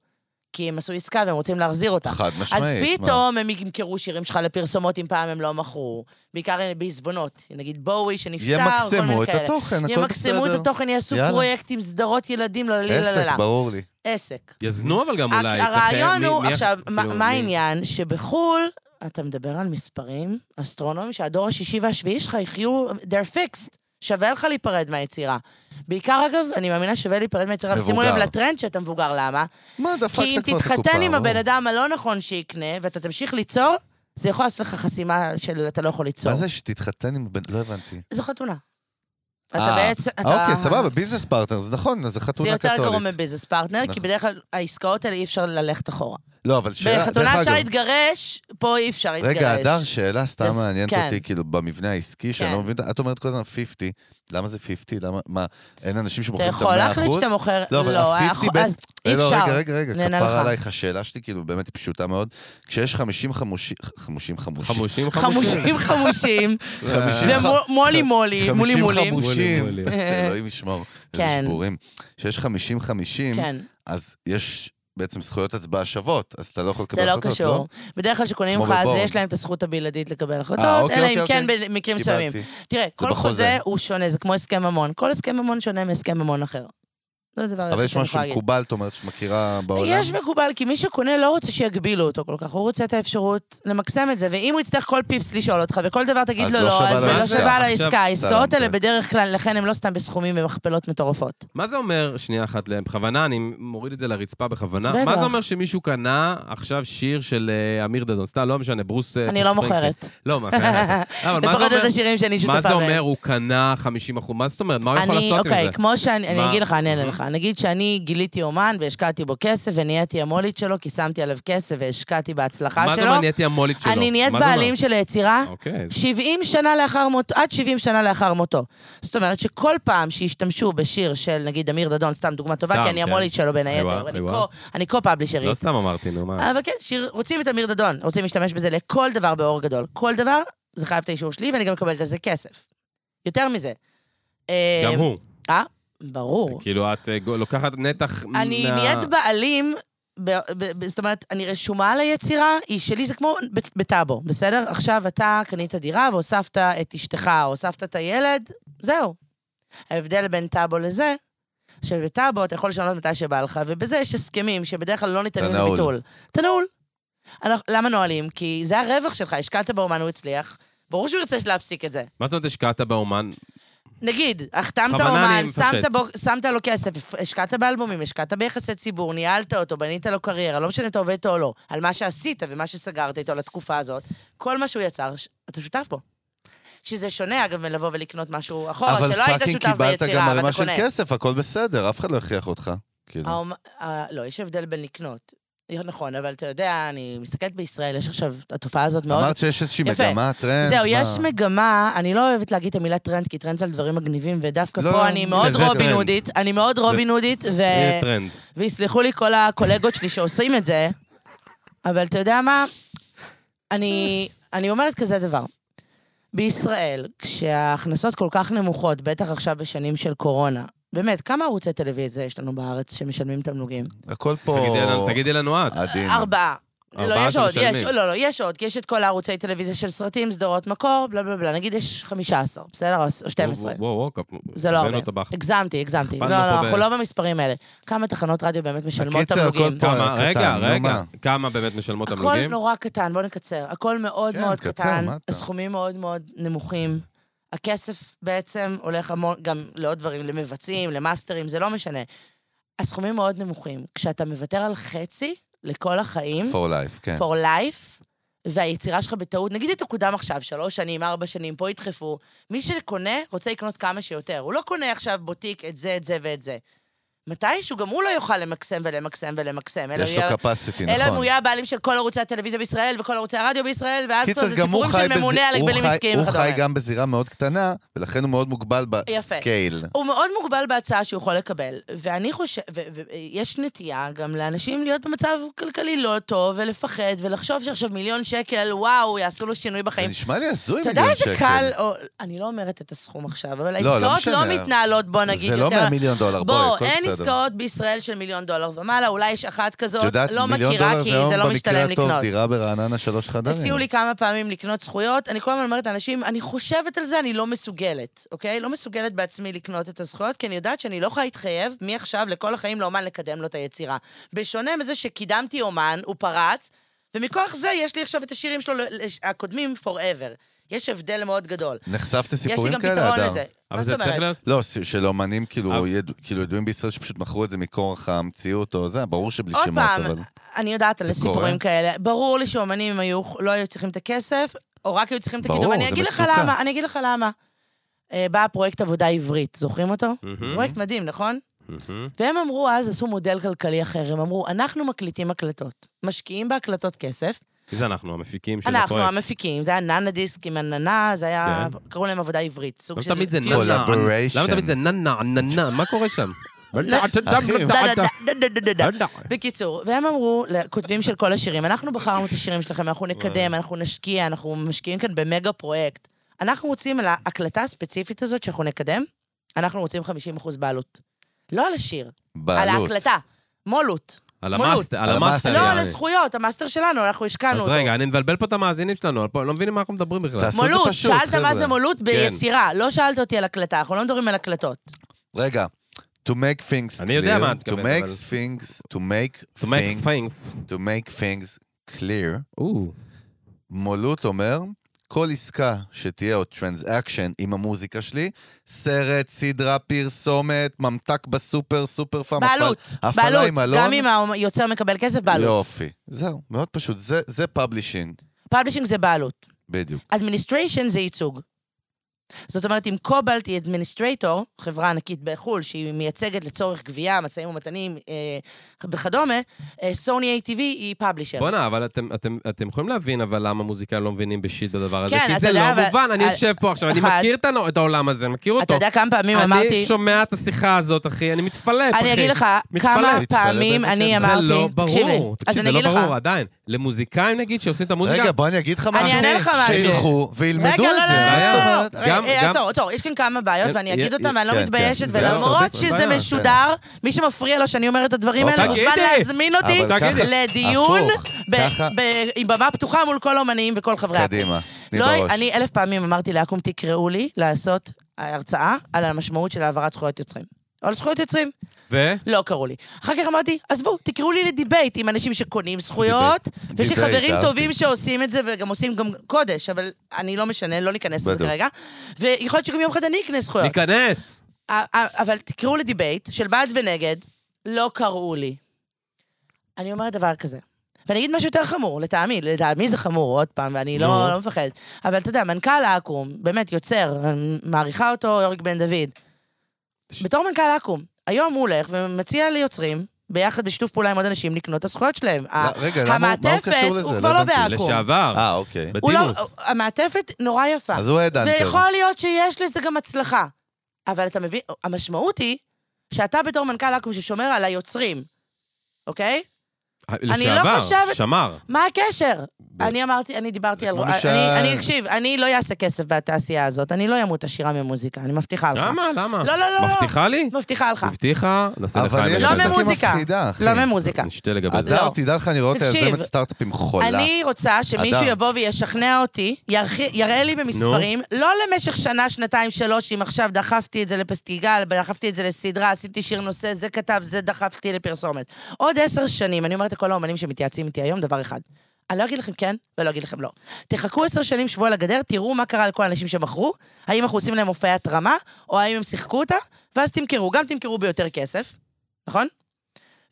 Speaker 3: כי הם עשו עסקה והם רוצים להחזיר אותה.
Speaker 2: חד משמעית.
Speaker 3: אז
Speaker 2: מה?
Speaker 3: פתאום הם ימכרו שירים שלך לפרסומות אם פעם הם לא מכרו. בעיקר בעיזבונות. נגיד בואי שנפטר, כל מיני
Speaker 2: ימקסמו את
Speaker 3: כאלה.
Speaker 2: התוכן, הכל
Speaker 3: ימקסמו את
Speaker 2: בסדר.
Speaker 3: התוכן, יעשו
Speaker 2: יאללה.
Speaker 3: פרויקטים, סדרות ילדים, לא, לא, לא, לא,
Speaker 2: עסק,
Speaker 3: לא.
Speaker 2: ברור לי.
Speaker 3: עסק.
Speaker 1: יזנו אבל גם אולי. צריך-
Speaker 3: הרעיון
Speaker 1: מי-
Speaker 3: הוא,
Speaker 1: מי-
Speaker 3: עכשיו, מה-
Speaker 1: כאילו,
Speaker 3: מה
Speaker 1: מי-
Speaker 3: העניין? שבחו"ל, אתה מדבר על מספרים אסטרונומיים שהדור השישי והשביעי שלך יחיו, they're fixed. שווה לך להיפרד מהיצירה. בעיקר, אגב, אני מאמינה שווה להיפרד מהיצירה, ושימו
Speaker 2: מבוגר.
Speaker 3: לב לטרנד שאתה מבוגר, למה?
Speaker 2: מה, דפקת כבר
Speaker 3: כי אם
Speaker 2: את הקופה.
Speaker 3: תתחתן עם
Speaker 2: ברור.
Speaker 3: הבן אדם הלא נכון שיקנה, ואתה תמשיך ליצור, זה יכול לעשות לך חסימה של אתה לא יכול ליצור.
Speaker 2: מה זה שתתחתן עם הבן... לא הבנתי.
Speaker 3: זו חתונה. אתה
Speaker 2: אה,
Speaker 3: בעצם... אתה-
Speaker 2: אוקיי, סבבה, ביזנס פרטנר, זה נכון, זה
Speaker 3: זה
Speaker 2: חתונה
Speaker 3: יותר גרוע
Speaker 2: קתולית.
Speaker 3: מביזנס פרטנר, כי
Speaker 2: נכון.
Speaker 3: בדרך כלל העסקאות האלה אי אפשר ללכת אחורה.
Speaker 2: לא, אבל שאלה...
Speaker 3: בחתונה
Speaker 2: דרך
Speaker 3: אפשר
Speaker 2: אגב,
Speaker 3: להתגרש, פה אי אפשר להתגרש.
Speaker 2: רגע, הדר, שאלה סתם
Speaker 3: זה-
Speaker 2: מעניינת
Speaker 3: כן.
Speaker 2: אותי, כאילו, במבנה העסקי, שאני
Speaker 3: כן.
Speaker 2: לא מבין, את אומרת כל הזמן 50, למה זה 50? למה, מה, אין אנשים
Speaker 3: אתה
Speaker 2: שמוכרים את ה-100%?
Speaker 3: יכול להחליט שאתה מוכר...
Speaker 2: לא, אבל ה-50
Speaker 3: האח-
Speaker 2: בין-
Speaker 3: אז
Speaker 2: אה,
Speaker 3: אי
Speaker 2: לא,
Speaker 3: אפשר.
Speaker 2: רגע, רגע, רגע,
Speaker 3: נהנה
Speaker 2: כפרה
Speaker 3: לך.
Speaker 2: עלייך השאלה שלי, כאילו, באמת היא פשוטה מאוד. כשיש 50 חמושים, חמושים חמושים, אה,
Speaker 1: חמושים אה,
Speaker 3: חמושים חמושים,
Speaker 2: חמישים ח-
Speaker 3: ומולי מולי, מולי
Speaker 2: חמישים
Speaker 3: מולים.
Speaker 2: חמושים,
Speaker 1: מולים, מולים.
Speaker 2: אלוהים ישמור, איזה
Speaker 3: כן.
Speaker 2: שבורים. כשיש 50-50,
Speaker 3: כן,
Speaker 2: אז יש בעצם זכויות הצבעה שוות, אז אתה לא יכול לקבל
Speaker 3: זה לא
Speaker 2: החלטות,
Speaker 3: קשור. בדרך כלל כשקונים
Speaker 2: כמו
Speaker 3: ממך, אז
Speaker 2: בבורג.
Speaker 3: יש להם את הזכות הבלעדית לקבל
Speaker 2: אה,
Speaker 3: החלטות,
Speaker 2: אוקיי,
Speaker 3: אלא
Speaker 2: אוקיי,
Speaker 3: אם כן
Speaker 2: אוקיי.
Speaker 3: במקרים מסוימים.
Speaker 2: קיבלתי.
Speaker 3: תראה, כל
Speaker 2: בחוזה.
Speaker 3: חוזה הוא שונה, זה כמו הסכם ממון. כל הסכם ממון שונה מהסכם ממון אחר. זה הדבר
Speaker 2: אבל
Speaker 3: היחיד
Speaker 2: יש
Speaker 3: שאני
Speaker 2: משהו
Speaker 3: יכולה להגיד.
Speaker 2: מקובל, את אומרת, שמכירה בעולם?
Speaker 3: יש מקובל, כי מי שקונה לא רוצה שיגבילו אותו כל כך, הוא רוצה את האפשרות למקסם את זה, ואם הוא יצטרך כל פיפס לשאול אותך, וכל דבר תגיד
Speaker 2: אז
Speaker 3: לו
Speaker 2: לא
Speaker 3: לא,
Speaker 2: שווה כן.
Speaker 3: אז
Speaker 2: לו
Speaker 3: זה לא
Speaker 1: העסקה.
Speaker 3: שווה על
Speaker 1: עכשיו-
Speaker 3: העסקה. העסקאות האלה
Speaker 2: סלמת.
Speaker 3: בדרך כלל, לכן הם לא סתם בסכומים במכפלות מטורפות.
Speaker 1: מה זה אומר, שנייה אחת, בכוונה, אני מוריד את זה לרצפה בכוונה,
Speaker 3: בטח.
Speaker 1: מה זה אומר שמישהו קנה עכשיו שיר של אה, אמיר דדון? סתם, לא משנה, ברוס... אה,
Speaker 3: אני לא
Speaker 1: ספרינגסטין.
Speaker 3: מוכרת.
Speaker 1: לא, מה, כן, אבל מה זה
Speaker 3: לפחות את
Speaker 1: אומר?
Speaker 3: השירים שאני שותפה
Speaker 1: מה
Speaker 3: בהם.
Speaker 1: זה אומר, הוא קנה 50 אחוז? מה זאת אומרת? מה הוא יכול
Speaker 3: אני,
Speaker 1: לעשות עם
Speaker 3: אוקיי,
Speaker 1: זה?
Speaker 3: כמו שאני,
Speaker 1: מה?
Speaker 3: אני אגיד לך, אני אענה
Speaker 1: Mhm.
Speaker 3: לך. נגיד שאני גיליתי אומן והשקעתי בו כסף ונהייתי המולית שלו, כי שמתי עליו כסף והשקעתי בהצלחה שלו.
Speaker 1: מה זה אומר נהייתי המולית שלו?
Speaker 3: אני נהיית
Speaker 1: מה זה אומר?
Speaker 3: בעלים של היצירה.
Speaker 1: אוקיי, אז
Speaker 3: 70 שנה לאחר מותו, עד 70 שנה לאחר מותו. זאת אומרת שכל פעם שהשתמשו בשיר של נגיד אמיר דדון, סתם דוגמה טובה,
Speaker 1: סתם,
Speaker 3: כי אני
Speaker 1: כן.
Speaker 3: המולית שלו בין
Speaker 1: וואו,
Speaker 3: היתר, ואני
Speaker 1: וואו.
Speaker 3: co- אני קו-פאבלישרית.
Speaker 1: לא סתם אמרתי, נו, מה?
Speaker 3: אבל כן, שיר, רוצים את אמיר דדון, רוצים להשתמש בזה לכל דבר באור גדול. כל דבר, זה חייב את האישור שלי, ואני גם מקבלת על זה כסף. יותר מזה.
Speaker 1: גם
Speaker 3: אה,
Speaker 1: הוא.
Speaker 3: ברור.
Speaker 1: כאילו, את אה, גו- לוקחת נתח...
Speaker 3: אני
Speaker 1: מה-
Speaker 3: נהיית בעלים, ב, ב, ב, זאת אומרת, אני רשומה על היצירה, היא שלי, זה כמו ב- בטאבו, בסדר? עכשיו אתה קנית דירה והוספת את אשתך, או הוספת את הילד, זהו. ההבדל בין טאבו לזה, שבטאבו אתה יכול לשנות מתי שבא לך, ובזה יש הסכמים שבדרך כלל לא ניתנים
Speaker 2: תנעול.
Speaker 3: לביטול. תנעול. אנחנו- למה נועלים? כי זה הרווח שלך, השקעת באומן, הוא הצליח. ברור שהוא ירצה להפסיק את זה.
Speaker 1: מה זאת אומרת השקעת באומן?
Speaker 3: נגיד, החתמת
Speaker 1: בכוונה
Speaker 3: אומן,
Speaker 1: אני מפשט.
Speaker 3: שמת, בו, שמת לו כסף, השקעת באלבומים, השקעת ביחסי ציבור, ניהלת אותו, בנית לו קריירה, לא משנה אם אתה עובד איתו או לא, על מה שעשית ומה שסגרת איתו לתקופה הזאת, כל מה שהוא יצר, ש- אתה שותף בו. שזה שונה, אגב, מלבוא ולקנות משהו אחורה,
Speaker 2: אבל
Speaker 3: שלא היית
Speaker 2: פאקינג
Speaker 3: שותף
Speaker 2: קיבלת גם
Speaker 3: ביצירה,
Speaker 2: ערימה
Speaker 3: ואתה
Speaker 2: של
Speaker 3: קונה.
Speaker 2: כסף, הכל בסדר, אף אחד לא הכריח אותך. כאילו,
Speaker 3: האומ... אה, לא, יש הבדל בין לקנות. נכון, אבל אתה יודע, אני מסתכלת בישראל, יש עכשיו, התופעה הזאת מאוד
Speaker 2: אמרת שיש איזושהי
Speaker 3: יפה.
Speaker 2: מגמה,
Speaker 1: כן,
Speaker 2: טרנד.
Speaker 3: זהו,
Speaker 2: מה?
Speaker 3: יש מגמה, אני לא אוהבת להגיד את המילה טרנד, כי טרנד זה על דברים מגניבים, ודווקא
Speaker 2: לא,
Speaker 3: פה אני מאוד
Speaker 1: זה טרנד.
Speaker 3: רובין הודית, אני מאוד רובין הודית, ו-
Speaker 1: הנה אה, טרנד.
Speaker 3: ויסלחו לי כל הקולגות שלי שעושים את זה, אבל אתה יודע מה? אני, אני אומרת כזה דבר. בישראל, כשההכנסות כל כך נמוכות, בטח עכשיו בשנים של קורונה, באמת, כמה ערוצי טלוויזיה יש לנו בארץ שמשלמים תמלוגים?
Speaker 2: הכל
Speaker 1: תגידי לנו-
Speaker 2: פה
Speaker 1: תגידי לנו את.
Speaker 2: עדין.
Speaker 3: ארבעה. לא,
Speaker 1: כן. ארבעה
Speaker 3: יש עוד,
Speaker 1: שמשלמים.
Speaker 3: יש, לא, לא, יש עוד, כי יש את כל הערוצי טלוויזיה של סרטים, סדרות מקור, בלה בלה בלה, נגיד יש 15, בסדר? או או 12.
Speaker 1: וואו, וואו, כפ-
Speaker 3: זה לא
Speaker 1: הבאנו
Speaker 3: הרבה.
Speaker 1: אותה באחת.
Speaker 3: הגזמתי, הגזמתי.
Speaker 1: הכפלנו
Speaker 3: לא, לא,
Speaker 1: פה ב-
Speaker 3: אנחנו לא במספרים האלה. כמה תחנות רדיו באמת משלמות
Speaker 2: הקיצר, הכל
Speaker 3: תמלוגים?
Speaker 2: פה.
Speaker 1: כמה,
Speaker 2: קטן,
Speaker 1: רגע,
Speaker 2: נו,
Speaker 1: רגע,
Speaker 2: מה?
Speaker 1: כמה באמת משלמות
Speaker 3: הכל
Speaker 1: תמלוגים?
Speaker 3: נורא קטן, בואו נקצר. הכל מאוד
Speaker 2: כן,
Speaker 3: מאוד
Speaker 2: קצר,
Speaker 3: קטן,
Speaker 2: מה אתה?
Speaker 3: הסכומים מאוד מאוד נמוכים. הכסף בעצם הולך המון, גם לעוד דברים, למבצעים, למאסטרים, זה לא משנה. הסכומים מאוד נמוכים. כשאתה מוותר על חצי לכל החיים,
Speaker 2: for life, כן.
Speaker 3: for life, והיצירה שלך בטעות, נגיד היא תקודם עכשיו, שלוש שנים, ארבע שנים, פה ידחפו, מי שקונה רוצה לקנות כמה שיותר. הוא לא קונה עכשיו בוטיק את זה, את זה ואת זה. מתישהו גם הוא לא יוכל למקסם ולמקסם ולמקסם, אלא
Speaker 2: יש
Speaker 3: הוא
Speaker 2: לו
Speaker 3: יהיה-
Speaker 2: capacity,
Speaker 3: אלא אם
Speaker 2: נכון.
Speaker 3: הוא יהיה הבעלים של כל ערוצי הטלוויזיה בישראל וכל ערוצי הרדיו בישראל, ואז כבר
Speaker 2: קיצר,
Speaker 3: זה
Speaker 2: גם הוא
Speaker 3: סיפורים
Speaker 2: חי
Speaker 3: של ממונה על
Speaker 2: בזיר- הוא
Speaker 3: הגבלים
Speaker 2: חי-
Speaker 3: עסקיים
Speaker 2: הוא
Speaker 3: וכדומה.
Speaker 2: חי גם בזירה מאוד קטנה, ולכן הוא מאוד מוגבל
Speaker 3: יפה.
Speaker 2: בסקייל.
Speaker 3: הוא מאוד מוגבל בהצעה שהוא יכול לקבל, ואני חושב, ויש נטייה גם לאנשים להיות במצב כלכלי לא טוב, ולפחד, ולחשוב שעכשיו מיליון שקל, וואו, יעשו לו שינוי
Speaker 2: זה
Speaker 3: בחיים.
Speaker 2: נשמע לי הזוי
Speaker 3: אתה
Speaker 2: מיליון שקל.
Speaker 3: יודע איזה קל, או, אני לא אומרת את הסכום עכשיו, אבל
Speaker 2: לא
Speaker 3: העסקאות
Speaker 2: משנה.
Speaker 3: לא מתנהלות, בוא נגיד,
Speaker 2: זה
Speaker 3: יותר...
Speaker 2: לא 100 מיליון דולר, בואי,
Speaker 3: בוא,
Speaker 2: הכל
Speaker 3: אין
Speaker 2: בסדר.
Speaker 3: עסקאות בישראל של מיליון דולר ומעלה, אולי יש אחת
Speaker 2: את
Speaker 3: כזאת,
Speaker 2: יודעת,
Speaker 3: לא
Speaker 2: מיליון
Speaker 3: מכירה
Speaker 2: דולר
Speaker 3: כי
Speaker 2: היום
Speaker 3: זה לא
Speaker 2: במקרה
Speaker 3: משתלם
Speaker 2: הטוב,
Speaker 3: לקנות.
Speaker 2: דירה ברעננה שלוש חדרים.
Speaker 3: הציעו לי כמה פעמים לקנות זכויות, אני כל הזמן אומרת לאנשים, אני חושבת על זה, אני לא מסוגלת, אוקיי? לא מסוגלת בעצמי לקנות את הזכויות, כי אני יודעת שאני לא יכולה להתחייב מעכשיו לכל החיים לאומן לקדם לו את היצירה. בשונה מזה שקידמתי אומן, הוא פרץ, ומכוח זה יש לי עכשיו את השירים שלו, ל- לש- הקודמים, forever. יש הבדל מאוד גדול.
Speaker 2: נחשפת
Speaker 3: יש לי
Speaker 2: לסיפורים
Speaker 3: גם
Speaker 2: כאלה,
Speaker 3: פתרון
Speaker 2: אדם?
Speaker 3: לזה.
Speaker 1: אבל
Speaker 3: מה
Speaker 1: זה
Speaker 3: זאת
Speaker 1: צריך
Speaker 3: אומרת?
Speaker 1: להיות...
Speaker 2: לא, ש- של אומנים כאילו
Speaker 1: אבל-
Speaker 2: ידוע- כאילו ידועים בישראל שפשוט מכרו את זה מכורח המציאות או זה, ברור שבלי
Speaker 3: עוד
Speaker 2: שמות,
Speaker 3: פעם,
Speaker 2: אבל...
Speaker 3: אני יודעת על
Speaker 2: זה
Speaker 3: סיפורים
Speaker 2: קורה?
Speaker 3: כאלה. ברור לי שאומנים היו, לא היו צריכים את הכסף, או רק היו צריכים את
Speaker 2: ברור,
Speaker 3: הקידום. אני
Speaker 2: זה
Speaker 3: אגיד לך
Speaker 2: מצוקה.
Speaker 3: למה, אני אגיד לך למה. אה, בא הפרויקט עבודה עברית, זוכרים אותו?
Speaker 1: מהמם,
Speaker 3: פרויקט מדהים, נכון?
Speaker 1: מהמם.
Speaker 3: והם אמרו אז, עשו מודל כלכלי אחר, הם אמרו, אנחנו מקליטים הקלטות, משקיעים בהקלטות כסף,
Speaker 1: מי זה אנחנו, המפיקים של
Speaker 3: אנחנו
Speaker 1: הפרויקט?
Speaker 3: המפיקים, זה היה ננה דיסק עם הננה, זה היה,
Speaker 1: כן.
Speaker 3: קראו להם עבודה עברית, סוג של...
Speaker 1: למה תמיד זה
Speaker 3: טיול.
Speaker 1: ננה?
Speaker 2: Collaboration.
Speaker 1: למה תמיד זה ננה, ננה? מה קורה שם?
Speaker 2: אחי.
Speaker 3: דה, דה, דה, דה, דה, דה, דה. בקיצור, והם אמרו לכותבים של כל השירים, אנחנו בחרנו את השירים שלכם, אנחנו נקדם, אנחנו נשקיע, אנחנו משקיעים כאן במגה פרויקט. אנחנו רוצים על ההקלטה הספציפית הזאת שאנחנו נקדם, אנחנו רוצים 50% בעלות. לא על השיר, על
Speaker 2: בעלות.
Speaker 3: ההקלטה. מולות.
Speaker 1: על
Speaker 3: מולות.
Speaker 1: המאסטר, על
Speaker 2: על
Speaker 1: המאסטר.
Speaker 2: המאסטר,
Speaker 3: לא על
Speaker 1: יעני.
Speaker 3: הזכויות, המאסטר שלנו, אנחנו השקענו
Speaker 1: אז
Speaker 3: אותו.
Speaker 1: רגע, אני מבלבל פה את המאזינים שלנו, פה, לא מבינים מה אנחנו מדברים בכלל.
Speaker 2: תעשו את זה
Speaker 3: מולות,
Speaker 2: פשוט,
Speaker 3: שאלת
Speaker 2: חבר'ה. כן.
Speaker 3: מה זה מולות ביצירה, לא שאלת אותי על הקלטה, אנחנו לא מדברים על הקלטות.
Speaker 2: רגע, to make things clear.
Speaker 1: אני יודע מה את
Speaker 2: To
Speaker 1: מתכוונת,
Speaker 2: make
Speaker 1: אבל-
Speaker 2: things, to make
Speaker 1: To make things.
Speaker 2: to make things clear,
Speaker 1: או,
Speaker 2: מולות אומר, כל עסקה שתהיה או טרנזאקשן עם המוזיקה שלי, סרט, סדרה, פרסומת, ממתק בסופר, סופר פארם,
Speaker 3: בעלות,
Speaker 2: הפעלה
Speaker 3: בעלות,
Speaker 2: עם אלון. לא.
Speaker 3: גם אם היוצר מקבל כסף, בעלות.
Speaker 2: יופי. זהו, מאוד פשוט. זה, זה פאבלישינג,
Speaker 3: פאבלישינג זה בעלות.
Speaker 2: בדיוק.
Speaker 3: אדמיניסטריישן זה ייצוג. זאת אומרת, אם קובלט היא אדמיניסטרייטור, חברה ענקית בחו"ל, שהיא מייצגת לצורך גבייה, משאים ומתנים אה, וכדומה, אה, סוני ATV היא פאבלישר.
Speaker 1: בואנה, אבל אתם- אתם- אתם יכולים להבין, אבל למה מוזיקאים לא מבינים בשיט בדבר הזה?
Speaker 3: כן,
Speaker 1: כי
Speaker 3: אתה
Speaker 1: זה
Speaker 3: יודע,
Speaker 1: לא
Speaker 3: אבל-
Speaker 1: מובן, אני
Speaker 3: אה,
Speaker 1: יושב פה עכשיו, אני
Speaker 3: אחד.
Speaker 1: מכיר את ה- את העולם הזה, אני מכיר
Speaker 3: אתה
Speaker 1: אותו.
Speaker 3: יודע כמה פעמים
Speaker 1: אני
Speaker 3: אמרתי...
Speaker 1: שומע את השיחה הזאת, אחי, אני מתפלף, אחי.
Speaker 3: אני אגיד לך
Speaker 1: מתפלא.
Speaker 3: כמה
Speaker 1: מתפלא
Speaker 3: פעמים
Speaker 2: באיזה
Speaker 3: אני
Speaker 2: קטע.
Speaker 3: אמרתי...
Speaker 1: זה לא
Speaker 3: תקשיב לי.
Speaker 1: ברור.
Speaker 3: אז
Speaker 1: תקשיב,
Speaker 3: אני
Speaker 1: זה לא
Speaker 3: אגיד לך,
Speaker 1: ברור עדיין. למוזיקאים, נגיד, שעושים את המוזיקה...
Speaker 2: רגע, בוא אני אגיד לך משהו.
Speaker 3: אני אענה לך משהו.
Speaker 2: שילכו וילמדו
Speaker 3: רגע,
Speaker 2: את
Speaker 3: לא,
Speaker 2: זה.
Speaker 3: לא, לא,
Speaker 2: מה
Speaker 1: בעיה.
Speaker 2: זאת אומרת?
Speaker 3: לא, לא,
Speaker 1: גם-
Speaker 3: רגע,
Speaker 1: גם-
Speaker 3: עצור, עצור, יש כאן כמה בעיות
Speaker 1: כן,
Speaker 3: ואני
Speaker 1: כן,
Speaker 3: אגיד אותן ואני לא
Speaker 2: כן,
Speaker 3: מתביישת,
Speaker 2: כן, זה
Speaker 3: ולמרות
Speaker 1: הרבה
Speaker 3: שזה
Speaker 1: בעיה.
Speaker 3: משודר, מי שמפריע לו שאני אומרת את הדברים האלה,
Speaker 1: אוקיי.
Speaker 3: מוזמן
Speaker 1: תגידי.
Speaker 3: להזמין אותי
Speaker 2: אבל
Speaker 1: ככה-
Speaker 3: לדיון
Speaker 2: הפוך,
Speaker 3: ב-
Speaker 2: ככה-
Speaker 3: ב- עם במה פתוחה מול כל האומנים וכל חברי הפ-
Speaker 2: קדימה, תני
Speaker 3: לא,
Speaker 2: בראש.
Speaker 3: אני אלף פעמים אמרתי לאקו"ם, תקראו לי לעשות הרצאה על המשמעות של העברת זכויות יוצרים. או על זכויות יוצרים.
Speaker 1: ו?
Speaker 3: לא קראו לי. אחר כך אמרתי, עזבו, תקראו לי לדיבייט עם אנשים שקונים זכויות, ויש לי
Speaker 2: דיבייט,
Speaker 3: חברים
Speaker 2: אהבתי.
Speaker 3: טובים שעושים את זה, וגם עושים גם קודש, אבל אני לא משנה, לא ניכנס לזה
Speaker 2: בדיוק.
Speaker 3: כרגע. ויכול להיות שגם יום אחד אני אקנה זכויות.
Speaker 1: ניכנס.
Speaker 3: א- א- אבל תקראו לדיבייט של בעד ונגד, לא קראו לי. אני אומרת דבר כזה. ואני אגיד משהו יותר חמור, לטעמי, לטעמי זה חמור, עוד פעם, ואני
Speaker 1: נו.
Speaker 3: לא, לא מפחדת. אבל אתה יודע, מנכ"ל אקו"ם, באמת יוצר, אני מעריכה אותו, יורק בן דוד.
Speaker 1: ש-
Speaker 3: בתור מנכ"ל אקו"ם, היום הוא הולך ומציע ליוצרים, ביחד בשיתוף פעולה עם עוד אנשים, לקנות את הזכויות שלהם. ה-
Speaker 2: לא, רגע, למה הוא- מה הוא קשור לזה?
Speaker 3: הוא
Speaker 2: לא
Speaker 3: כבר לא
Speaker 2: הבנתי.
Speaker 3: בעכו"ם.
Speaker 1: לשעבר.
Speaker 2: אה, אוקיי.
Speaker 3: הוא לא,
Speaker 1: בדימוס.
Speaker 3: המעטפת נורא יפה.
Speaker 2: אז הוא הדנטר.
Speaker 3: ויכול להיות שיש לזה גם הצלחה. אבל אתה מבין, המשמעות היא שאתה בתור מנכ"ל אקו"ם ששומר על היוצרים, אוקיי? אני לא
Speaker 1: אה, לשעבר,
Speaker 3: חושבת-
Speaker 1: שמר.
Speaker 3: מה הקשר? אני אמרתי, אני דיברתי
Speaker 2: זה
Speaker 3: על...
Speaker 2: כמו
Speaker 3: אני-
Speaker 2: שהיה-
Speaker 3: אני, תקשיב, אני לא אעשה כסף בתעשייה הזאת, אני לא אמות עשירה ממוזיקה, אני מבטיחה לך.
Speaker 1: למה? למה?
Speaker 3: לא, לא, לא, לא.
Speaker 1: מבטיחה לי?
Speaker 3: מבטיחה לך.
Speaker 1: הבטיחה, נעשה לך
Speaker 2: אבל יש
Speaker 1: עם
Speaker 3: לא
Speaker 2: לזה
Speaker 1: זה.
Speaker 3: ממוזיקה.
Speaker 2: מפחידה, אחי.
Speaker 3: לא ממוזיקה.
Speaker 1: נשתה לגבי זה.
Speaker 2: אדר,
Speaker 3: לא.
Speaker 2: תדע לך, אני רואה אותה
Speaker 3: תקשיב,
Speaker 2: יזמת סטארט-אפים חולה.
Speaker 3: אני רוצה שמישהו
Speaker 2: אדם.
Speaker 3: יבוא וישכנע אותי, ירח- יראה לי במספרים, לא למשך שנה, שנתיים, שלוש, אם עכשיו דחפתי את זה לפסטיגל, דחפתי את זה לסדרה, עשיתי שיר נושא, זה כתב, זה דחפתי לפרסומת. עוד עשר שנים, אני אומרת לכל האומנים שמתייעצים איתי היום, דבר אחד. אני לא אגיד לכם כן, ולא אגיד לכם לא. תחכו עשר שנים, שבו על הגדר, תראו מה קרה לכל האנשים שמכרו, האם אנחנו עושים להם מופעי התרמה, או האם הם שיחקו אותה, ואז תמכרו, גם תמכרו ביותר כסף, נכון?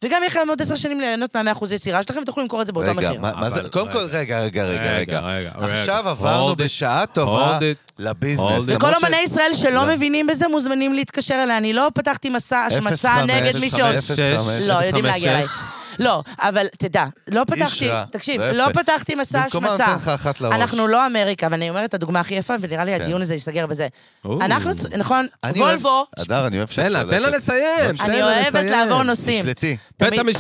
Speaker 3: וגם יהיה לכם עוד עשר שנים ליהנות מהמאה אחוז יצירה שלכם, ותוכלו למכור את זה באותו
Speaker 2: רגע,
Speaker 3: מחיר.
Speaker 2: מה מה זה?
Speaker 1: אבל-
Speaker 2: קודם כל, רגע, רגע, רגע, רגע.
Speaker 1: רגע.
Speaker 2: עכשיו
Speaker 1: רגע.
Speaker 2: עברנו
Speaker 1: Hold it.
Speaker 2: בשעה טובה
Speaker 1: Hold it.
Speaker 2: לביזנס.
Speaker 1: Hold it.
Speaker 3: וכל
Speaker 2: למרות ש-
Speaker 3: אמני ישראל שלא
Speaker 2: לא.
Speaker 3: מבינים בזה מוזמנים להתקשר אליי. אני לא פתחתי מסע השמצה
Speaker 2: 05,
Speaker 3: נגד
Speaker 2: 05,
Speaker 3: מי שעושה...
Speaker 2: אפס,
Speaker 1: שש.
Speaker 2: חמש.
Speaker 3: לא,
Speaker 1: 056.
Speaker 3: יודעים להגיע אליי. לא, אבל תדע, לא פתחתי,
Speaker 2: רע.
Speaker 3: תקשיב,
Speaker 2: לא יפה.
Speaker 3: לא פתחתי מסע
Speaker 2: במקומה
Speaker 3: השמצה.
Speaker 2: נותן לך אחת לראש.
Speaker 3: אנחנו לא אמריקה, ואני אומרת את הדוגמה הכי יפה, ונראה לי
Speaker 2: כן.
Speaker 3: הדיון הזה ייסגר בזה.
Speaker 1: או.
Speaker 3: אנחנו, צ- נכון,
Speaker 2: אני אוהב-
Speaker 3: וולבו,
Speaker 2: הדר, אני אוהב שאת
Speaker 1: תן לה, תן לה
Speaker 2: צודקת.
Speaker 1: לסיים. תן
Speaker 3: אני
Speaker 1: לה
Speaker 3: אוהבת
Speaker 1: לסיים.
Speaker 3: לעבור נושאים.
Speaker 2: תשלטי.
Speaker 1: בית
Speaker 3: תמיד-
Speaker 1: המש...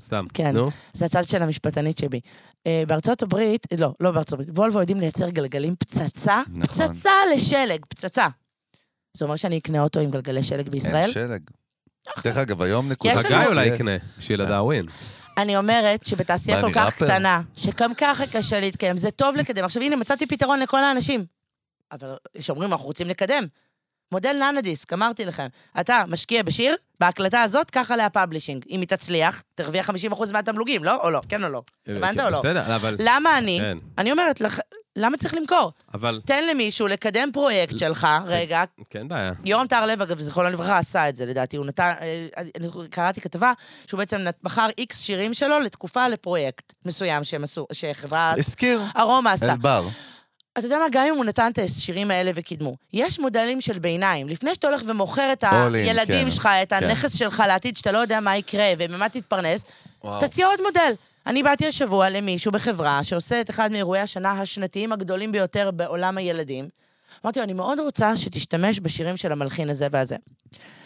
Speaker 1: סתם,
Speaker 3: כן.
Speaker 1: נו.
Speaker 3: זה הצד של המשפטנית שבי. אה, בארצות הברית, לא, לא בארצות הברית, וולבו יודעים לייצר גלגלים פצצה,
Speaker 2: נכון.
Speaker 3: פצצה לשלג, פצצה. זה אומר שאני אקנה אוטו עם גלגלי שלג בישראל?
Speaker 2: אין שלג. דרך אגב, היום נקודה.
Speaker 3: יש לנו-
Speaker 1: חגי אולי יקנה, בשביל הדאווין.
Speaker 3: אני אומרת שבתעשייה
Speaker 2: מה,
Speaker 3: כל
Speaker 2: אני
Speaker 3: כך
Speaker 2: ראפר?
Speaker 3: קטנה, שגם ככה קשה להתקיים, זה טוב לקדם. עכשיו, הנה, מצאתי פתרון לכל האנשים. אבל שאומרים, אנחנו רוצים לקדם. מודל ננדיסק, אמרתי לכם, אתה משקיע בשיר, בהקלטה הזאת, קח עליה פאבלישינג. אם היא תצליח, תרוויח 50% מהתמלוגים, לא? או לא? כן או לא? הבנת או לא?
Speaker 1: אה, אוקיי, בסדר, אבל...
Speaker 3: למה אני?
Speaker 1: כן,
Speaker 3: אני אומרת לך, למה צריך למכור?
Speaker 1: אבל...
Speaker 3: תן למישהו לקדם פרויקט שלך, רגע,
Speaker 1: כן בעיה.
Speaker 3: יורם טהרלב, אגב, זיכרונו לברכה, עשה את זה, לדעתי. הוא נתן, אה, אני קראתי כתבה שהוא בעצם נת- בחר איקס שירים שלו לתקופה לפרויקט מסוים שהם עשו, שחברת
Speaker 2: הזכיר.
Speaker 3: ארומה עשתה.
Speaker 2: אלבר.
Speaker 3: אתה יודע מה, גם אם הוא נתן את השירים האלה וקידמו, יש מודלים של ביניים. לפני שאתה הולך ומוכר את
Speaker 2: All in,
Speaker 3: הילדים
Speaker 2: כן.
Speaker 3: שלך, את הנכס שלך לעתיד, שאתה לא יודע מה יקרה וממה תתפרנס,
Speaker 2: לא,
Speaker 3: תציע עוד מודל. אני באתי השבוע למישהו בחברה שעושה את אחד מאירועי השנה השנתיים הגדולים ביותר בעולם הילדים. אמרתי לו, אני מאוד רוצה שתשתמש בשירים של המלחין הזה והזה.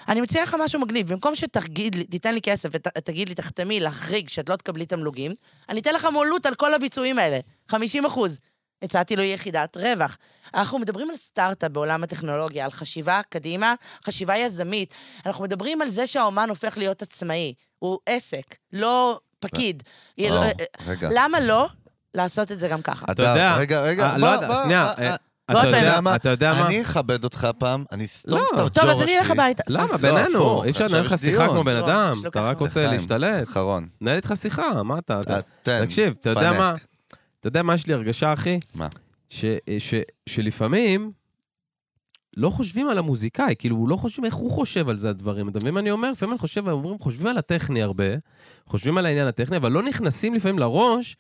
Speaker 3: אני מציע לך משהו מגניב, במקום שתגיד לי, תיתן לי כסף ותגיד לי, תחתמי, להחריג, שאת לא תקבלי תמלוגים, אני אתן לך מולות על כל הביצועים האלה, 50 אחוז. הצעתי לו יחידת רווח. אנחנו מדברים על סטארט-אפ בעולם הטכנולוגיה, על חשיבה קדימה, חשיבה יזמית. אנחנו מדברים על זה שהאומן הופך להיות עצמאי. הוא עסק, לא פקיד. יהיה לו-
Speaker 2: וואו, רגע.
Speaker 3: למה לא לעשות את זה גם ככה?
Speaker 1: אתה יודע...
Speaker 2: הדר, רגע, רגע.
Speaker 1: אה, לא
Speaker 2: בוא,
Speaker 1: יודע,
Speaker 2: בוא,
Speaker 1: שנייה.
Speaker 2: אה,
Speaker 1: אה,
Speaker 2: אה,
Speaker 1: אתה
Speaker 3: פעם.
Speaker 1: יודע
Speaker 2: יודע מה?
Speaker 1: אתה יודע מה?
Speaker 2: אני אכבד אותך פעם, אני אסתום
Speaker 1: לא.
Speaker 2: את הג'ורה שלי.
Speaker 3: טוב, אז אני אלך הביתה. סתם.
Speaker 1: למה?
Speaker 2: לא,
Speaker 1: בינינו,
Speaker 2: הפוך,
Speaker 1: אי אפשר
Speaker 2: עכשיו
Speaker 1: לנהל לך
Speaker 2: יש
Speaker 1: שיחה
Speaker 2: דיון.
Speaker 1: כמו בן
Speaker 3: לא,
Speaker 1: אדם.
Speaker 3: שלוקח
Speaker 1: אתה רק
Speaker 3: לך.
Speaker 1: רוצה
Speaker 2: לחיים.
Speaker 1: להשתלט.
Speaker 2: אחרון.
Speaker 1: נהל איתך שיחה, מה אתה... נכון. אתה-
Speaker 2: אה, תן,
Speaker 1: תקשיב, אתה יודע
Speaker 2: פנק.
Speaker 1: מה? אתה יודע מה יש לי הרגשה, אחי?
Speaker 2: מה?
Speaker 1: ש, אה, ש, שלפעמים לא חושבים על המוזיקאי, כאילו, לא חושבים איך הוא חושב על זה הדברים. אתה מבין מה אני אומר? לפעמים אני חושב, אומרים, חושבים על הטכני הרבה, חושבים על העניין הטכני, אבל לא נכנסים לפעמים לראש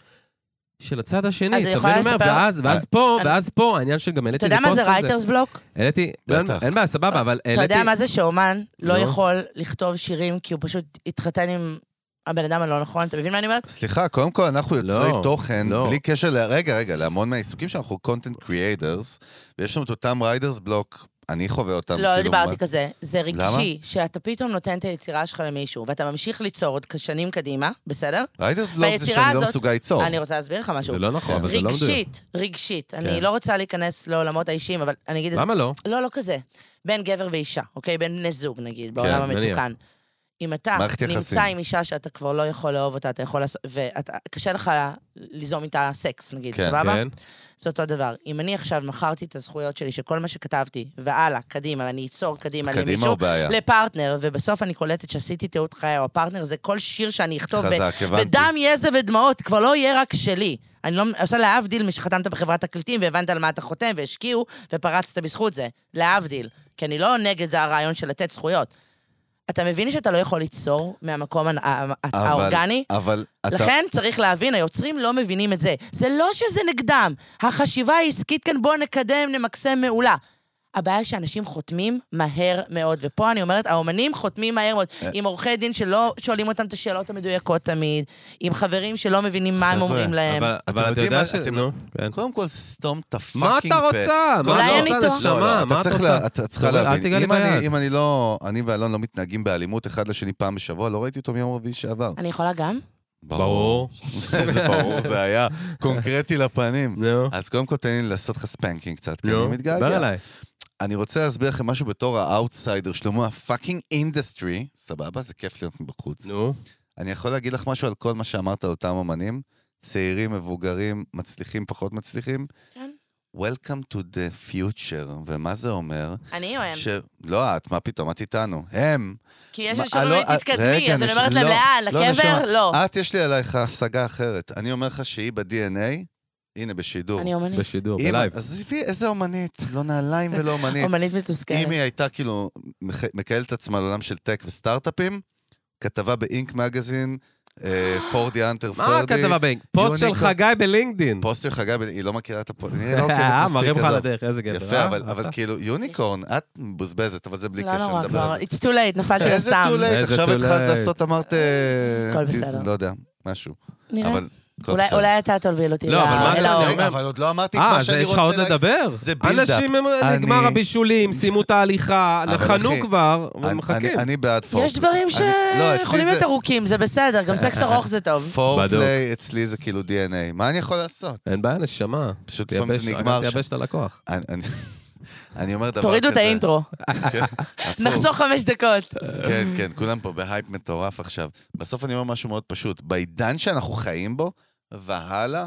Speaker 1: של הצד השני.
Speaker 3: אז אני
Speaker 1: אתה
Speaker 3: יכולה
Speaker 1: מבין מה אני אומר?
Speaker 3: לספר- אה,
Speaker 1: ואז, ואז פה,
Speaker 3: אני-
Speaker 1: ואז פה, העניין שגם העליתי
Speaker 3: אתה יודע
Speaker 1: איזה
Speaker 3: מה זה
Speaker 1: פוסט על
Speaker 3: רייטרס בלוק?
Speaker 1: העליתי, לא, אין-
Speaker 2: בטח.
Speaker 1: אין בעיה, סבבה, אבל
Speaker 3: אתה
Speaker 1: העליתי...
Speaker 3: יודע מה זה שאומן לא
Speaker 1: נו.
Speaker 3: יכול לכתוב שירים כי הוא פשוט התחתן עם הבן אדם הלא נכון? אתה מבין מה אני אומרת?
Speaker 2: סליחה, קודם כל אנחנו יוצרי
Speaker 1: לא,
Speaker 2: תוכן,
Speaker 1: לא.
Speaker 2: בלי קשר ל... רגע, רגע, להמון מהעיסוקים שאנחנו content creators, ויש לנו את אותם ריידרס בלוק, אני חווה אותם.
Speaker 3: לא, לא
Speaker 2: כאילו,
Speaker 3: דיברתי
Speaker 2: מה-
Speaker 3: כזה. זה
Speaker 2: למה?
Speaker 3: רגשי, שאתה פתאום נותן את היצירה שלך למישהו, ואתה ממשיך ליצור עוד שנים קדימה, בסדר?
Speaker 2: ריידרס בלוק זה
Speaker 3: ביצירה
Speaker 2: שאני לא
Speaker 3: הזאת-
Speaker 2: מסוגל ליצור.
Speaker 3: אני רוצה להסביר לך משהו.
Speaker 1: זה לא נכון, אבל זה לא מדויק.
Speaker 3: רגשית, רגשית. אני
Speaker 1: כן.
Speaker 3: לא רוצה להיכנס לעולמות האישיים, אבל אני אגיד את זה.
Speaker 1: למה לא?
Speaker 3: לא, לא כזה. בין גבר ואישה, אוקיי? בין בני זוג, נגיד, בעולם
Speaker 1: נניח.
Speaker 3: המתוקן. אם אתה
Speaker 2: מערכת יחסים.
Speaker 3: נמצא עם אישה שאתה כבר לא יכול לאהוב אותה, אתה יכול לעשות... וקשה לך ליזום איתה סקס, נגיד,
Speaker 2: כן,
Speaker 3: סבבה?
Speaker 1: כן.
Speaker 3: זה אותו דבר. אם אני עכשיו מכרתי את הזכויות שלי, שכל מה שכתבתי, והלאה, קדימה, אני אצור קדימה
Speaker 2: קדימה או
Speaker 3: למישהו,
Speaker 2: בעיה?
Speaker 3: לפרטנר, ובסוף אני קולטת שעשיתי טעות חיי, או הפרטנר זה כל שיר שאני אכתוב, ב-
Speaker 2: חזק, הבנתי.
Speaker 3: בדם, יזע ודמעות, כבר לא יהיה רק שלי. אני לא עושה להבדיל משחתמת בחברת תקליטים והבנת על מה אתה חותם והשקיעו ופרצת בזכות זה. להבדיל. כי אני לא נגד זה הרעיון של לתת זכויות. אתה מבין שאתה לא יכול ליצור מהמקום הנ- ה- ה-
Speaker 2: אבל-
Speaker 3: האורגני?
Speaker 2: אבל אתה...
Speaker 3: לכן צריך להבין, היוצרים לא מבינים את זה. זה לא שזה נגדם. החשיבה העסקית כאן, בואו נקדם, נמקסם מעולה. הבעיה שאנשים חותמים מהר מאוד, ופה אני אומרת, האומנים חותמים מהר מאוד,
Speaker 2: אה.
Speaker 3: עם עורכי דין שלא שואלים אותם את השאלות המדויקות תמיד, עם חברים שלא מבינים מה הם
Speaker 2: חבר'ה,
Speaker 3: אומרים להם.
Speaker 1: אבל-
Speaker 2: אתם
Speaker 1: אבל אתה
Speaker 2: יודעים
Speaker 1: יודע
Speaker 2: מה-
Speaker 1: ש...
Speaker 2: אתם-
Speaker 1: נו, כן.
Speaker 2: קודם כל, סתום את
Speaker 1: מה
Speaker 2: הפאקינג
Speaker 1: אתה
Speaker 2: פה.
Speaker 1: רוצה?
Speaker 2: לא,
Speaker 1: מה
Speaker 3: אולי
Speaker 1: אתה
Speaker 3: אני
Speaker 1: רוצה?
Speaker 3: טועה.
Speaker 2: לא,
Speaker 1: נשמה,
Speaker 2: לא,
Speaker 1: מה
Speaker 2: אתה
Speaker 1: אתה
Speaker 2: צריך לה-
Speaker 1: רוצה?
Speaker 2: אתה צריכה
Speaker 1: אל
Speaker 2: להבין.
Speaker 1: תיגע לי
Speaker 2: אם אני-
Speaker 1: ביד.
Speaker 2: אם אני לא... אני ואלון לא מתנהגים באלימות אחד לשני פעם בשבוע, לא ראיתי אותו מיום רביעי שעבר.
Speaker 3: אני יכולה גם?
Speaker 1: ברור.
Speaker 2: זה ברור, זה היה קונקרטי לפנים.
Speaker 1: נו.
Speaker 2: אז קודם כל תן לי לעשות לך ספנקינג קצת, כי
Speaker 1: נו,
Speaker 2: אני
Speaker 1: דבר
Speaker 2: מתגעגע.
Speaker 1: אליי.
Speaker 2: אני רוצה להסביר לכם משהו בתור האאוטסיידר, שלמה הפאקינג אינדסטרי, סבבה? זה כיף להיות מבחוץ.
Speaker 1: נו.
Speaker 2: אני יכול להגיד לך משהו על כל מה שאמרת על אותם אמנים? צעירים, מבוגרים, מצליחים, פחות מצליחים?
Speaker 3: כן.
Speaker 2: Welcome to the future, ומה זה אומר?
Speaker 3: אני או הם?
Speaker 2: ש... לא את, מה פתאום, את איתנו. הם.
Speaker 3: כי יש
Speaker 2: מה-
Speaker 3: אנשים
Speaker 2: לא,
Speaker 3: שאומרים,
Speaker 2: אה,
Speaker 3: תתקדמי,
Speaker 2: רגע,
Speaker 3: אז אני
Speaker 2: נש-
Speaker 3: אומרת להם,
Speaker 2: לא,
Speaker 3: לאן,
Speaker 2: לא, נשמה,
Speaker 3: לקבר? לא.
Speaker 2: את, יש לי עלייך השגה אחרת. אני אומר לך שהיא ב-DNA, הנה, בשידור.
Speaker 3: אני אומנית.
Speaker 1: בשידור,
Speaker 2: אם-
Speaker 1: לא, בלייב.
Speaker 2: עזבי, איזה אומנית, לא נעליים ולא אומנית.
Speaker 3: כן. אומנית מתוסכלת.
Speaker 2: אם היא הייתה כאילו מכ- מכהלת את עצמה לעולם של טק וסטארט-אפים, כתבה באינק מגזין, אה, פורדי אנטר פורדי.
Speaker 1: מה הכתבה בינק? פוסט של
Speaker 2: יוניקו-
Speaker 1: חגי בלינקדין.
Speaker 2: פוסט של חגי, בן- היא לא מכירה את הפוסט, נראה לא
Speaker 1: אה,
Speaker 2: עוקבת
Speaker 1: מראה
Speaker 2: מספיק,
Speaker 1: לך על
Speaker 2: עזוב.
Speaker 1: הדרך, איזה גבר.
Speaker 2: יפה,
Speaker 1: אה?
Speaker 2: אבל אבל כאילו, יוניקורן, את מבוזבזת, אבל זה בלי
Speaker 3: לא
Speaker 2: קשר,
Speaker 3: נורא
Speaker 2: נדבר
Speaker 3: כבר,
Speaker 2: על זה.
Speaker 3: it's too late, נפלת
Speaker 2: איזה
Speaker 3: לסם.
Speaker 2: too late,
Speaker 1: איזה
Speaker 2: עכשיו
Speaker 1: too
Speaker 2: התחלת
Speaker 1: late.
Speaker 2: לעשות, אמרת... אה,
Speaker 3: הכל
Speaker 2: דיס-
Speaker 3: בסדר.
Speaker 2: לא יודע, משהו.
Speaker 3: נראה.
Speaker 2: אבל... הכל
Speaker 3: אולי-
Speaker 2: בסדר.
Speaker 3: אולי אתה תוביל אותי
Speaker 1: לא, אבל מה
Speaker 3: ל-
Speaker 1: שאני
Speaker 3: אל האור.
Speaker 1: אומר-
Speaker 2: רגע, אבל עוד לא אמרתי את
Speaker 1: אה,
Speaker 2: מה
Speaker 1: אז
Speaker 2: שאני
Speaker 1: יש לך
Speaker 2: רוצה
Speaker 1: עוד
Speaker 2: להגיד.
Speaker 1: לדבר.
Speaker 2: זה בילדאפ.
Speaker 1: אנשים, הם-
Speaker 2: אני-
Speaker 1: נגמר הבישולים, סיימו את ההליכה,
Speaker 2: אבל אחי,
Speaker 1: חנו כבר,
Speaker 2: אני-
Speaker 1: הם מחכים.
Speaker 2: אני- אני בעד לא, פורט.
Speaker 3: יש דברים שיכולים להיות ארוכים, זה בסדר, גם סקס ארוך זה טוב.
Speaker 2: פורפליי אצלי זה כאילו DNA. מה אני יכול לעשות?
Speaker 1: אין בעיה, נשמה.
Speaker 2: פשוט לפעמים
Speaker 1: תייבש
Speaker 2: זה נגמר.
Speaker 1: תייבש את הלקוח.
Speaker 2: אני- אני- אני אומר דבר כזה.
Speaker 3: תורידו את האינטרו,
Speaker 2: כן, הפוך.
Speaker 3: נחסוך חמש דקות.
Speaker 2: כן, כן, כולם פה בהייפ מטורף עכשיו. בסוף אני אומר משהו מאוד פשוט. בעידן שאנחנו חיים בו, והלאה,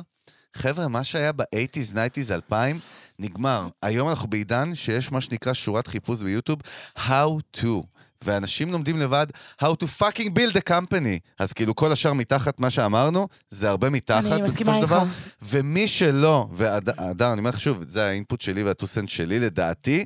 Speaker 2: חבר'ה, מה שהיה ב-80's, 90's, 2000, נגמר. היום אנחנו בעידן שיש מה שנקרא שורת חיפוש ביוטיוב, How to. ואנשים לומדים לבד how to fucking build a company. אז כאילו כל השאר מתחת מה שאמרנו, זה הרבה מתחת
Speaker 3: אני
Speaker 2: בסופו
Speaker 3: מסכימה
Speaker 2: של
Speaker 3: איתך.
Speaker 2: דבר. ומי שלא, והדר, אני אומר לך שוב, זה האינפוט שלי והטוסנט שלי לדעתי,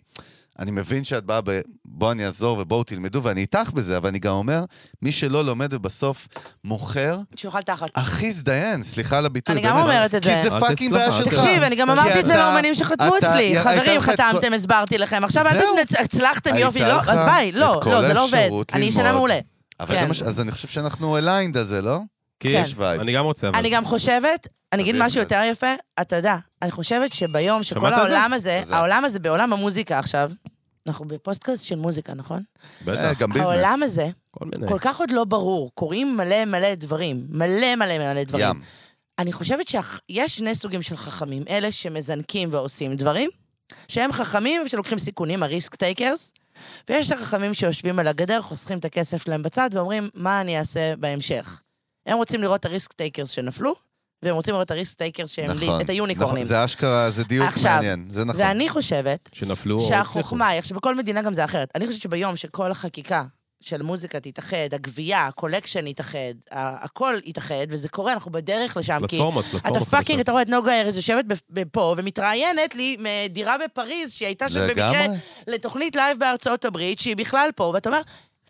Speaker 2: אני מבין שאת באה ב... בוא אני אעזור ובואו תלמדו, ואני איתך בזה, אבל אני גם אומר, מי שלא לומד ובסוף מוכר,
Speaker 3: שיאכל תחת.
Speaker 2: אחי זדיין, סליחה על הביטוי.
Speaker 3: אני גם
Speaker 2: באמת.
Speaker 3: אומרת את זה.
Speaker 2: כי זה
Speaker 1: אל
Speaker 2: פאקינג בעיה
Speaker 1: תסלח,
Speaker 2: שלך.
Speaker 1: אל
Speaker 3: תקשיב, אני גם אמרתי את זה
Speaker 2: כי אתה-
Speaker 3: לאומנים שחתמו
Speaker 2: אתה-
Speaker 3: אצלי.
Speaker 2: י- הייתה
Speaker 3: חברים,
Speaker 2: לך את כל-
Speaker 3: חתמתם, הסברתי לכם. עכשיו אל
Speaker 2: זהו.
Speaker 3: תתנצ... הצלחתם,
Speaker 2: הייתה
Speaker 3: יופי, לא,
Speaker 2: לך
Speaker 3: אז ביי. לא,
Speaker 2: את כל
Speaker 3: לא, זה לא עובד.
Speaker 2: האפשרות
Speaker 3: אני
Speaker 2: ללמוד.
Speaker 3: שנה מעולה.
Speaker 2: אבל
Speaker 3: כן.
Speaker 2: זה מה ש... אז אני חושב שאנחנו aligned על זה, לא?
Speaker 1: כי
Speaker 3: כן.
Speaker 2: יש וייב.
Speaker 1: אני גם רוצה, אבל...
Speaker 3: אני גם חושבת, אני אגיד
Speaker 2: תביא
Speaker 3: משהו
Speaker 2: את זה.
Speaker 3: יותר יפה, אתה יודע, אני חושבת שביום
Speaker 1: שמעת על
Speaker 3: שכל
Speaker 1: זה?
Speaker 3: העולם הזה,
Speaker 2: זה.
Speaker 3: העולם הזה בעולם המוזיקה עכשיו, אנחנו בפוסטקאסט של מוזיקה, נכון?
Speaker 2: אה, גם ביזנס.
Speaker 3: העולם הזה
Speaker 1: כל מיני.
Speaker 3: כל כך עוד לא ברור, קורים מלא מלא דברים, מלא מלא מלא דברים.
Speaker 2: ים.
Speaker 3: אני חושבת שיש שני סוגים של חכמים, אלה שמזנקים ועושים דברים, שהם חכמים ושלוקחים סיכונים, הריסק טייקרס, ויש את החכמים שיושבים על הגדר, חוסכים את הכסף שלהם בצד ואומרים, מה אני אעשה בהמשך. הם רוצים לראות את הריסק טייקרס שנפלו, והם רוצים לראות את הריסק טייקרס שהם לי,
Speaker 2: נכון.
Speaker 3: את היוניקורנים.
Speaker 2: נכון, זה אשכרה, זה דיוק
Speaker 3: עכשיו,
Speaker 2: מעניין. זה נכון.
Speaker 3: ואני חושבת
Speaker 1: שנפלו או
Speaker 3: שהחוכמה היא, עכשיו בכל מדינה גם זה אחרת, אני חושבת שביום שכל החקיקה של מוזיקה תתאחד, הגבייה, הקולקשן יתאחד, ה- הכל יתאחד, וזה קורה, אנחנו בדרך לשם,
Speaker 1: הצליחו.
Speaker 3: כי...
Speaker 1: פלטפורמות, פלטפורמות.
Speaker 3: אתה פאקינג,
Speaker 1: חדשות.
Speaker 3: אתה רואה את נוגה ארז יושבת בפ- פה ומתראיינת לי מדירה בפריז, שהיא הייתה שם במקרה
Speaker 2: לגמרי.
Speaker 3: לתוכנית לייב בארצות הברית, שהיא בכלל פה, ואתה אומר,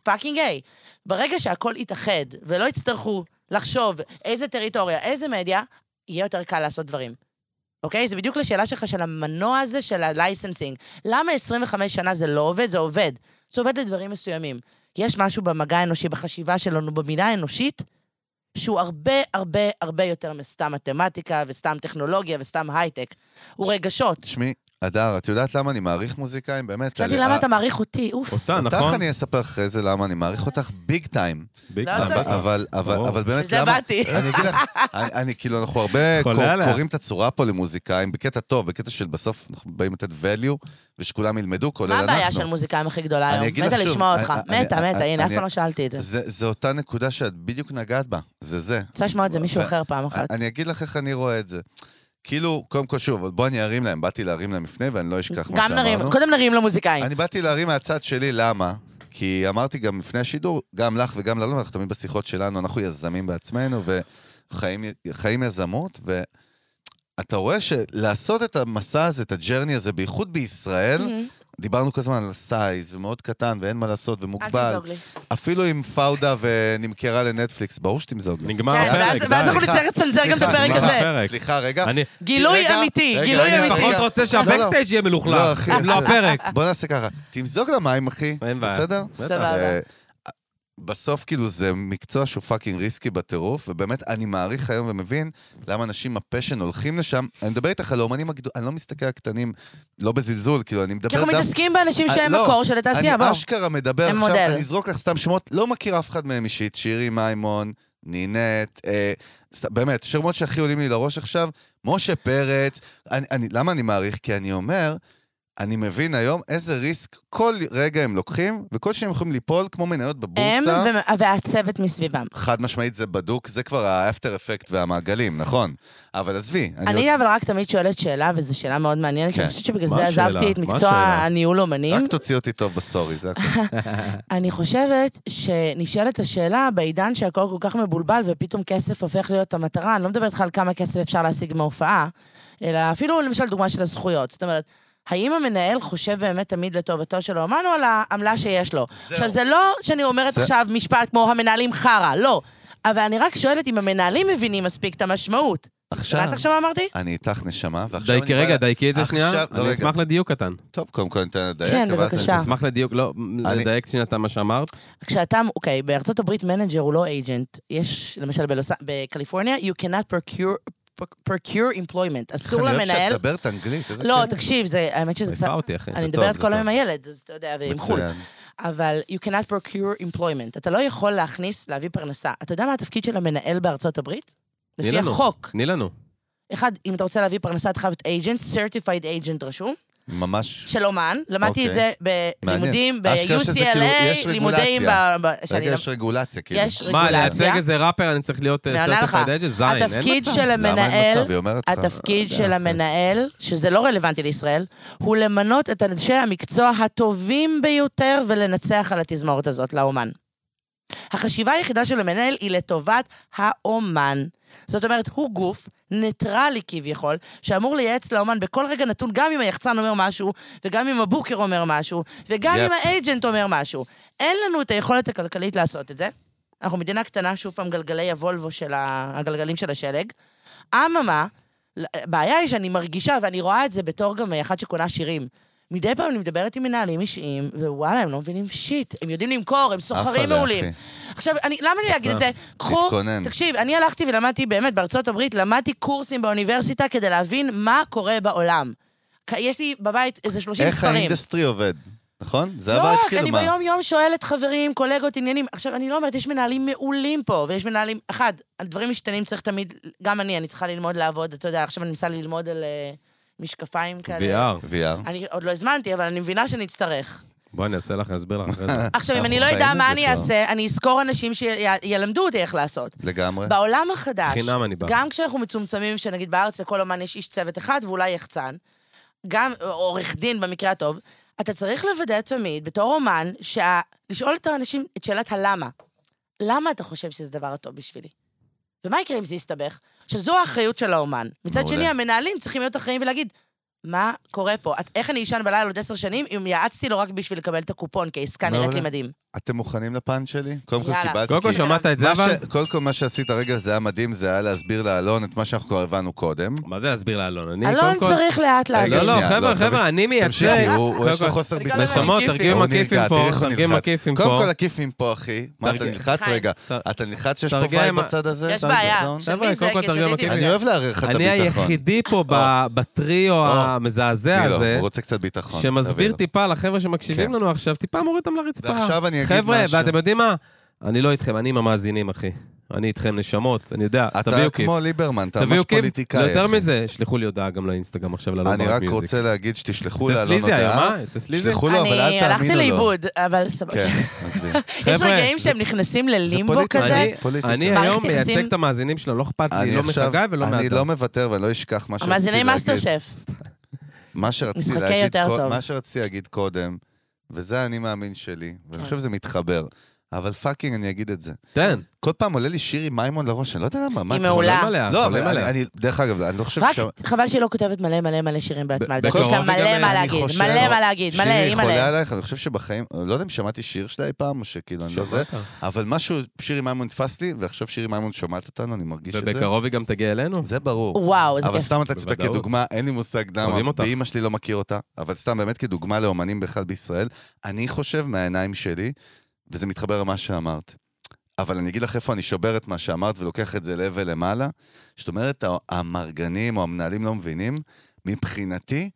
Speaker 3: פאקינג איי. ברגע שהכל יתאחד ולא יצטרכו לחשוב איזה טריטוריה, איזה מדיה, יהיה יותר קל לעשות דברים. אוקיי? זה בדיוק לשאלה שלך של המנוע הזה של הלייסנסינג. למה 25 שנה זה לא עובד? זה עובד. זה עובד לדברים מסוימים. יש משהו במגע האנושי, בחשיבה שלנו, במילה האנושית, שהוא הרבה הרבה הרבה יותר מסתם מתמטיקה וסתם טכנולוגיה וסתם הייטק. הוא רגשות.
Speaker 2: תשמעי, הדר, את יודעת למה אני מעריך מוזיקאים? באמת.
Speaker 3: שאלתי
Speaker 2: לה-
Speaker 3: למה אתה מעריך אותי, אוף.
Speaker 1: אותה,
Speaker 2: אותך
Speaker 1: נכון?
Speaker 2: אני אספר אחרי זה למה אני מעריך אותך ביג טיים.
Speaker 1: ביג
Speaker 3: לא
Speaker 1: טיים.
Speaker 2: אבל- אבל אבל-
Speaker 1: ברור.
Speaker 2: אבל באמת
Speaker 3: לזה
Speaker 2: למה... אה,
Speaker 3: באתי.
Speaker 2: אני אגיד לך, אני- אני כאילו, אנחנו הרבה
Speaker 1: חולה
Speaker 2: קור-
Speaker 1: עליה.
Speaker 2: קוראים את הצורה פה למוזיקאים, בקטע טוב, בקטע של בסוף אנחנו באים לתת value, ושכולם ילמדו, כולל
Speaker 3: מה
Speaker 2: אנחנו.
Speaker 3: הבעיה של מוזיקאים הכי גדולה
Speaker 2: אני
Speaker 3: היום?
Speaker 2: אגיד
Speaker 3: מתה
Speaker 2: לך שוב,
Speaker 3: לשמוע
Speaker 2: אני-
Speaker 3: אותך.
Speaker 2: אני-
Speaker 3: מתה,
Speaker 2: אני-
Speaker 3: מתה, הנה, אף
Speaker 2: אני-
Speaker 3: פעם לא שאלתי את זה.
Speaker 2: זה, זה אותה נקודה שאת בדיוק נגעת בה, זה זה.
Speaker 3: רוצה לשמוע את זה מישהו אחר פעם אחת.
Speaker 2: אה, אני אגיד לך איך אני רואה את זה. כאילו, קודם כל שוב, אבל בוא אני ארים להם, באתי להרים להם לפני ואני לא אשכח מה
Speaker 3: גם
Speaker 2: שאמרנו.
Speaker 3: נרים, קודם נרים למוזיקאים.
Speaker 2: אני באתי להרים מהצד שלי, למה? כי אמרתי גם לפני השידור, גם לך וגם לנו, אנחנו תמיד בשיחות שלנו, אנחנו יזמים בעצמנו, וחיים חיים יזמות, ואתה רואה שלעשות את המסע הזה, את הג'רני הזה, בייחוד בישראל,
Speaker 3: Mm-hmm.
Speaker 2: דיברנו כל הזמן על סייז, ומאוד קטן, ואין מה לעשות,
Speaker 3: אל
Speaker 2: ומוגבל.
Speaker 3: תזוג לי.
Speaker 2: אפילו עם פאודה ונמכרה לנטפליקס, ברור שתמזוג לו.
Speaker 1: נגמר
Speaker 3: כן,
Speaker 1: הפרק,
Speaker 3: ואז- ואז
Speaker 1: די.
Speaker 3: אנחנו
Speaker 2: סליחה,
Speaker 3: נצטרך לצנזר גם את
Speaker 2: סליחה,
Speaker 3: הפרק
Speaker 1: נגמר
Speaker 3: הזה.
Speaker 1: הפרק.
Speaker 2: סליחה, רגע.
Speaker 1: אני
Speaker 3: גילוי
Speaker 2: רגע,
Speaker 3: אמיתי,
Speaker 2: רגע,
Speaker 3: גילוי
Speaker 2: רגע,
Speaker 3: אמיתי.
Speaker 1: פחות
Speaker 2: רגע.
Speaker 1: רוצה
Speaker 2: לא,
Speaker 1: שהבקסטייג' יהיה מלוכלך.
Speaker 2: לא, אחי,
Speaker 1: לא,
Speaker 2: זה-
Speaker 1: הפרק.
Speaker 2: בוא נעשה ככה, תמזוג למים, אחי,
Speaker 1: אין בעיה.
Speaker 2: בסדר?
Speaker 1: בטח.
Speaker 3: סבבה.
Speaker 2: אה, בסוף כאילו זה מקצוע שהוא פאקינג ריסקי בטירוף, ובאמת אני מעריך היום ומבין למה אנשים עם הפשן הולכים לשם. אני מדבר איתך על האומנים הגדולים, אני לא מסתכל על הקטנים, לא בזלזול, כאילו אני מדבר...
Speaker 3: כי אנחנו
Speaker 2: דווקא-
Speaker 3: מתעסקים באנשים שהם
Speaker 2: לא,
Speaker 3: מקור של התעשייה, בואו.
Speaker 2: אני אשכרה מדבר
Speaker 3: הם
Speaker 2: עכשיו,
Speaker 3: מודל.
Speaker 2: אני אזרוק לך סתם שמות, לא מכיר אף אחד מהם אישית, שירי מימון, נינט, אה, סת- באמת, שמות שהכי עולים לי לראש עכשיו, משה פרץ, אני, אני, למה אני מעריך? כי אני אומר, אני מבין היום איזה ריסק כל רגע הם לוקחים, וכל שניה הם יכולים ליפול כמו מניות
Speaker 3: הם
Speaker 2: בבורסה.
Speaker 3: ו- והצוות מסביבם.
Speaker 2: חד משמעית זה בדוק, זה כבר האפטר אפקט והמעגלים, נכון? אבל עזבי, אני,
Speaker 3: אני
Speaker 2: עוד...
Speaker 3: אבל רק תמיד שואלת שאלה, וזו שאלה מאוד מעניינת,
Speaker 2: כן.
Speaker 3: שאני חושבת שבגלל
Speaker 1: מה
Speaker 3: זה
Speaker 1: השאלה?
Speaker 3: עזבתי את
Speaker 1: מה
Speaker 3: מקצוע
Speaker 1: השאלה?
Speaker 3: הניהול אומנים.
Speaker 2: רק תוציא אותי טוב בסטורי, זה הכול.
Speaker 3: אני חושבת שנשאלת השאלה, בעידן שהכל כל כך מבולבל ופתאום כסף הופך להיות המטרה, אני לא מדברת לך על כמה כסף אפשר להשיג מההופעה, אלא אפילו למשל דוגמה של הזכויות. זאת אומרת, האם המנהל חושב באמת תמיד לטובתו של האומן או על העמלה שיש לו? עכשיו, זה לא שאני אומרת
Speaker 2: זה-
Speaker 3: עכשיו משפט כמו המנהלים חרא, לא. אבל אני רק שואלת אם המנהלים מבינים מספיק את המשמעות.
Speaker 2: עכשיו,
Speaker 3: שמעת עכשיו מה אמרתי?
Speaker 2: אני איתך נשמה, ועכשיו אני...
Speaker 1: דייקי,
Speaker 2: בא-
Speaker 1: רגע, דייקי את זה
Speaker 2: עכשיו-
Speaker 1: שנייה.
Speaker 2: לא,
Speaker 1: אני
Speaker 2: רגע.
Speaker 1: אשמח לדיוק קטן.
Speaker 2: טוב, קודם כל ניתן לדייק.
Speaker 3: כן,
Speaker 2: אבל אז אני-
Speaker 3: בבקשה.
Speaker 1: אשמח לדיוק, לא,
Speaker 2: אני-
Speaker 1: לדייק שנייה את מה שאמרת.
Speaker 3: כשאתה, אוקיי, בארצות הברית מנג'ר הוא לא אייג'נט. יש, למשל בלוס- בקליפורניה, you cannot procure, procure employment. אסור
Speaker 2: אני אוהב שאת
Speaker 3: למנהל...
Speaker 2: מדברת אנגלית, איזה
Speaker 3: לא,
Speaker 2: כיף.
Speaker 3: תקשיב, זה, האמת שזה קצת...
Speaker 1: עייפה אותי, אחי.
Speaker 3: אני
Speaker 2: כן. זה טוב,
Speaker 3: מדברת
Speaker 2: זה
Speaker 3: כל
Speaker 2: טוב.
Speaker 3: היום עם הילד, אז אתה יודע, ועם חו"ל.
Speaker 2: מצוין.
Speaker 3: אבל you cannot procure employment. אתה לא יכול להכניס, להביא פרנסה. אתה יודע מה התפקיד של המנהל בארצות הברית?
Speaker 1: תני
Speaker 3: לפי
Speaker 1: לנו.
Speaker 3: החוק.
Speaker 1: תני לנו.
Speaker 3: אחד, אם אתה רוצה להביא פרנסה, אתה חייב את agent, certified agent רשום,
Speaker 2: ממש.
Speaker 3: של אומן. למדתי את זה
Speaker 2: אוקיי.
Speaker 3: בלימודים,
Speaker 2: מעניין. אשכרה שזה כאילו, יש
Speaker 3: ב-UCLA,
Speaker 2: רגולציה.
Speaker 3: לימודים... ב- ב- שאני
Speaker 2: רגע,
Speaker 3: למ-
Speaker 2: יש רגולציה, כאילו.
Speaker 3: יש
Speaker 1: מה,
Speaker 3: רגולציה.
Speaker 1: לייצג איזה ראפר אני צריך להיות
Speaker 3: אני עונה לך.
Speaker 1: סרטיפייד אג'ס? זין, אין מצב.
Speaker 3: התפקיד של
Speaker 2: למה אין
Speaker 3: המנהל,
Speaker 2: מצב? היא אומרת לך.
Speaker 3: התפקיד של המנהל, שזה לא רלוונטי לישראל, הוא למנות את אנשי המקצוע הטובים ביותר ולנצח על התזמורת הזאת לאומן. החשיבה היחידה של המנהל היא לטובת האומן. זאת אומרת, הוא גוף ניטרלי כביכול, שאמור לייעץ לאומן בכל רגע נתון, גם אם היחצן אומר משהו, וגם אם הבוקר אומר משהו, וגם
Speaker 2: יפ.
Speaker 3: אם האג'נט אומר משהו. אין לנו את היכולת הכלכלית לעשות את זה. אנחנו מדינה קטנה, שוב פעם, גלגלי הוולבו של ה... הגלגלים של השלג. אממה, הבעיה היא שאני מרגישה, ואני רואה את זה בתור גם אחת שקונה שירים. מדי פעם אני מדברת עם מנהלים אישיים, ווואלה, הם לא מבינים שיט. הם יודעים למכור, הם
Speaker 2: עף
Speaker 3: סוחרים
Speaker 2: עליה,
Speaker 3: מעולים.
Speaker 2: אחי.
Speaker 3: עכשיו, אני, למה לי להגיד את זה? קחו,
Speaker 2: תתכונן.
Speaker 3: תקשיב, אני הלכתי ולמדתי באמת בארצות הברית, למדתי קורסים באוניברסיטה כדי להבין מה קורה בעולם. כ- יש לי בבית איזה 30
Speaker 2: איך
Speaker 3: ספרים.
Speaker 2: האינדסטרי עובד, נכון? זה
Speaker 3: לא,
Speaker 2: הבעיה,
Speaker 3: רק
Speaker 2: כאילו
Speaker 3: אני
Speaker 2: מה?
Speaker 3: ביום-יום שואלת חברים, קולגות, עניינים. עכשיו, אני לא אומרת, יש מנהלים מעולים פה, ויש מנהלים... אחד, הדברים משתנים, צריך תמיד... גם אני, אני צריכה ללמוד לעבוד, אתה יודע, עכשיו אני מנסה ללמוד על אה, משקפיים כאלה.
Speaker 1: VR.
Speaker 2: VR.
Speaker 3: אני עוד לא הזמנתי, אבל אני מבינה שאני אצטרך.
Speaker 1: בוא, אני אעשה לך, אני אסביר לך אחרי זה.
Speaker 3: עכשיו, אם
Speaker 2: אנחנו
Speaker 3: אני לא אדע
Speaker 2: ראינו את
Speaker 3: מה
Speaker 2: זה
Speaker 3: אני
Speaker 2: כבר.
Speaker 3: אעשה, אני אזכור אנשים שילמדו אותי איך לעשות.
Speaker 2: לגמרי.
Speaker 3: בעולם
Speaker 1: כן.
Speaker 3: החדש,
Speaker 1: חינם אני בא.
Speaker 3: גם כשאנחנו מצומצמים, שנגיד בארץ לכל אומן יש איש צוות אחד ואולי יחצן, גם או עורך דין במקרה הטוב, אתה צריך לוודא תמיד, בתור אומן, שה... לשאול את האנשים את שאלת הלמה. למה אתה חושב שזה הדבר הטוב בשבילי? ומה יקרה אם זה יסתבך? שזו האחריות של האומן. מצד
Speaker 2: מעולה.
Speaker 3: שני, המנהלים צריכים להיות אחראים ולהגיד, מה קורה פה? את, איך אני אשן בלילה עוד עשר שנים אם יעצתי לו רק בשביל לקבל את הקופון, כי העסקה נראית לי
Speaker 2: מעולה.
Speaker 3: מדהים?
Speaker 2: אתם מוכנים לפאנץ' שלי? קודם כל
Speaker 3: יאללה.
Speaker 2: קיבלתי...
Speaker 1: קודם כל, שמעת את זה,
Speaker 2: מה
Speaker 1: אבל?
Speaker 2: ש- קודם כל, מה שעשית הרגע זה היה מדהים, זה היה להסביר לאלון את מה שאנחנו כבר הבנו קודם.
Speaker 1: מה זה להסביר לאלון? אני
Speaker 3: אלון
Speaker 1: קודם כל...
Speaker 3: לא צריך לאט-לאט.
Speaker 2: רגע,
Speaker 1: לא, לא,
Speaker 2: שנייה,
Speaker 1: חבר'ה,
Speaker 2: לא,
Speaker 1: חבר'ה, אני
Speaker 2: תמשיכי,
Speaker 1: מייצג...
Speaker 2: הוא הוא- יש לו
Speaker 1: קודם כל-
Speaker 2: חוסר
Speaker 3: רגע,
Speaker 2: ביטחון.
Speaker 1: נשמות,
Speaker 3: עקיפים.
Speaker 1: תרגים עקיפים פה, תרגים
Speaker 2: הוא נרגע, תראה איך הוא נלחץ.
Speaker 1: עקיפים
Speaker 2: קודם
Speaker 1: פה.
Speaker 2: כל עקיפים פה, אחי. מה, אתה
Speaker 1: תרגיע.
Speaker 2: נלחץ
Speaker 3: חיים.
Speaker 2: רגע?
Speaker 1: ת-
Speaker 2: אתה נלחץ שיש פה
Speaker 1: תרגיע
Speaker 2: פייל
Speaker 1: עם ה-
Speaker 2: בצד הזה?
Speaker 3: יש
Speaker 2: אתה
Speaker 3: בעיה.
Speaker 2: בזון?
Speaker 3: של
Speaker 1: חבר'ה,
Speaker 3: מי זה?
Speaker 1: קודם כל
Speaker 3: כי
Speaker 1: תרגום
Speaker 3: שתיתי
Speaker 1: עקיף.
Speaker 3: וזה.
Speaker 2: אני אוהב לערער לך את
Speaker 1: אני
Speaker 2: הביטחון.
Speaker 1: היחידי פה ב- בטריו המזעזע
Speaker 2: אני לא,
Speaker 1: הזה,
Speaker 2: הוא רוצה קצת ביטחון.
Speaker 1: שמסביר
Speaker 2: תבינו.
Speaker 1: טיפה לחבר'ה שמקשיבים
Speaker 2: כן.
Speaker 1: לנו עכשיו, טיפה מוריד אותם לרצפה.
Speaker 2: ועכשיו אני אגיד
Speaker 1: חבר'ה,
Speaker 2: משהו.
Speaker 1: ואתם יודעים מה? אני לא איתכם, אני עם המאזינים, אחי. אני איתכם, נשמות, אני יודע,
Speaker 2: אתה
Speaker 1: תביאו כיף.
Speaker 2: כמו ליברמן, אתה ממש
Speaker 1: תביאו כיף. לא,
Speaker 2: פוליטיקאי.
Speaker 1: יותר
Speaker 2: אחי.
Speaker 1: מזה, לא, שלחו לי הודעה גם לאינסטגרם עכשיו, לאלון
Speaker 2: אני
Speaker 1: ברק
Speaker 2: רק
Speaker 1: מיוזיק.
Speaker 2: רוצה להגיד שתשלחו
Speaker 1: יוצא
Speaker 2: לאלון
Speaker 1: סליזי היום,
Speaker 2: הודעה.
Speaker 1: אה? יוצא סליזי?
Speaker 2: תשלחו לו, לא, אבל אל
Speaker 3: אני הלכתי
Speaker 2: תאמינו לו.
Speaker 3: לאיבוד, אבל סבבה.
Speaker 2: כן, עזבי.
Speaker 3: יש
Speaker 1: חבר'ה,
Speaker 3: רגעים שהם נכנסים ללימבו
Speaker 2: פוליטי.
Speaker 3: כזה,
Speaker 1: אני-
Speaker 2: פוליטיקה.
Speaker 1: אני
Speaker 3: מערכת
Speaker 1: היום
Speaker 3: יחסים-
Speaker 1: מייצג את המאזינים שלנו, לא אכפת לי,
Speaker 2: אני
Speaker 1: לא
Speaker 2: עכשיו,
Speaker 1: מחגי ולא
Speaker 2: אני
Speaker 1: מאדם.
Speaker 2: לא מוותר ואני לא אשכח מה שרציתי
Speaker 3: המאזיני
Speaker 2: להגיד.
Speaker 3: מאסטר שף.
Speaker 2: מה שרציתי
Speaker 3: משחקי
Speaker 2: להגיד,
Speaker 3: יותר
Speaker 2: קוד-
Speaker 3: טוב.
Speaker 2: מה שרציתי להגיד קודם, וזה האני מאמין שלי, ואני
Speaker 3: כן.
Speaker 2: חושב שזה מתחבר, אבל פאקינג אני אגיד את זה.
Speaker 1: תן,
Speaker 2: כל פעם עולה לי שירי מימון לראש, אני לא יודע למה. מה,
Speaker 3: היא
Speaker 2: אתה-
Speaker 3: מעולה.
Speaker 1: כן, חולם עליה,
Speaker 2: לא,
Speaker 1: חולם
Speaker 2: אבל אני-
Speaker 1: עליה.
Speaker 2: אני, דרך אגב, אני לא חושב
Speaker 3: רק
Speaker 2: ש...
Speaker 3: חבל שהיא לא כותבת מלא מלא מלא שירים בעצמה, לדעתי יש
Speaker 1: בקרוב
Speaker 3: לה
Speaker 1: היא גם-
Speaker 3: מלא מה
Speaker 2: אני
Speaker 3: להגיד,
Speaker 2: חושב-
Speaker 3: מלא מה להגיד, מלא,
Speaker 2: שירי חולה
Speaker 3: אימא'לה.
Speaker 2: עלייך, אני חושב שבחיים, לא יודע אם שמעתי שיר שלה אי פעם, או שכאילו, אני לא זה,
Speaker 1: שמעת.
Speaker 2: אבל משהו, שירי מימון נתפס לי, ועכשיו שירי מימון שומעת אותנו, אני מרגיש את זה.
Speaker 1: ובקרוב היא גם תגיע אלינו.
Speaker 2: זה ברור.
Speaker 3: וואו, איזה
Speaker 2: אבל
Speaker 3: כיף.
Speaker 2: סתם נתתי אותה
Speaker 1: בוודאות.
Speaker 2: כדוגמה, אין לי מושג
Speaker 1: אוהבים
Speaker 2: למה,
Speaker 1: אותך.
Speaker 2: ואימא שלי לא מכיר אותה, אבל סתם באמת כדוגמה לאומנים בכלל בישראל, אני חושב מהעיניים שלי, וזה מתחבר למה שאמרת. אבל אני אגיד לך איפה אני שובר את מה שאמרת ולוקח את זה לב למעלה. זאת אומרת, ה- המרגנים או המנהלים לא מבינים, מבחינתי,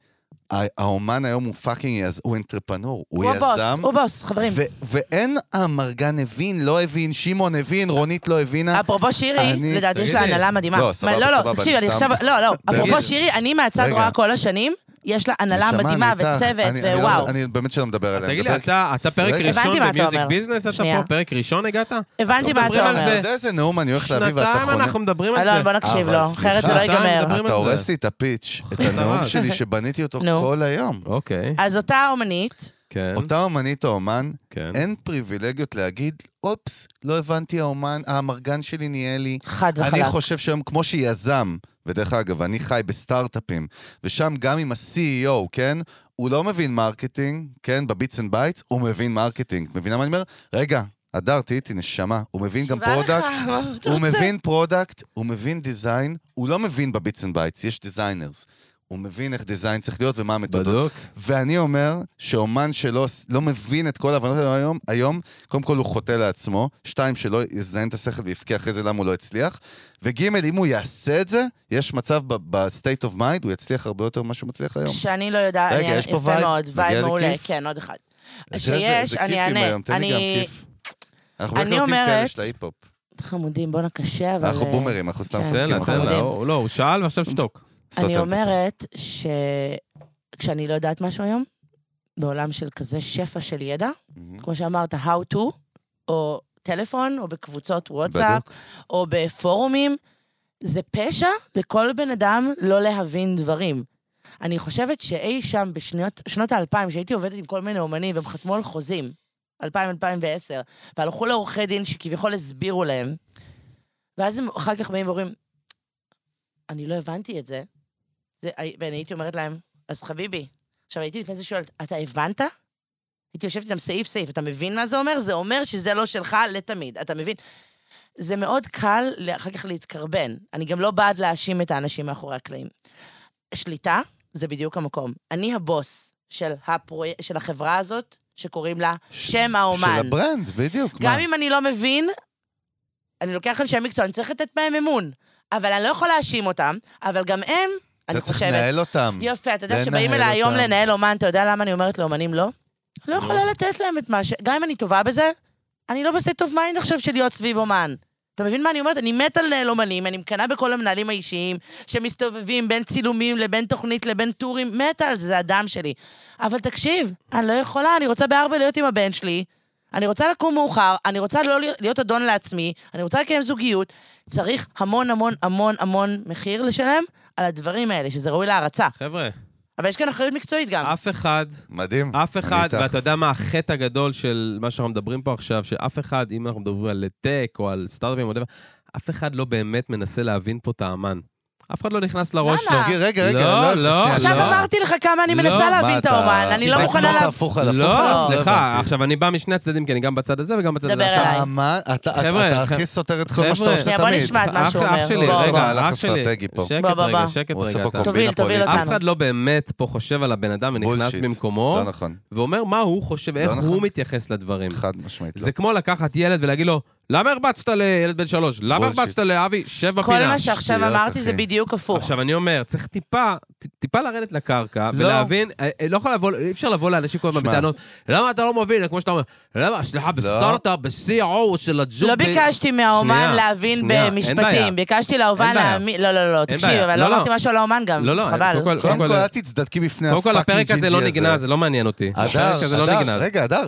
Speaker 2: ה- האומן היום הוא פאקינג, יז- הוא אינטרפנור, הוא
Speaker 3: הוא הבוס,
Speaker 2: יזם.
Speaker 3: הוא בוס, חברים.
Speaker 2: ו- ואין המרגן הבין, לא הבין, שמעון הבין, רונית לא הבינה.
Speaker 3: אפרופו שירי,
Speaker 2: אני-
Speaker 3: לדעתי יש לה
Speaker 1: תגידי.
Speaker 3: הנהלה מדהימה.
Speaker 2: לא, סבבה,
Speaker 3: מה, לא,
Speaker 2: סבבה,
Speaker 3: לא,
Speaker 2: אני
Speaker 3: תקשיב, אני
Speaker 2: סתם-
Speaker 3: עכשיו, לא, לא, אפרופו
Speaker 2: תגידי.
Speaker 3: שירי, אני מהצד
Speaker 2: רגע.
Speaker 3: רואה כל השנים, יש לה הנהלה
Speaker 2: נשמה,
Speaker 3: מדהימה
Speaker 2: אני איתך.
Speaker 3: וצוות,
Speaker 2: אני- אני לא-
Speaker 3: ווואו.
Speaker 2: אני באמת שלא מדבר עליה.
Speaker 1: תגיד
Speaker 2: מדבר-
Speaker 1: לי, אתה אתה פרק
Speaker 2: רגע.
Speaker 1: ראשון
Speaker 3: הבנתי מה אתה
Speaker 1: במיוזיק
Speaker 3: אומר.
Speaker 1: ביזנס, אתה
Speaker 3: שנייה.
Speaker 1: פה? פרק ראשון הגעת?
Speaker 3: הבנתי מה
Speaker 1: לא מדברים
Speaker 3: אתה
Speaker 1: על
Speaker 2: אתה
Speaker 1: זה.
Speaker 3: אומר.
Speaker 2: יודע איזה נאום אני הולך להביא ואתה
Speaker 1: שנתיים
Speaker 2: חונה.
Speaker 1: אנחנו מדברים על
Speaker 3: אלון,
Speaker 1: זה.
Speaker 3: בוא נקשיב
Speaker 2: אבל
Speaker 3: לו, אחרת זה לא
Speaker 2: סליחה,
Speaker 1: שנתיים
Speaker 3: ייגמר.
Speaker 1: מדברים
Speaker 2: אתה
Speaker 1: על זה.
Speaker 2: הורס לי את הפיץ', את הנאום שלי שבניתי אותו
Speaker 3: נו.
Speaker 2: כל היום.
Speaker 3: אה,
Speaker 1: אוקיי.
Speaker 3: אז אותה אומנית,
Speaker 1: כן,
Speaker 2: אותה אה, אומנית או אומן,
Speaker 1: כן.
Speaker 2: אין פריבילגיות להגיד, אופס, לא הבנתי האומן, האמרגן שלי נהיה לי.
Speaker 3: חד
Speaker 2: אני
Speaker 3: וחלק.
Speaker 2: חושב שהיום, כמו שיזם, ודרך אגב, אני חי בסטארט-אפים, ושם גם עם ה-CEO, כן? הוא לא מבין מרקטינג, כן? בביטס אנד בייטס, הוא מבין מרקטינג. את מבינה מה אני אומר? רגע, הדר, תהיי איתי נשמה, הוא מבין גם
Speaker 3: שבא לך,
Speaker 2: פרודקט,
Speaker 3: מה אתה
Speaker 2: הוא
Speaker 3: רוצה?
Speaker 2: מבין פרודקט, הוא מבין דיזיין, הוא לא מבין בביטס אנד בייטס, יש דיזיינרס. הוא מבין איך דיזיין צריך להיות ומה המתודות.
Speaker 1: בדוק.
Speaker 2: ואני אומר שאומן שלא לא מבין את כל ההבנות האלה היום, היום, קודם כל הוא חוטא לעצמו, שתיים, שלא יזיין את השכל ויבכה אחרי זה למה הוא לא הצליח, וגימל, אם הוא יעשה את זה, יש מצב ב-state of mind, הוא יצליח הרבה יותר ממה שהוא מצליח היום.
Speaker 3: שאני לא יודעת,
Speaker 2: רגע,
Speaker 3: אני-
Speaker 2: יש פה
Speaker 3: יפה
Speaker 2: וייב?
Speaker 3: מאוד,
Speaker 2: מגיע
Speaker 3: וייב
Speaker 2: לי
Speaker 3: מעולה,
Speaker 2: כיף?
Speaker 3: כן, עוד אחד.
Speaker 2: זה- זה-
Speaker 3: שיש,
Speaker 2: זה
Speaker 3: אני
Speaker 2: כיפים
Speaker 3: אענה.
Speaker 2: היום, תן לי גם
Speaker 3: אני-
Speaker 2: כיף. אנחנו בדרך
Speaker 3: אני
Speaker 2: כלל נותנים כאלה
Speaker 3: אומרת-
Speaker 2: של ההיפ-הופ.
Speaker 3: חמודים, בואנה קשה, אבל...
Speaker 2: אנחנו
Speaker 3: אה,
Speaker 2: בומרים, אנחנו סתם
Speaker 3: כן.
Speaker 1: תן לה,
Speaker 2: משחקים.
Speaker 1: תן לה.
Speaker 3: חמודים.
Speaker 1: הוא- לא, הוא שאל ועכשיו שתוק.
Speaker 3: אני אומרת שכשאני לא יודעת משהו היום, בעולם של כזה שפע של ידע, כמו שאמרת, how to, או טלפון, או בקבוצות וואטסאפ,
Speaker 2: בדוק.
Speaker 3: או בפורומים, זה פשע לכל בן אדם לא להבין דברים. אני חושבת שאי שם בשנות שנות האלפיים, שהייתי עובדת עם כל מיני אומנים, והם חתמו על חוזים, 2000-2010, והלכו לעורכי דין שכביכול הסבירו להם, ואז הם אחר כך באים ואומרים, אני לא הבנתי את זה. זה הי- ואני הייתי אומרת להם, אז חביבי, עכשיו הייתי לפני זה שואלת, אתה הבנת? הייתי יושבת איתם סעיף-סעיף, אתה מבין מה זה אומר? זה אומר שזה לא שלך לתמיד, אתה מבין? זה מאוד קל לה- אחר כך להתקרבן. אני גם לא בעד להאשים את האנשים מאחורי הקלעים. שליטה זה בדיוק המקום. אני הבוס של, הפרויק... של החברה הזאת, שקוראים לה
Speaker 2: ש-
Speaker 3: שם האומן.
Speaker 2: של הברנד, בדיוק.
Speaker 3: גם
Speaker 2: מה?
Speaker 3: אם אני לא מבין, אני לוקח אנשי מקצוע, אני צריך לתת בהם אמון. אבל אני לא יכול להאשים אותם, אבל גם הם, אני
Speaker 2: אתה צריך
Speaker 3: חושבת...
Speaker 2: לנהל אותם.
Speaker 3: יפה, אתה יודע
Speaker 2: לנהל
Speaker 3: שבאים אליי היום
Speaker 2: אותם.
Speaker 3: לנהל אומן, אתה יודע למה אני אומרת לאומנים לא? לא יכולה לתת להם את מה ש... גם אם אני טובה בזה, אני לא בסטייט אוף מיינד עכשיו של להיות סביב אומן. אתה מבין מה אני אומרת? אני מתה לנהל אומנים, אני מקנאה בכל המנהלים האישיים שמסתובבים בין צילומים לבין תוכנית לבין טורים, מתה על זה, זה הדם שלי. אבל תקשיב, אני לא יכולה, אני רוצה בארבע להיות עם הבן שלי, אני רוצה לקום מאוחר, אני רוצה לא להיות- להיות אדון לעצמי, אני רוצה לקיים זוגיות. צריך המון המון המון המון מחיר לשלם על הדברים האלה, שזה ראוי להערצה.
Speaker 1: חבר'ה,
Speaker 3: אבל יש כאן אחריות מקצועית גם.
Speaker 1: אף אחד,
Speaker 2: מדהים.
Speaker 1: אף
Speaker 2: אני
Speaker 1: אחד,
Speaker 2: איתך.
Speaker 1: ואתה יודע מה החטא הגדול של מה שאנחנו מדברים פה עכשיו, שאף אחד, אם אנחנו מדברים על טק או על סטארט-אפים או דבר, אף אחד לא באמת מנסה להבין פה את האמן. אף אחד לא נכנס לראש שלו.
Speaker 3: למה?
Speaker 2: רגע, רגע, רגע.
Speaker 1: לא,
Speaker 2: שנייה,
Speaker 1: לא,
Speaker 3: עכשיו
Speaker 1: לא.
Speaker 3: אמרתי לך כמה אני
Speaker 1: לא,
Speaker 3: מנסה
Speaker 1: מה
Speaker 2: מה,
Speaker 3: להבין את
Speaker 2: אתה-
Speaker 3: האומן, אני לא
Speaker 2: זה
Speaker 3: מוכנה
Speaker 2: כמו
Speaker 3: להבין.
Speaker 2: תהפוך על הפוך על
Speaker 1: לא,
Speaker 2: הפוך,
Speaker 1: סליחה,
Speaker 2: הבנתי.
Speaker 1: עכשיו אני בא משני הצדדים, כי אני גם בצד הזה וגם בצד
Speaker 3: דבר
Speaker 1: הזה. עכשיו,
Speaker 3: אליי.
Speaker 2: מה, אתה-
Speaker 1: חבר'ה,
Speaker 2: אתה
Speaker 1: חבר'ה.
Speaker 2: הכי סותר את כל מה שאתה
Speaker 1: חבר'ה.
Speaker 2: עושה תמיד.
Speaker 3: אוקיי. שנייה, בוא נשמע את מה
Speaker 1: אח-
Speaker 3: שהוא
Speaker 1: אח
Speaker 3: אומר.
Speaker 1: שלי,
Speaker 3: בוא.
Speaker 2: הוא
Speaker 1: רגע,
Speaker 2: עושה
Speaker 1: אח
Speaker 2: מהלך
Speaker 1: שלי,
Speaker 2: אסטרטגי פה.
Speaker 1: שקט
Speaker 3: בוא, בוא,
Speaker 1: רגע,
Speaker 3: בוא.
Speaker 1: שקט
Speaker 2: הוא עושה
Speaker 1: רגע.
Speaker 2: פה
Speaker 1: אתה-
Speaker 2: קומבינה
Speaker 3: תוביל, תוביל
Speaker 2: פוליטית.
Speaker 1: אף
Speaker 3: אותנו.
Speaker 1: אחד לא באמת פה חושב על הבן אדם ונכנס
Speaker 2: בולשיט.
Speaker 1: במקומו,
Speaker 2: לא נכון,
Speaker 1: ואומר מה הוא חושב, איך
Speaker 2: נכון.
Speaker 1: הוא מתייחס לדברים.
Speaker 2: חד משמעית. לא.
Speaker 1: זה כמו לקחת ילד ולהגיד לו, למה הרבצת לילד בן שלוש? למה
Speaker 2: בולשיט.
Speaker 1: הרבצת לאבי? שב בפינה.
Speaker 3: כל מה שעכשיו
Speaker 2: שטויות,
Speaker 3: אמרתי זה
Speaker 2: אחי.
Speaker 3: בדיוק הפוך.
Speaker 1: עכשיו, אני אומר, צריך טיפה, ט- טיפה לרדת לקרקע,
Speaker 2: לא.
Speaker 1: ולהבין, אה, אה, לא יכול לבוא, אי אפשר לבוא לאנשים כל הזמן
Speaker 2: שמע. לא.
Speaker 1: בטענות, למה אתה לא מבין, כמו שאתה אומר, למה, סליחה, בסטארט-אפ, ב-CRO של
Speaker 3: לא
Speaker 1: הג'ובי.
Speaker 3: ביקשתי מהאומן
Speaker 1: שנייה,
Speaker 3: להבין
Speaker 1: שנייה, אין בעיה.
Speaker 3: במשפטים, ביקשתי לאומן
Speaker 1: אין בעיה.
Speaker 3: להאמין... לא, לא, לא, תקשיב,
Speaker 1: בעיה.
Speaker 3: אבל
Speaker 1: לא,
Speaker 3: לא
Speaker 1: לא.
Speaker 3: אמרתי משהו על האומן גם,
Speaker 1: לא, לא,
Speaker 3: חבל.
Speaker 1: קודם כל, קודם
Speaker 2: קודם כל,
Speaker 1: כל,
Speaker 2: אל תתצדקי בפני
Speaker 1: קודם כל,
Speaker 2: הפאקינג
Speaker 1: הפרק
Speaker 2: ג'ינג'י הזה.
Speaker 1: הזה לא נגנז, זה לא מעניין אותי. הפרק הזה
Speaker 2: אה. הדר,
Speaker 1: לא
Speaker 2: הדר,
Speaker 1: נגנז.
Speaker 2: רגע, הדר,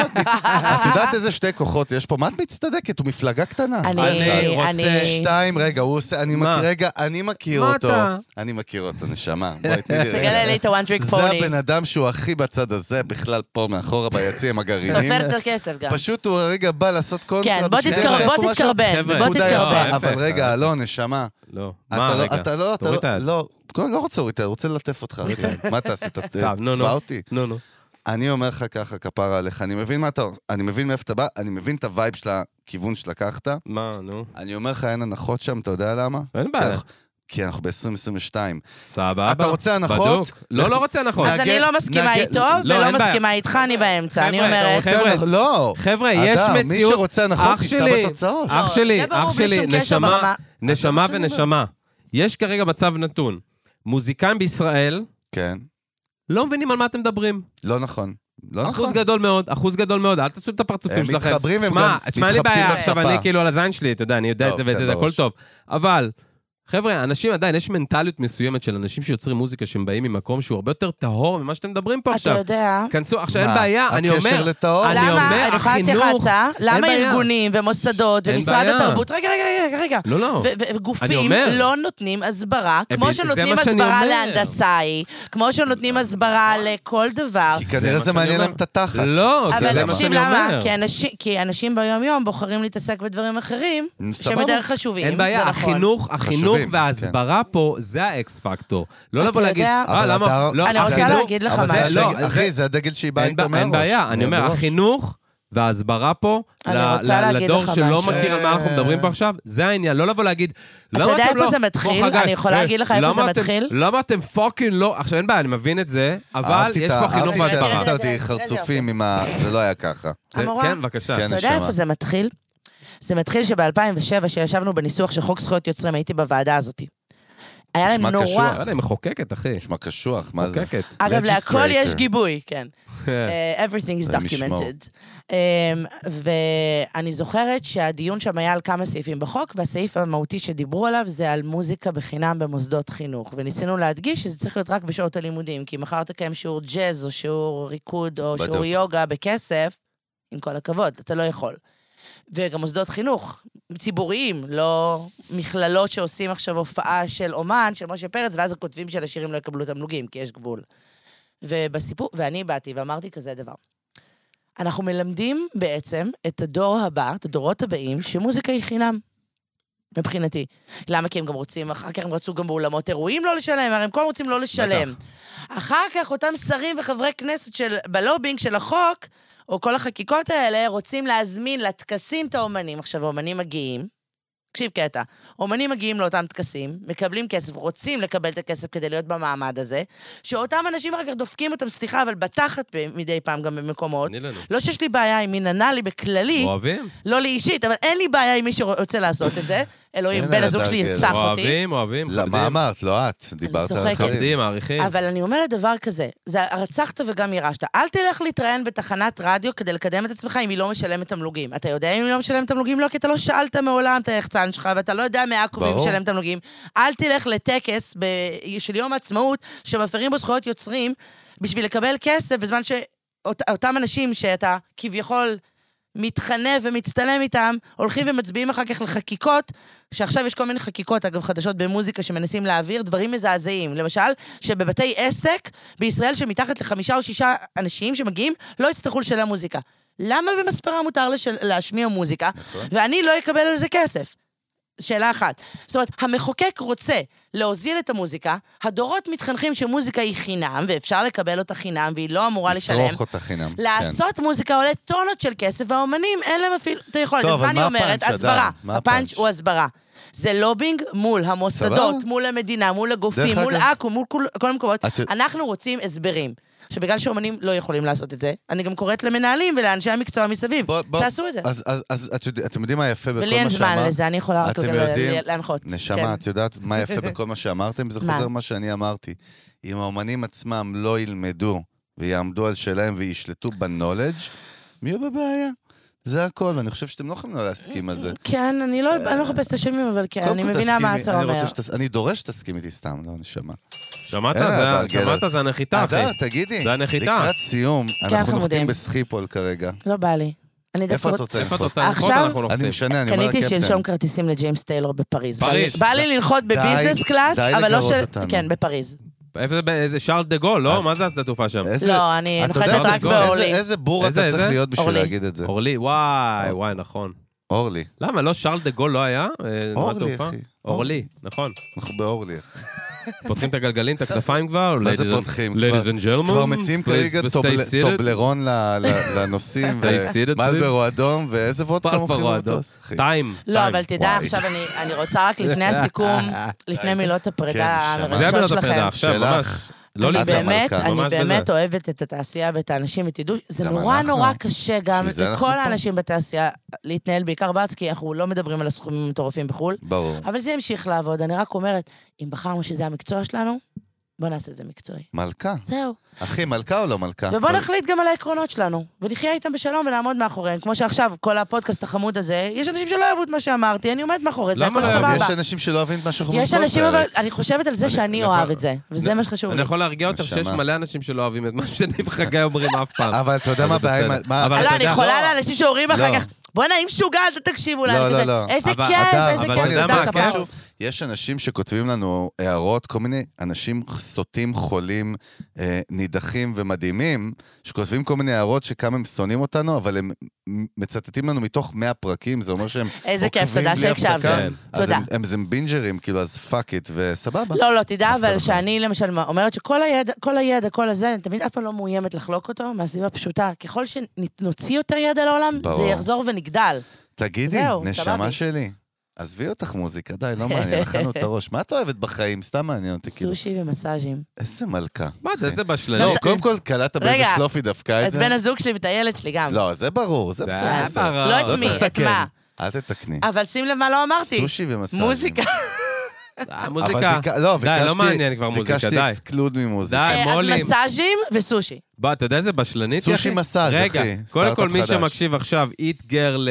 Speaker 2: את מת... את יודעת איזה שתי כוחות יש פה? מה את מצטדקת? הוא מפלגה קטנה.
Speaker 3: אני-
Speaker 2: זה אחד.
Speaker 1: אני רוצה-
Speaker 3: אני...
Speaker 2: שתיים, רגע, הוא עושה... אני
Speaker 1: מה?
Speaker 2: מכיר... רגע, אני מכיר
Speaker 1: מה
Speaker 2: אותו.
Speaker 1: אתה?
Speaker 2: אני מכיר אותו, נשמה. בואי, תני לי רגע.
Speaker 3: תגלה לי את הוואן טריק
Speaker 2: זה
Speaker 3: פוני.
Speaker 2: הבן אדם שהוא הכי בצד הזה, בכלל פה מאחורה ביציע עם הגרעינים.
Speaker 3: סופר את הכסף גם.
Speaker 2: פשוט הוא הרגע בא לעשות קונטרה.
Speaker 3: כן, בוא
Speaker 2: בשביל
Speaker 1: תתקר-
Speaker 2: זה,
Speaker 3: תתקר-
Speaker 1: חבר'ה,
Speaker 2: פה
Speaker 3: בוא
Speaker 2: משהו-
Speaker 3: תתקרבן,
Speaker 1: חבר'ה,
Speaker 3: בוא
Speaker 2: נקודה יפה.
Speaker 3: תתקרבן.
Speaker 2: אבל
Speaker 1: להפך.
Speaker 2: רגע, אלון, נשמה.
Speaker 1: לא. מה,
Speaker 2: אתה לא,
Speaker 1: רגע?
Speaker 2: אתה לא, אתה
Speaker 1: תוריד את
Speaker 2: לא,
Speaker 1: היד.
Speaker 2: לא, קודם לא רוצה להוריד את היד, רוצה ללטף אותך, אחי. מה תעשה? אתה
Speaker 1: סתם, נו, נו.
Speaker 2: תתבע אותי?
Speaker 1: נו, נו.
Speaker 2: אני אומר לך ככה, כפרה עליך, אני מבין מה אתה, אני מבין מאיפה אתה בא, אני מבין את הווייב של הכיוון שלקחת.
Speaker 1: מה, נו?
Speaker 2: אני אומר לך, אין הנחות שם, אתה יודע למה?
Speaker 1: אין
Speaker 2: כי
Speaker 1: בעיה.
Speaker 2: אנחנו- כן. כי אנחנו ב-2022.
Speaker 1: אה, סבבה.
Speaker 2: אתה רוצה הנחות?
Speaker 1: בדוק. לא, לא רוצה הנחות.
Speaker 3: אז אני לא
Speaker 2: נגן-
Speaker 3: מסכימה
Speaker 2: נגן-
Speaker 3: איתו,
Speaker 1: לא,
Speaker 3: ולא
Speaker 1: אין בעיה.
Speaker 3: מסכימה איתך, אני באמצע, אני
Speaker 1: חבר'ה, אתה
Speaker 3: אומרת...
Speaker 1: רוצה- חבר'ה,
Speaker 2: הנח- לא!
Speaker 1: חבר'ה, יש
Speaker 2: אדם, מי
Speaker 1: מציאות...
Speaker 2: שרוצה הנחות,
Speaker 1: אח
Speaker 2: יישא
Speaker 1: שלי, אה.
Speaker 2: בתוצאות.
Speaker 1: אח
Speaker 3: לא,
Speaker 1: שלי,
Speaker 3: זה ברור,
Speaker 1: אח
Speaker 3: בלי
Speaker 1: שלי,
Speaker 3: שום קשר
Speaker 1: נשמה,
Speaker 3: ברמה.
Speaker 1: נשמה
Speaker 2: זה מה שאני
Speaker 1: ונשמה. יש כרגע מצב נתון. מוזיקאים בישראל
Speaker 2: כן.
Speaker 1: לא מבינים על מה אתם מדברים.
Speaker 2: לא נכון. לא נכון.
Speaker 1: אחוז גדול מאוד, אחוז גדול מאוד, אל תעשו את הפרצופים
Speaker 2: הם
Speaker 1: שלכם.
Speaker 2: מתחברים והם
Speaker 1: תשמע,
Speaker 2: גם
Speaker 1: תשמע, אין לי בעיה,
Speaker 2: מתחבטים
Speaker 1: עכשיו
Speaker 2: בספה.
Speaker 1: אני כאילו על הזין שלי, אתה יודע, אני יודע את
Speaker 2: טוב,
Speaker 1: זה ואת
Speaker 2: כן,
Speaker 1: זה, זה הכל
Speaker 2: בראש.
Speaker 1: טוב. אבל חבר'ה, אנשים עדיין, יש מנטליות מסוימת של אנשים שיוצרים מוזיקה שהם באים ממקום שהוא הרבה יותר טהור ממה שאתם מדברים פה
Speaker 3: אתה
Speaker 1: עכשיו.
Speaker 3: יודע...
Speaker 1: כנסו, עכשיו אין
Speaker 2: מה,
Speaker 1: בעיה, אני
Speaker 2: הקשר
Speaker 1: אומר,
Speaker 2: לטהור?
Speaker 1: אני אומר,
Speaker 3: למה, אני יכולה להציע לך
Speaker 1: החינוך-
Speaker 3: הצעה?
Speaker 1: אין
Speaker 3: למה
Speaker 1: בעיה.
Speaker 3: ארגונים ומוסדות
Speaker 1: אין
Speaker 3: ומשרד
Speaker 1: בעיה.
Speaker 3: התרבות, רגע, רגע, רגע, רגע,
Speaker 1: לא, לא.
Speaker 3: ו- ו- וגופים
Speaker 1: אומר. אה,
Speaker 3: לא נותנים הסברה,
Speaker 1: ב-
Speaker 3: כמו
Speaker 1: זה
Speaker 3: שנותנים
Speaker 1: מה שאני
Speaker 3: הסברה
Speaker 1: אומר.
Speaker 3: להנדסאי, כמו שנותנים הסברה לכל דבר.
Speaker 2: כי
Speaker 1: זה מה
Speaker 2: כנראה זה
Speaker 1: שאני
Speaker 2: מעניין
Speaker 1: אומר.
Speaker 2: להם את התחת.
Speaker 1: לא, זה- זה
Speaker 3: אבל
Speaker 1: מה
Speaker 3: תקשיב,
Speaker 1: שאני
Speaker 3: למה?
Speaker 1: אומר.
Speaker 3: כי אנשים- כי אנשים ביום-יום בוחרים להתעסק בדברים אחרים,
Speaker 2: נו,
Speaker 3: שהם
Speaker 2: סבבה.
Speaker 3: יותר חשובים,
Speaker 1: אין בעיה,
Speaker 3: זה נכון.
Speaker 1: החינוך, החינוך
Speaker 2: חשובים, כן.
Speaker 1: וההסברה פה, זה האקס פקטור. לא
Speaker 3: אתה
Speaker 1: לבוא להגיד,
Speaker 3: יודע-
Speaker 1: אה,
Speaker 2: אבל
Speaker 1: למה?
Speaker 2: אתה-
Speaker 1: לא,
Speaker 3: אני רוצה
Speaker 1: החינוך-
Speaker 3: להגיד לך
Speaker 2: אבל זה
Speaker 1: משהו.
Speaker 2: הדגל-
Speaker 1: לא,
Speaker 2: אחי,
Speaker 1: זה-
Speaker 2: זה הדגל שהיא באה
Speaker 1: אין
Speaker 2: איתו
Speaker 1: ב-
Speaker 2: מהראש.
Speaker 1: אין בעיה, אני אומר,
Speaker 2: מהראש.
Speaker 1: החינוך וההסברה פה,
Speaker 3: אני
Speaker 1: ל- ל-
Speaker 3: רוצה להגיד
Speaker 1: לדור
Speaker 3: לך
Speaker 1: שלא
Speaker 3: משהו.
Speaker 1: מכיר על מה אנחנו מדברים פה
Speaker 2: אה.
Speaker 1: עכשיו, זה העניין, לא לבוא להגיד, למה אתם לא...
Speaker 3: יודע איפה זה מתחיל?
Speaker 1: כמו חגי,
Speaker 3: אני יכולה
Speaker 1: אה,
Speaker 3: להגיד לך איפה
Speaker 1: למה
Speaker 3: זה
Speaker 1: אתם-
Speaker 3: מתחיל?
Speaker 1: למה אתם פאקינג לא... עכשיו, אין בעיה, אני מבין את זה, אבל
Speaker 2: אהבתי
Speaker 1: יש
Speaker 2: את ה-
Speaker 1: פה חינוך
Speaker 2: אהבתי
Speaker 1: והסברה.
Speaker 2: שעשית אותי חרצופים עם ה... זה לא היה ככה.
Speaker 1: זה-
Speaker 3: המורה.
Speaker 1: כן, בבקשה.
Speaker 2: כן,
Speaker 3: אתה יודע
Speaker 2: נשמה.
Speaker 3: איפה זה מתחיל? זה מתחיל שב-2007, כשישבנו בניסוח של חוק זכויות יוצרים, הייתי בוועדה הזאת. היה להם
Speaker 2: נשמע
Speaker 3: נורא...
Speaker 2: קשוח.
Speaker 1: לא יודע, היא מחוקקת, אחי.
Speaker 2: נשמע קשוח, מה זה?
Speaker 1: מחוקקת.
Speaker 3: אגב, להכל יש
Speaker 2: Legislator.
Speaker 3: גיבוי, כן.
Speaker 1: כן.
Speaker 3: אה, everything is
Speaker 2: זה משמור.
Speaker 3: documented. אמ, ואני זוכרת שהדיון שם היה על כמה סעיפים בחוק, והסעיף המהותי שדיברו עליו זה על מוזיקה בחינם במוסדות חינוך. וניסינו להדגיש שזה צריך להיות רק בשעות הלימודים, כי אם מחר תקיים שיעור ג'אז או שיעור ריקוד או
Speaker 2: בדיוק.
Speaker 3: שיעור יוגה בכסף, עם כל הכבוד, אתה לא יכול. וגם מוסדות חינוך ציבוריים, לא מכללות שעושים עכשיו הופעה של אומן, של משה פרץ, ואז הכותבים של השירים לא יקבלו תמלוגים, כי יש גבול. ובסיפור, ואני באתי ואמרתי כזה דבר. אנחנו מלמדים בעצם את הדור הבא, את הדורות הבאים, שמוזיקה היא חינם. מבחינתי. למה? כי הם גם רוצים, אחר כך הם רצו גם באולמות אירועים לא לשלם, הרי הם כל הזמן רוצים לא לשלם. אחר כך אותם שרים וחברי כנסת של, בלובינג של החוק, או כל החקיקות האלה, רוצים להזמין לטקסים את האומנים. עכשיו, האומנים מגיעים, תקשיב קטע, אומנים מגיעים לאותם טקסים, מקבלים כסף, רוצים לקבל את הכסף כדי להיות במעמד הזה, שאותם אנשים אחר כך דופקים אותם, סליחה, אבל בתחת ב- מדי פעם גם במקומות.
Speaker 1: תני לנו.
Speaker 3: לא שיש לי בעיה עם מין אנאלי בכללי,
Speaker 1: אוהבים?
Speaker 3: לא לי אישית, אבל אין לי בעיה עם מי שרוצה לעשות את זה. אלוהים,
Speaker 2: אין
Speaker 3: בן
Speaker 2: לה
Speaker 3: הזוג שלי
Speaker 2: דרגל.
Speaker 3: ירצח אותי.
Speaker 1: אוהבים, אוהבים,
Speaker 2: לא, מה
Speaker 1: מכבדים.
Speaker 2: אמרת? לא את. דיברת על
Speaker 3: צוחקת.
Speaker 2: אחרים.
Speaker 1: מכבדים, מעריכים.
Speaker 3: אבל אני אומרת דבר כזה, זה הרצחת וגם ירשת. אל תלך להתראיין בתחנת רדיו כדי לקדם את עצמך אם היא לא משלמת תמלוגים. אתה יודע אם היא לא משלמת תמלוגים? לא, כי אתה לא שאלת מעולם את היחצן שלך, ואתה לא יודע מעכו אם היא
Speaker 2: ברור.
Speaker 3: משלמת תמלוגים. אל תלך לטקס ב... של יום העצמאות, שמפרים בו זכויות יוצרים, בשביל לקבל כסף, בזמן שאותם אנשים שאתה כביכול מתחנף ומצטלם איתם, הולכים ומצביעים אחר כך לחקיקות, שעכשיו יש כל מיני חקיקות, אגב, חדשות במוזיקה, שמנסים להעביר דברים מזעזעים. למשל, שבבתי עסק בישראל שמתחת לחמישה או שישה אנשים שמגיעים, לא יצטרכו לשלם מוזיקה. למה במספרה מותר לשל... להשמיע מוזיקה,
Speaker 2: נכון.
Speaker 3: ואני לא אקבל על זה כסף? שאלה אחת. זאת אומרת, המחוקק רוצה להוזיל את המוזיקה, הדורות מתחנכים שמוזיקה היא חינם, ואפשר לקבל אותה חינם, והיא לא אמורה לשלם.
Speaker 2: לצרוך אותה חינם. כן.
Speaker 3: לעשות מוזיקה עולה טונות של כסף, והאומנים אין להם אפילו את היכולת.
Speaker 2: טוב,
Speaker 3: אז מה
Speaker 2: אבל
Speaker 3: אני
Speaker 2: מה
Speaker 3: אומרת?
Speaker 2: הפאנץ',
Speaker 3: הסברה.
Speaker 2: אדם? מה
Speaker 3: הפאנץ'
Speaker 2: הפאנץ'?
Speaker 3: הוא הסברה. זה לובינג מול המוסדות,
Speaker 2: סבבה.
Speaker 3: מול המדינה, מול הגופים,
Speaker 2: דרך
Speaker 3: מול
Speaker 2: אגב-
Speaker 3: עכו, מול כל- כל המקומות.
Speaker 2: את-
Speaker 3: אנחנו רוצים הסברים. שבגלל שאומנים לא יכולים לעשות את זה, אני גם קוראת למנהלים ולאנשי המקצוע מסביב.
Speaker 2: בוא- בוא-
Speaker 3: תעשו את זה.
Speaker 2: אז- אז- אז את יודע- אתם יודעים מה יפה בכל מה שאמרת?
Speaker 3: ולי אין זמן לזה, אני יכולה רק
Speaker 2: אתם
Speaker 3: רגע
Speaker 2: יודעים-
Speaker 3: ל- להנחות. כן.
Speaker 2: נשמה, את יודעת מה יפה בכל מה שאמרתם? זה
Speaker 3: מה?
Speaker 2: חוזר מה שאני אמרתי. אם האומנים עצמם לא ילמדו ויעמדו על שלהם וישלטו בנולדג', מי יהיו בבעיה? זה הכל, ואני חושב שאתם לא יכולים לא להסכים על זה.
Speaker 3: כן, אני לא אני לא מחפשת את השמים, אבל כן,
Speaker 2: אה, קודם
Speaker 3: אני
Speaker 2: כל
Speaker 3: מבינה מה
Speaker 2: תסכימי,
Speaker 3: אתה
Speaker 2: אני
Speaker 3: אומר.
Speaker 2: רוצה שתס- אני דורש שתסכים איתי סתם, לא נשמה.
Speaker 1: שמעת?
Speaker 2: אין
Speaker 1: זה-
Speaker 2: אדם,
Speaker 1: שמעת?
Speaker 2: גבר.
Speaker 1: זה הנחיתה, אחי.
Speaker 2: אדם, תגידי.
Speaker 1: זה הנחיתה.
Speaker 2: לקראת סיום,
Speaker 3: כן,
Speaker 2: אנחנו
Speaker 3: חמודים.
Speaker 2: נוחתים בסחיפול כרגע.
Speaker 3: לא בא לי. אני
Speaker 2: איפה
Speaker 3: דווקא
Speaker 2: את רוצה
Speaker 1: איפה את
Speaker 2: לנחות?
Speaker 1: רוצה לנחות?
Speaker 3: עכשיו-
Speaker 1: אנחנו
Speaker 2: אה, אני
Speaker 1: לוחצים.
Speaker 2: משנה, אני אומר כן, לקפטן.
Speaker 3: קניתי שלשום כרטיסים לג'יימס טיילור בפריז.
Speaker 1: פריז.
Speaker 3: בא לי- בא לי לנחות בביזנס קלאס,
Speaker 2: די
Speaker 3: אבל לא
Speaker 2: לגרות
Speaker 3: של...
Speaker 2: אותנו.
Speaker 3: כן, בפריז.
Speaker 1: איפה זה? באיזה שרל דה גול, לא?
Speaker 2: אז-
Speaker 1: מה זה השדה תעופה שם?
Speaker 2: איזה-
Speaker 3: לא, אני
Speaker 2: אתה
Speaker 3: נוחתת
Speaker 2: יודע
Speaker 1: רק
Speaker 2: איזה-
Speaker 3: באורלי.
Speaker 2: איזה- איזה בור
Speaker 1: איזה-
Speaker 2: אתה צריך
Speaker 1: איזה?
Speaker 2: להיות בשביל
Speaker 3: אורלי.
Speaker 2: להגיד את זה.
Speaker 1: אורלי, וואי, וואי, נכון.
Speaker 2: אורלי.
Speaker 1: למה, לא שרל דה גול לא היה? אה, נמל
Speaker 2: אורלי,
Speaker 1: תעופה?
Speaker 2: אחי.
Speaker 1: אורלי, נכון.
Speaker 2: אנחנו באורלי. אחי.
Speaker 1: פותחים את הגלגלים, את הכתפיים כבר?
Speaker 2: מה
Speaker 1: ladies
Speaker 2: זה
Speaker 1: and-
Speaker 2: פותחים?
Speaker 1: Ladies
Speaker 2: כבר-
Speaker 1: and gentlemen,
Speaker 2: כבר מציעים
Speaker 1: please
Speaker 2: כרגע
Speaker 1: stay
Speaker 2: טובל-
Speaker 1: seated.
Speaker 2: טובלרון ל- ל- לנוסעים,
Speaker 1: Stay seated,
Speaker 2: ומלברו אדום, ואיזה וודקה מוכרים
Speaker 1: פלפרו אדום.
Speaker 2: במטוס. אחי.
Speaker 1: טיים.
Speaker 3: לא,
Speaker 1: טיים.
Speaker 3: אבל תדע, עכשיו אני- אני רוצה רק לפני הסיכום, לפני מילות הפרידה
Speaker 2: כן, נשמה.
Speaker 1: זה
Speaker 3: המרגשות
Speaker 1: מילות הפרידה,
Speaker 3: שלכם.
Speaker 1: עכשיו,
Speaker 2: שלך.
Speaker 1: ממש. לא
Speaker 3: אני
Speaker 2: את
Speaker 1: לפני.
Speaker 3: באמת,
Speaker 2: המלכה,
Speaker 3: אני
Speaker 1: ממש
Speaker 3: באמת
Speaker 1: בזה.
Speaker 3: אוהבת את התעשייה ואת האנשים, ותדעו, זה
Speaker 2: גם
Speaker 3: נורא
Speaker 2: אנחנו.
Speaker 3: נורא קשה גם
Speaker 2: בשביל זה אנחנו
Speaker 3: לכל
Speaker 2: פה.
Speaker 3: האנשים בתעשייה להתנהל בעיקר בארץ, כי אנחנו לא מדברים על הסכומים המטורפים בחו"ל,
Speaker 2: ברור.
Speaker 3: אבל זה ימשיך לעבוד. אני רק אומרת, אם בחרנו שזה המקצוע שלנו, בוא נעשה את זה מקצועי.
Speaker 2: מלכה.
Speaker 3: זהו.
Speaker 2: אחי, מלכה או לא מלכה?
Speaker 3: ובוא נחליט גם על העקרונות שלנו, ונחיה איתם בשלום ונעמוד מאחוריהם. כמו שעכשיו, כל הפודקאסט החמוד הזה, יש אנשים שלא אוהבו את מה שאמרתי, אני עומדת מאחורי זה,
Speaker 1: למה
Speaker 3: הכל
Speaker 1: לא אוהבו?
Speaker 3: סבבה.
Speaker 2: יש אנשים שלא אוהבים את מה שאנחנו
Speaker 3: יש
Speaker 2: כל
Speaker 3: אנשים,
Speaker 2: פרק.
Speaker 3: אבל אני חושבת על זה שאני
Speaker 1: יכול-
Speaker 3: אוהב את זה, וזה
Speaker 1: אני-
Speaker 3: מה שחשוב
Speaker 1: אני
Speaker 3: לי.
Speaker 1: יכול להרגיע אותך שיש
Speaker 2: נשמה.
Speaker 1: מלא אנשים שלא אוהבים את מה שניב חגי אומרים אף פעם.
Speaker 2: אבל אתה יודע
Speaker 1: אז
Speaker 2: מה
Speaker 1: זה
Speaker 2: הבעיה עם...
Speaker 1: בסדר.
Speaker 2: מה-
Speaker 1: אבל
Speaker 2: אתה
Speaker 3: לא, אני
Speaker 2: יודע-
Speaker 3: יכולה לאנשים שאומרים אחר
Speaker 2: לא.
Speaker 3: כך, בואנה, היא משוגעת, אל תקשיבו לה.
Speaker 2: לא,
Speaker 3: אני
Speaker 2: לא,
Speaker 3: כזה,
Speaker 2: לא.
Speaker 3: איזה
Speaker 1: אבל-
Speaker 3: כיף,
Speaker 1: אדם,
Speaker 2: אדם,
Speaker 3: איזה
Speaker 2: אבל
Speaker 1: אתה
Speaker 3: כן, כיף,
Speaker 1: יודע
Speaker 2: אני
Speaker 3: תודה
Speaker 1: מה
Speaker 2: אסביר לך
Speaker 3: כפרה.
Speaker 1: הקשר?
Speaker 2: משהו. יש אנשים שכותבים לנו הערות, כל מיני אנשים סוטים, חולים, אה, נידחים ומדהימים, שכותבים כל מיני הערות שכמה הם שונאים אותנו, אבל הם מצטטים לנו מתוך 100 פרקים, זה אומר שהם
Speaker 3: איזה כיף,
Speaker 2: עוקבים
Speaker 3: תודה
Speaker 2: בלי הפסקה.
Speaker 3: שהקשבתם.
Speaker 2: אז
Speaker 3: תודה.
Speaker 2: הם- הם זה בינג'רים, כאילו, אז פאק איט, וסבבה.
Speaker 3: לא, לא, תדע
Speaker 2: אף אחד
Speaker 3: אבל
Speaker 2: לא.
Speaker 3: שאני למשל אומרת שכל הידע, כל הידע, כל הזה, אני תמיד אף פעם לא מאוימת לחלוק אותו, מהסיבה הפשוטה. ככל שנוציא יותר ידע לעולם,
Speaker 2: ברור.
Speaker 3: זה יחזור ונגדל.
Speaker 2: תגידי,
Speaker 3: זהו, סבבה.
Speaker 2: נשמה שלי, עזבי אותך מוזיקה, די, לא מעניין, אכלנו את הראש. מה את אוהבת בחיים? סתם מעניין אותי, כאילו.
Speaker 3: סושי ומסאז'ים.
Speaker 2: איזה מלכה.
Speaker 1: מה זה, איזה בשלנים.
Speaker 2: לא, קודם כל, קלעת באיזה
Speaker 3: רגע,
Speaker 2: שלוף היא דפקה את
Speaker 3: את
Speaker 2: זה?
Speaker 3: בן הזוג שלי ואת הילד שלי גם.
Speaker 2: לא, זה ברור, זה
Speaker 1: זה
Speaker 2: בסדר.
Speaker 1: היה
Speaker 2: בסדר.
Speaker 1: ברור.
Speaker 3: לא
Speaker 2: לא
Speaker 3: את מי,
Speaker 2: צריך
Speaker 3: את
Speaker 2: לתקן.
Speaker 3: מה.
Speaker 2: אל תתקני.
Speaker 3: אבל שים לב מה לא אמרתי.
Speaker 2: סושי ומסאז'ים.
Speaker 3: מוזיקה.
Speaker 1: אה,
Speaker 2: אבל
Speaker 1: מוזיקה.
Speaker 2: ביקש- לא,
Speaker 1: די, לא
Speaker 2: ביקשתי-
Speaker 1: מעניין כבר מוזיקה, די.
Speaker 2: ביקשתי אקסקלוד ממוזיקה.
Speaker 1: די.
Speaker 3: אה, אז
Speaker 1: מולים.
Speaker 3: מסאז'ים וסושי.
Speaker 1: בוא, אתה יודע איזה בשלנית?
Speaker 2: סושי
Speaker 1: אחי?
Speaker 2: מסאז',
Speaker 1: רגע,
Speaker 2: אחי,
Speaker 1: קודם
Speaker 2: סטארט-אפ
Speaker 1: כל מי
Speaker 2: חדש.
Speaker 1: שמקשיב עכשיו, איט גרל,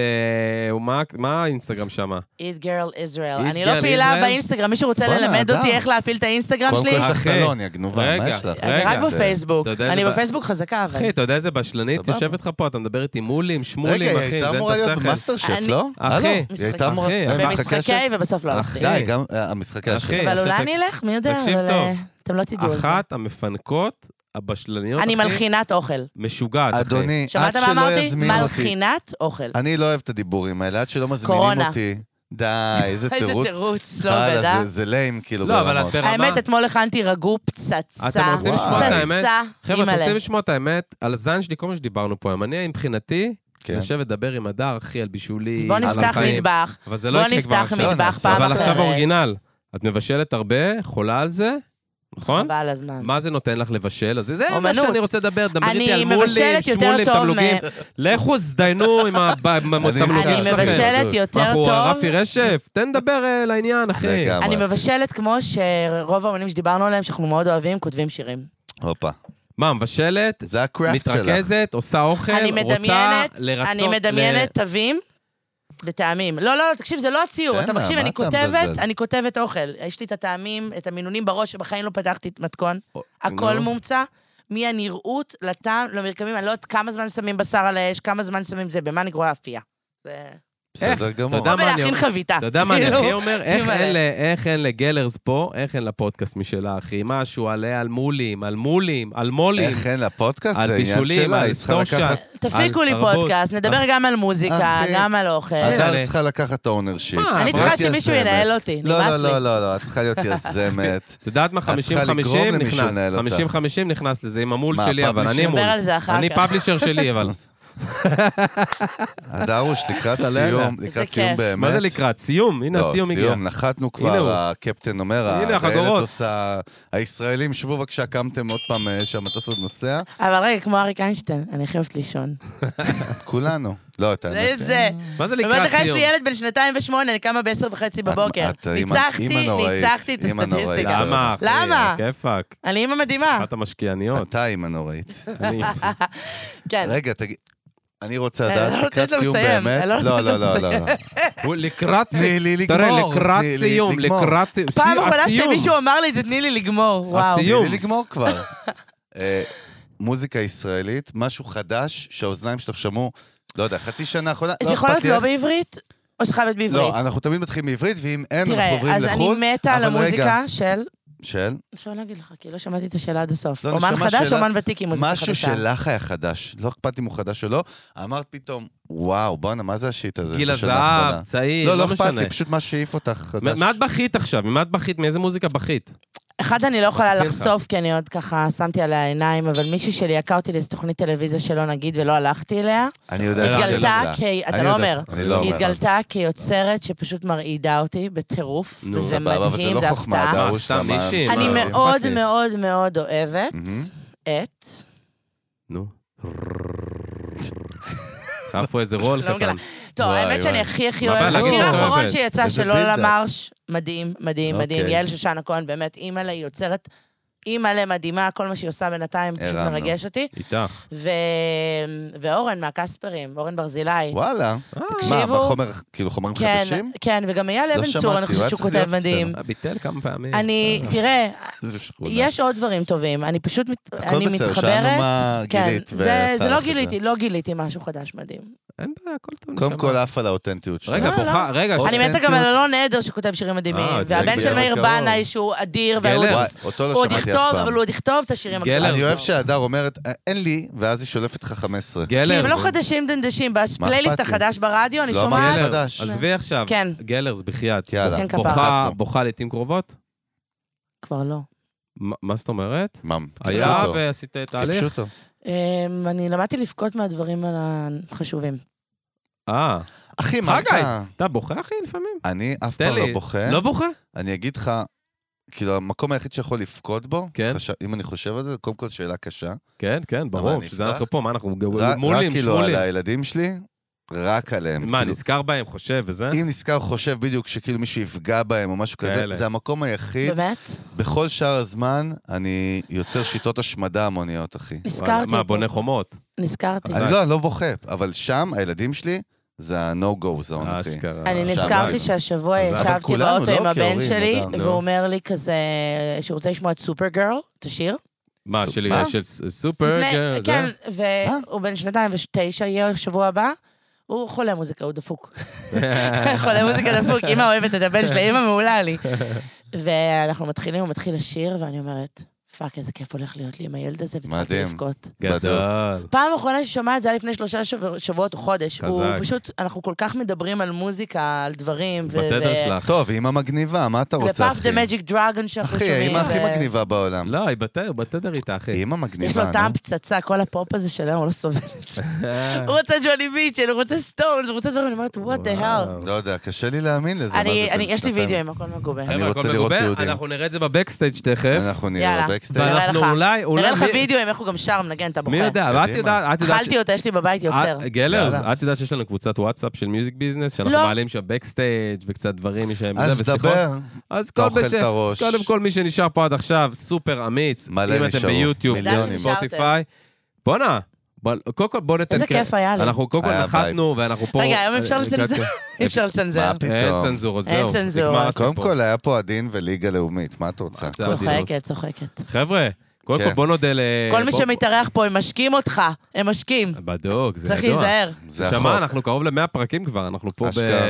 Speaker 1: מה האינסטגרם שמה?
Speaker 3: Eat Girl Israel.
Speaker 1: Eat
Speaker 3: אני
Speaker 1: Girl
Speaker 3: לא פעילה
Speaker 1: Israel?
Speaker 3: באינסטגרם, מישהו רוצה
Speaker 2: בואנה,
Speaker 3: ללמד אותי
Speaker 2: אדם.
Speaker 3: איך להפעיל את האינסטגרם
Speaker 2: קודם כל
Speaker 3: שלי?
Speaker 2: יש לך
Speaker 1: אחי,
Speaker 2: קלון, יא גנובה, מה
Speaker 1: לא רגע,
Speaker 2: יש לך?
Speaker 3: אני רק
Speaker 1: רגע.
Speaker 3: בפייסבוק.
Speaker 1: אתה יודע
Speaker 3: אני
Speaker 1: איזה ב-
Speaker 3: בפייסבוק חזקה, אבל.
Speaker 1: אחי, אתה יודע איזה בשלנית?
Speaker 2: סבבה.
Speaker 1: יושבת לך פה, אתה מדבר איתי מולים, שמולים, אחי,
Speaker 2: רגע, היא
Speaker 1: זה את
Speaker 2: הייתה אמורה להיות
Speaker 1: השכל.
Speaker 2: במאסטר שף,
Speaker 3: אני-
Speaker 2: לא?
Speaker 1: אחי,
Speaker 2: הלו, היא
Speaker 3: משחק.
Speaker 2: הייתה אמורה...
Speaker 1: אחי,
Speaker 2: אה, משחקי
Speaker 3: במשחקי
Speaker 2: השף?
Speaker 3: ובסוף לא הלכתי.
Speaker 1: אחי,
Speaker 2: די, גם אה, המשחקי השף.
Speaker 1: אחי,
Speaker 3: אבל
Speaker 1: יש
Speaker 3: אולי
Speaker 1: לך-
Speaker 3: אני אלך, מי יודע,
Speaker 1: תקשיב
Speaker 3: אבל
Speaker 1: טוב.
Speaker 3: אה, אתם לא תדעו על זה.
Speaker 1: אחת המפנקות, הבשלניות,
Speaker 3: אני
Speaker 1: אחי,
Speaker 3: מלחינת אוכל.
Speaker 1: משוגעת, אחי.
Speaker 2: אדוני, עד
Speaker 3: שמעת מה
Speaker 2: שלא
Speaker 3: אמרתי?
Speaker 2: יזמינו אותי...
Speaker 3: מלחינת אוכל.
Speaker 2: אני לא אוהב את הדיבורים האלה, עד שלא מזמינים
Speaker 3: קורונה.
Speaker 2: אותי. די, איזה
Speaker 3: איזה
Speaker 2: תירוץ.
Speaker 3: תירוץ, לא עובד,
Speaker 2: חלה, זה-
Speaker 3: אה?
Speaker 2: זה ליים, כאילו,
Speaker 1: לא, אבל
Speaker 2: ברמות.
Speaker 1: את ברמה...
Speaker 3: האמת, אתמול הכנתי רגו פצצה.
Speaker 1: אתם רוצים
Speaker 2: לשמוע את
Speaker 1: האמת?
Speaker 3: פצצה,
Speaker 1: חבר'ה, אתם
Speaker 3: אימא'לה.
Speaker 1: רוצים לשמוע את האמת? על הזין שלי, כל מה שדיברנו פה היום. אני, מבחינתי,
Speaker 2: כן.
Speaker 1: יושב לדבר עם הדר, אחי, על בישולי,
Speaker 3: אז בואו
Speaker 1: על
Speaker 3: נפתח
Speaker 1: החיים.
Speaker 3: מטבח.
Speaker 1: אבל זה לא
Speaker 3: בואו
Speaker 1: יקרה כבר
Speaker 3: נפתח
Speaker 1: עכשיו.
Speaker 3: מטבח
Speaker 2: נעשה.
Speaker 3: פעם אחרת.
Speaker 1: אבל עכשיו אורגינל. את מבשלת הרבה, חולה על זה, נכון?
Speaker 3: חבל על הזמן.
Speaker 1: מה זה נותן לך לבשל? אז זה מה
Speaker 3: אומנות.
Speaker 1: שאני רוצה לדבר, דבר איתי
Speaker 3: אני
Speaker 1: על מולים,
Speaker 3: מבשלת יותר
Speaker 1: שמולים,
Speaker 3: טוב מ...
Speaker 1: תמלוגים. לכו, זדיינו עם הב- עם התמלוגים
Speaker 3: אני
Speaker 2: שלכם.
Speaker 3: מבשלת יותר
Speaker 1: אנחנו
Speaker 3: טוב.
Speaker 1: רפי רשף, תן לדבר אה, לעניין, אחי.
Speaker 2: לגמרי.
Speaker 3: אני מבשלת כמו שרוב האמנים שדיברנו עליהם, שאנחנו מאוד אוהבים, כותבים שירים.
Speaker 2: הופה.
Speaker 1: מה, מבשלת,
Speaker 2: זה הקראפט שלך.
Speaker 1: מתרכזת, עושה אוכל,
Speaker 3: אני
Speaker 1: רוצה
Speaker 3: מדמיינת,
Speaker 1: לרצות...
Speaker 3: אני מדמיינת תווים וטעמים. לא, לא, לא, תקשיב, זה לא הציור.
Speaker 2: תן
Speaker 3: אתה
Speaker 2: לה,
Speaker 3: מקשיב,
Speaker 2: מה
Speaker 3: אני
Speaker 2: אתה
Speaker 3: כותבת,
Speaker 2: מזלזל?
Speaker 3: אני כותבת אוכל. יש לי את הטעמים, את המינונים בראש, שבחיים לא פתחתי את מתכון.
Speaker 1: נו.
Speaker 3: הכל מומצא. מהנראות לטעם, למרקמים, אני לא יודעת כמה זמן שמים בשר על האש, כמה זמן שמים זה, במה אני גרועה אפייה. זה...
Speaker 2: בסדר גמור.
Speaker 1: אתה יודע מה אני
Speaker 3: ולהכין
Speaker 1: אומר?
Speaker 3: חביתה.
Speaker 1: אתה יודע מה אני
Speaker 3: כאילו,
Speaker 1: הכי אומר? איך
Speaker 3: אימא'לה.
Speaker 1: אין ל- איך אין לגלרס פה, איך אין לפודקאסט משלה, אחי? משהו על על מולים, על מולים, על מולים.
Speaker 2: איך אין לה פודקאסט?
Speaker 1: על
Speaker 2: זה עניין
Speaker 1: בישולים,
Speaker 2: שלה,
Speaker 1: על
Speaker 2: היא צריכה
Speaker 1: סושיאל.
Speaker 2: לקחת...
Speaker 3: תפיקו
Speaker 1: על
Speaker 3: לי
Speaker 1: תרבות.
Speaker 3: פודקאסט, נדבר גם על מוזיקה,
Speaker 2: אחי,
Speaker 3: גם על אוכל.
Speaker 1: אלה.
Speaker 2: הדר צריכה לקחת אונרשיפ.
Speaker 1: אה, מה,
Speaker 3: אני
Speaker 1: את
Speaker 3: צריכה
Speaker 1: להיות
Speaker 3: שמישהו ינהל אותי,
Speaker 2: לא,
Speaker 3: נמאס
Speaker 2: לא,
Speaker 3: לי.
Speaker 2: לא, לא, לא, את צריכה להיות יזמת.
Speaker 1: את יודעת מה? 50-50
Speaker 2: את צריכה לגרום למישהו
Speaker 1: נכנס.
Speaker 2: לנהל אותך.
Speaker 1: 50-50 נכנס לזה עם המול
Speaker 2: מה,
Speaker 1: שלי, אבל אני
Speaker 2: פאבלישר?
Speaker 1: מול.
Speaker 3: נדבר על זה אחר
Speaker 1: אני
Speaker 3: כך.
Speaker 1: פאבלישר שלי, אבל.
Speaker 2: הדרוש, לקראת
Speaker 1: חלאלה.
Speaker 2: סיום,
Speaker 3: איזה
Speaker 2: לקראת
Speaker 3: כיף.
Speaker 2: סיום באמת.
Speaker 1: מה זה לקראת? סיום? הנה
Speaker 2: לא,
Speaker 1: הסיום הגיע.
Speaker 2: סיום, נחתנו
Speaker 1: הוא.
Speaker 2: כבר, הקפטן אומר,
Speaker 1: הנה, החגורות.
Speaker 2: החיילת עושה... הישראלים, שבו בבקשה, קמתם עוד פעם אה, שהמטוס עוד נוסע.
Speaker 3: אבל רגע, כמו אריק איינשטיין, אני חייבת לישון.
Speaker 2: כולנו. לא, את
Speaker 3: זה
Speaker 2: האמת.
Speaker 3: זה.
Speaker 1: מה זה
Speaker 3: אומרת
Speaker 1: לקראת
Speaker 3: לך, יש לי
Speaker 1: סיום?
Speaker 3: ילד בן שנתיים ושמונה, אני קמה בעשר וחצי בבוקר.
Speaker 2: את- את אימא-
Speaker 3: ניצחתי,
Speaker 2: אימא נוראית,
Speaker 3: ניצחתי את
Speaker 2: אימא נוראית.
Speaker 3: הסטטיסטיקה.
Speaker 1: למה, כן. אחי?
Speaker 3: למה?
Speaker 1: כיפאק.
Speaker 3: אני אימא מדהימה.
Speaker 1: אחת המשקיעניות.
Speaker 2: אתה אימא נוראית.
Speaker 1: אני-
Speaker 3: כן.
Speaker 2: רגע, תגיד... אני רוצה
Speaker 3: אני לא
Speaker 2: לדעת,
Speaker 3: נותנת
Speaker 2: לקראת
Speaker 3: לו
Speaker 2: סיום
Speaker 3: לסיים,
Speaker 2: באמת...
Speaker 3: אני לא
Speaker 2: לא,
Speaker 3: נותנת לו
Speaker 2: לא, לא, לא. לא.
Speaker 1: הוא לקראת...
Speaker 2: תני לי לגמור.
Speaker 1: תראה, לקראת
Speaker 2: תני לי
Speaker 1: סיום,
Speaker 2: לגמור.
Speaker 1: לקראת סיום.
Speaker 3: פעם
Speaker 1: סי-
Speaker 3: אחרונה
Speaker 1: הסיום.
Speaker 3: שמישהו אמר לי את זה, תני לי לגמור. וואו.
Speaker 1: הסיום.
Speaker 2: תני לי לגמור כבר. אה, מוזיקה ישראלית, משהו חדש שהאוזניים שלך שמעו, לא יודע, חצי שנה אחרונה,
Speaker 3: זה יכול להיות
Speaker 2: אכפת לי
Speaker 3: לא
Speaker 2: איך-
Speaker 3: בעברית, או שחייב להיות בעברית.
Speaker 2: לא, אנחנו תמיד מתחילים בעברית, ואם אין, אנחנו
Speaker 3: תראה,
Speaker 2: עוברים
Speaker 3: אז אני
Speaker 2: לחו"ל.
Speaker 3: מתה על
Speaker 2: אבל רגע,
Speaker 3: המוזיקה של...
Speaker 2: של?
Speaker 3: עכשיו אני אגיד לך, כי לא שמעתי את השאלה עד הסוף.
Speaker 2: לא,
Speaker 3: אומן
Speaker 2: נשמה,
Speaker 3: חדש,
Speaker 2: שאלה-
Speaker 3: אומן ותיק עם מוזיקה חדשה.
Speaker 2: משהו שלך היה חדש, לא אכפת אם הוא חדש או לא, אמרת פתאום, וואו, בואנה, מה זה השיט הזה?
Speaker 1: גיל
Speaker 2: בשנה
Speaker 1: הזהב,
Speaker 2: האחרונה?"
Speaker 1: צעיר,
Speaker 2: לא, לא
Speaker 1: לא
Speaker 2: אכפת
Speaker 1: משנה.
Speaker 2: לי, פשוט מה שהעיף אותך חדש.
Speaker 1: מ- מה את בכית עכשיו? ממה את בכית? מאיזה מוזיקה בכית?
Speaker 3: אחד, אני לא יכולה
Speaker 1: אצלך.
Speaker 3: לחשוף, כי אני עוד ככה שמתי עליה עיניים, אבל מישהי שליהקה אותי לאיזו תוכנית טלוויזיה שלא נגיד ולא הלכתי אליה,
Speaker 2: אה, לא, אני יודע את השאלה
Speaker 3: התגלתה
Speaker 2: שלה.
Speaker 3: כ...
Speaker 2: אני
Speaker 3: אתה לא
Speaker 2: יודע,
Speaker 3: אומר.
Speaker 2: אני לא
Speaker 3: היא
Speaker 2: אומר.
Speaker 3: התגלתה כיוצרת שפשוט מרעידה אותי בטירוף,
Speaker 1: נו,
Speaker 3: וזה
Speaker 2: סבבה, אבל
Speaker 3: מדהים,
Speaker 2: לא
Speaker 3: זה
Speaker 2: חוכמה,
Speaker 3: הפתעה.
Speaker 2: דרוש,
Speaker 1: סתם
Speaker 2: למה-
Speaker 1: מישהי,
Speaker 3: אני
Speaker 1: מה,
Speaker 3: מאוד
Speaker 1: לא, אכפת לי.
Speaker 3: מאוד מאוד אוהבת
Speaker 2: מהמם.
Speaker 3: את...
Speaker 1: נו. חייב פה איזה רול
Speaker 3: לא
Speaker 1: קטן.
Speaker 3: מגלה. טוב,
Speaker 2: וואי,
Speaker 3: האמת שאני
Speaker 2: וואי.
Speaker 3: הכי הכי
Speaker 1: מה
Speaker 3: אוהבת.
Speaker 1: הבעיה?
Speaker 3: השיר
Speaker 1: לא.
Speaker 3: האחרון
Speaker 1: אוהבת.
Speaker 3: שיצא
Speaker 2: איזה
Speaker 3: של לולה
Speaker 2: בילדאפ.
Speaker 3: למרש, מדהים, מדהים, מדהים.
Speaker 2: אוקיי.
Speaker 3: יעל שושנה כהן, באמת, אימא לה, היא יוצרת היא מלא מדהימה, כל מה שהיא עושה בינתיים פשוט
Speaker 2: הרמנו.
Speaker 3: מרגש אותי.
Speaker 1: איתך.
Speaker 3: ו... ואורן מהקספרים, אורן ברזילי.
Speaker 2: וואלה. מה,
Speaker 3: אה, תקשיבו.
Speaker 2: בחומר, כאילו חומרים
Speaker 3: כן,
Speaker 2: חדשים? לא
Speaker 3: כן, וגם אייל אבן צור,
Speaker 2: שמעתי, הוא
Speaker 3: אני
Speaker 2: היה
Speaker 3: חושבת שהוא
Speaker 2: צריך
Speaker 3: כותב
Speaker 2: להיות כן,
Speaker 3: מדהים.
Speaker 1: אה, ביטל כמה פעמים. אה,
Speaker 3: אני, תראה,
Speaker 2: איזה שכונה.
Speaker 3: יש עוד דברים טובים, אני פשוט, מת-
Speaker 2: הכל
Speaker 3: אני
Speaker 2: בסדר,
Speaker 3: מתחברת.
Speaker 2: שאלנו מה
Speaker 3: כן,
Speaker 2: גילית
Speaker 3: זה-
Speaker 2: ועשה
Speaker 3: זה לא
Speaker 2: לך את
Speaker 3: גיליתי, לא גיליתי משהו חדש מדהים.
Speaker 1: אין בעיה, הכל טוב.
Speaker 2: קודם
Speaker 1: נשמה.
Speaker 2: כל, עף על האותנטיות שלך.
Speaker 1: רגע,
Speaker 3: לא,
Speaker 1: בוכה, רגע,
Speaker 2: אני
Speaker 3: אני
Speaker 1: שנייה.
Speaker 3: מתה גם
Speaker 2: אותנטיות.
Speaker 3: על אלון עדר שכותב שירים מדהימים,
Speaker 1: אה, את זה
Speaker 3: והבן
Speaker 1: אני
Speaker 3: של
Speaker 2: גם
Speaker 3: מאיר
Speaker 2: בקרוב.
Speaker 3: בנאי שהוא אדיר, והוא
Speaker 1: גלר.
Speaker 2: וואי, אותו
Speaker 3: הוא
Speaker 2: לא
Speaker 3: עוד
Speaker 2: שמעתי אף
Speaker 3: יכתוב,
Speaker 2: פעם.
Speaker 3: אבל הוא עוד יכתוב את השירים
Speaker 1: גלר.
Speaker 3: הגדולים.
Speaker 2: אני אוהב שהדר אומרת, אין לי, ואז היא שולפת לך 15.
Speaker 1: גלר.
Speaker 3: כי הם לא
Speaker 1: זה-
Speaker 3: חדשים דנדשים, בפלייליסט
Speaker 2: אכפת לי?
Speaker 3: החדש ברדיו, אני
Speaker 2: לא אמרתי
Speaker 3: שומעת...
Speaker 1: גלר,
Speaker 2: חדש.
Speaker 1: עזבי עכשיו.
Speaker 3: כן.
Speaker 1: גלרס, בחייאת.
Speaker 2: יאללה.
Speaker 3: כן, כפרה.
Speaker 1: בוכה,
Speaker 2: אחת פה.
Speaker 1: בוכה לעיתים קרובות?
Speaker 3: כבר לא.
Speaker 1: מה- מה זאת אומרת?
Speaker 2: ממ.
Speaker 1: היה
Speaker 2: טיפשו אותו.
Speaker 1: ועשית תהליך?
Speaker 2: טיפשו אותו.
Speaker 3: אמ, אני למדתי לבכות מהדברים החשובים.
Speaker 1: אה.
Speaker 2: אחי, מה
Speaker 1: חגי,
Speaker 2: אתה?
Speaker 1: אתה בוכה, אחי, לפעמים?
Speaker 2: אני אף
Speaker 1: תן
Speaker 2: פעם
Speaker 1: לי.
Speaker 2: לא בוכה.
Speaker 1: לא בוכה?
Speaker 2: אני אגיד לך, כאילו, המקום היחיד שיכול לבכות בו,
Speaker 1: כן.
Speaker 2: חש- אם אני חושב על זה, קודם כל שאלה קשה.
Speaker 1: כן, כן, ברור.
Speaker 2: אני
Speaker 1: שזה
Speaker 2: אפתח.
Speaker 1: אנחנו פה, מה אנחנו...
Speaker 2: רק רק
Speaker 1: מולים,
Speaker 2: כאילו על
Speaker 1: שמולים.
Speaker 2: הילדים שלי, רק עליהם.
Speaker 1: מה,
Speaker 2: כאילו,
Speaker 1: נזכר בהם, חושב וזה?
Speaker 2: אם נזכר חושב בדיוק שכאילו מישהו יפגע בהם או משהו כזה,
Speaker 1: כאלה.
Speaker 2: זה המקום היחיד.
Speaker 3: באמת?
Speaker 2: בכל שאר הזמן אני יוצר שיטות השמדה המוניות, אחי.
Speaker 1: וואלה,
Speaker 3: נזכרתי.
Speaker 1: מה,
Speaker 3: פה.
Speaker 1: בונה חומות?
Speaker 2: נכון,
Speaker 3: נזכרתי.
Speaker 1: חזק.
Speaker 2: אני לא, אני לא בוכה, אבל שם הילדים שלי זה ה-no-go zone, אחי.
Speaker 1: אשכרה.
Speaker 3: אני
Speaker 2: עכשיו,
Speaker 3: נזכרתי
Speaker 2: אבל-
Speaker 3: שהשבוע
Speaker 2: אבל
Speaker 3: ישבתי
Speaker 2: כולנו,
Speaker 3: באוטו
Speaker 2: לא?
Speaker 3: עם הבן
Speaker 2: כהורים,
Speaker 3: שלי,
Speaker 2: אדם,
Speaker 1: לא.
Speaker 3: והוא אומר לי כזה, שהוא רוצה לשמוע את סופרגרל, את השיר.
Speaker 1: מה,
Speaker 2: סופ-
Speaker 1: של
Speaker 2: מה?
Speaker 1: של ס- סופר?
Speaker 3: לפני-
Speaker 1: כן, זה?
Speaker 3: כן,
Speaker 2: אה?
Speaker 3: והוא בן שנתיים ותשע, יהיה שבוע הבא. הוא חולה מוזיקה, הוא דפוק. כן. חולה מוזיקה דפוק, אמא אוהבת את הבן שלה, אמא מעולה לי. ואנחנו מתחילים, הוא מתחיל לשיר, ואני אומרת, פאק, איזה כיף הולך להיות לי עם הילד הזה, והתחלתי
Speaker 2: מדהים.
Speaker 3: לבכות.
Speaker 1: גדול.
Speaker 3: פעם אחרונה ששמע את זה היה לפני שלושה שבוע- שבועות או חודש.
Speaker 1: חזק.
Speaker 3: הוא פשוט, אנחנו כל כך מדברים על מוזיקה, על דברים. ו-
Speaker 1: בתדר
Speaker 3: ו-
Speaker 1: שלך.
Speaker 2: טוב, אימא מגניבה, מה אתה רוצה,
Speaker 3: לפאף
Speaker 2: אחי?
Speaker 3: דה מג'יק דרגון שאנחנו
Speaker 2: אחי,
Speaker 3: שומעים.
Speaker 2: האימא הכי
Speaker 3: ו-
Speaker 2: מגניבה בעולם.
Speaker 1: לא, היא בתדר, בתדר איתה, אחי.
Speaker 2: אימא
Speaker 3: יש לו
Speaker 2: מגניבה,
Speaker 3: טעם
Speaker 2: נו.
Speaker 3: פצצה, כל הפופ הזה שלהם, הוא לא סובל את זה. הוא רוצה ג'וני ביטשן, הוא רוצה סטונס, הוא רוצה דברים, אני אומרת, what the hell.
Speaker 1: וואו.
Speaker 2: לא יודע, קשה לי להאמין לזה. מה
Speaker 3: אני-
Speaker 2: זה,
Speaker 3: אני-
Speaker 2: אתם
Speaker 3: יש לי
Speaker 2: שנתיים?
Speaker 3: וידאו עם הכל מגובה.
Speaker 2: אני
Speaker 1: חבר'ה,
Speaker 2: רוצה
Speaker 1: הכל
Speaker 2: לראות
Speaker 1: מגובה,
Speaker 2: תיעודים.
Speaker 1: אנחנו נראה את זה בבקסטייג תכף.
Speaker 2: אנחנו
Speaker 3: יאללה.
Speaker 2: נראה בבקסטייג.
Speaker 3: נראה
Speaker 1: ואנחנו
Speaker 3: לך.
Speaker 1: אולי, אולי...
Speaker 3: נראה לך
Speaker 1: מי-
Speaker 3: וידאו עם איך הוא גם שר, מנגן, אתה בוחר.
Speaker 1: מי יודע, ואת
Speaker 2: קדימה.
Speaker 1: יודעת, את יודעת... ש- אה,
Speaker 3: אכלתי אותה, יש לי בבית יוצר.
Speaker 1: את- גלרס,
Speaker 2: יאללה.
Speaker 1: את יודעת שיש לנו קבוצת וואטסאפ של מיוזיק ביזנס, שאנחנו
Speaker 3: לא.
Speaker 1: מעלים שם בקסטייג' וקצת דברים משם,
Speaker 2: אז
Speaker 1: ושיחות.
Speaker 2: דבר.
Speaker 1: אז
Speaker 2: אתה
Speaker 1: כל
Speaker 2: אוכל
Speaker 1: מי ש-
Speaker 2: את
Speaker 1: אז
Speaker 2: הראש.
Speaker 1: קודם כל מי שנשאר פה עד עכשיו, סופר אמיץ.
Speaker 2: מלא
Speaker 1: אם אתם
Speaker 2: נשארו,
Speaker 1: ביוטיוב,
Speaker 2: מיליונים.
Speaker 3: תודה שנשארתם.
Speaker 1: ספוטיפיי. בואנה, בוא- קודם כל בוא ניתן...
Speaker 3: איזה
Speaker 1: קרדיט.
Speaker 3: כיף היה לי.
Speaker 1: אנחנו קודם כל
Speaker 2: היה
Speaker 1: נחתנו, ואנחנו פה... אה,
Speaker 3: רגע, היום אפשר לצנזר. אי אפשר לצנזר.
Speaker 2: מה פתאום?
Speaker 1: אין צנזור, אז
Speaker 3: אין
Speaker 1: זהו.
Speaker 3: צנזור.
Speaker 1: נגמר
Speaker 2: קודם
Speaker 1: הסיפור.
Speaker 2: כל היה פה עדין וליגה לאומית, מה את רוצה?
Speaker 1: זה אדירות.
Speaker 3: צוחקת, צוחקת.
Speaker 1: חבר'ה, קודם כל
Speaker 2: כן.
Speaker 1: בוא נודה ל...
Speaker 3: כל מי
Speaker 1: אה, בוא-
Speaker 3: שמתארח פה, הם משקים אותך, הם משקים.
Speaker 1: בדוק, זה
Speaker 3: צריך
Speaker 1: ידוע.
Speaker 3: להיזהר.
Speaker 2: זה החוק.
Speaker 1: שמע, אנחנו קרוב ל-100 פרקים כבר, אנחנו פה ב...
Speaker 2: אשכרה.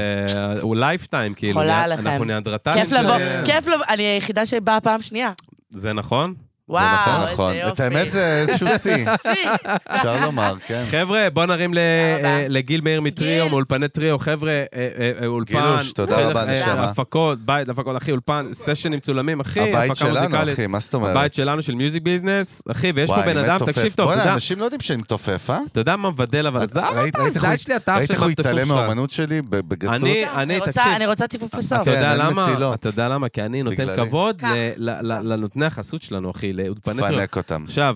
Speaker 1: הוא לייפטיים, כאילו.
Speaker 3: חולה
Speaker 1: נ-
Speaker 3: עליכם.
Speaker 1: אנחנו ניאנדרטלים.
Speaker 3: כיף לבוא, כן.
Speaker 1: זה-
Speaker 3: כיף לבוא, אני היחידה שבאה פעם שנייה.
Speaker 1: זה נכון?
Speaker 3: וואו,
Speaker 2: נכון,
Speaker 3: איזה
Speaker 2: נכון. את
Speaker 3: יופי.
Speaker 2: האמת זה איזשהו שיא, אפשר לומר, כן.
Speaker 1: חבר'ה, בוא נרים ל-
Speaker 3: תודה רבה.
Speaker 1: אה, לגיל מאיר מטריו,
Speaker 3: גיל.
Speaker 1: מאולפני טריו, חבר'ה, אה, אה, אה, אולפן.
Speaker 2: גילוש, תודה
Speaker 1: חדר-
Speaker 2: רבה,
Speaker 1: אה,
Speaker 2: נשמה.
Speaker 1: הפקות, בית, הפקות, אחי, אולפן, סשנים מצולמים, אחי,
Speaker 2: הבית
Speaker 1: הפקה
Speaker 2: שלנו,
Speaker 1: מוזיקלית.
Speaker 2: אחי, מה זאת אומרת?
Speaker 1: הבית שלנו של מיוזיק ביזנס, אחי, ויש פה
Speaker 2: וואי, אני
Speaker 1: בן
Speaker 2: מת
Speaker 1: אדם,
Speaker 2: תופף.
Speaker 1: תקשיב טוב, אתה
Speaker 2: בוא'נה,
Speaker 1: יודע-
Speaker 2: אנשים לא יודעים שאני מתופף, אה?
Speaker 1: אתה יודע מה מבדל, אבל זה
Speaker 2: ראית-
Speaker 1: אתה,
Speaker 2: ראית איך הוא-
Speaker 1: זית שלי, אתה אח
Speaker 2: ראית
Speaker 1: של
Speaker 2: איך הוא
Speaker 1: מהפטפוף
Speaker 2: התעלם
Speaker 1: שלך.
Speaker 2: מהאומנות שלי ב- בגסות?
Speaker 1: אני-
Speaker 3: אני רוצה-
Speaker 1: תקשיב. אה,
Speaker 3: אני רוצה טיפוף לסוף.
Speaker 1: אתה
Speaker 2: כן,
Speaker 1: יודע
Speaker 2: אין
Speaker 1: למה?
Speaker 2: מצילות.
Speaker 1: אתה יודע למה? כי אני נותן
Speaker 2: בגללי.
Speaker 1: כבוד
Speaker 3: ככה.
Speaker 1: ל- ל- ל- לנותני החסות שלנו, אחי, לאולפני טריו.
Speaker 2: פנק אותם.
Speaker 1: עכשיו,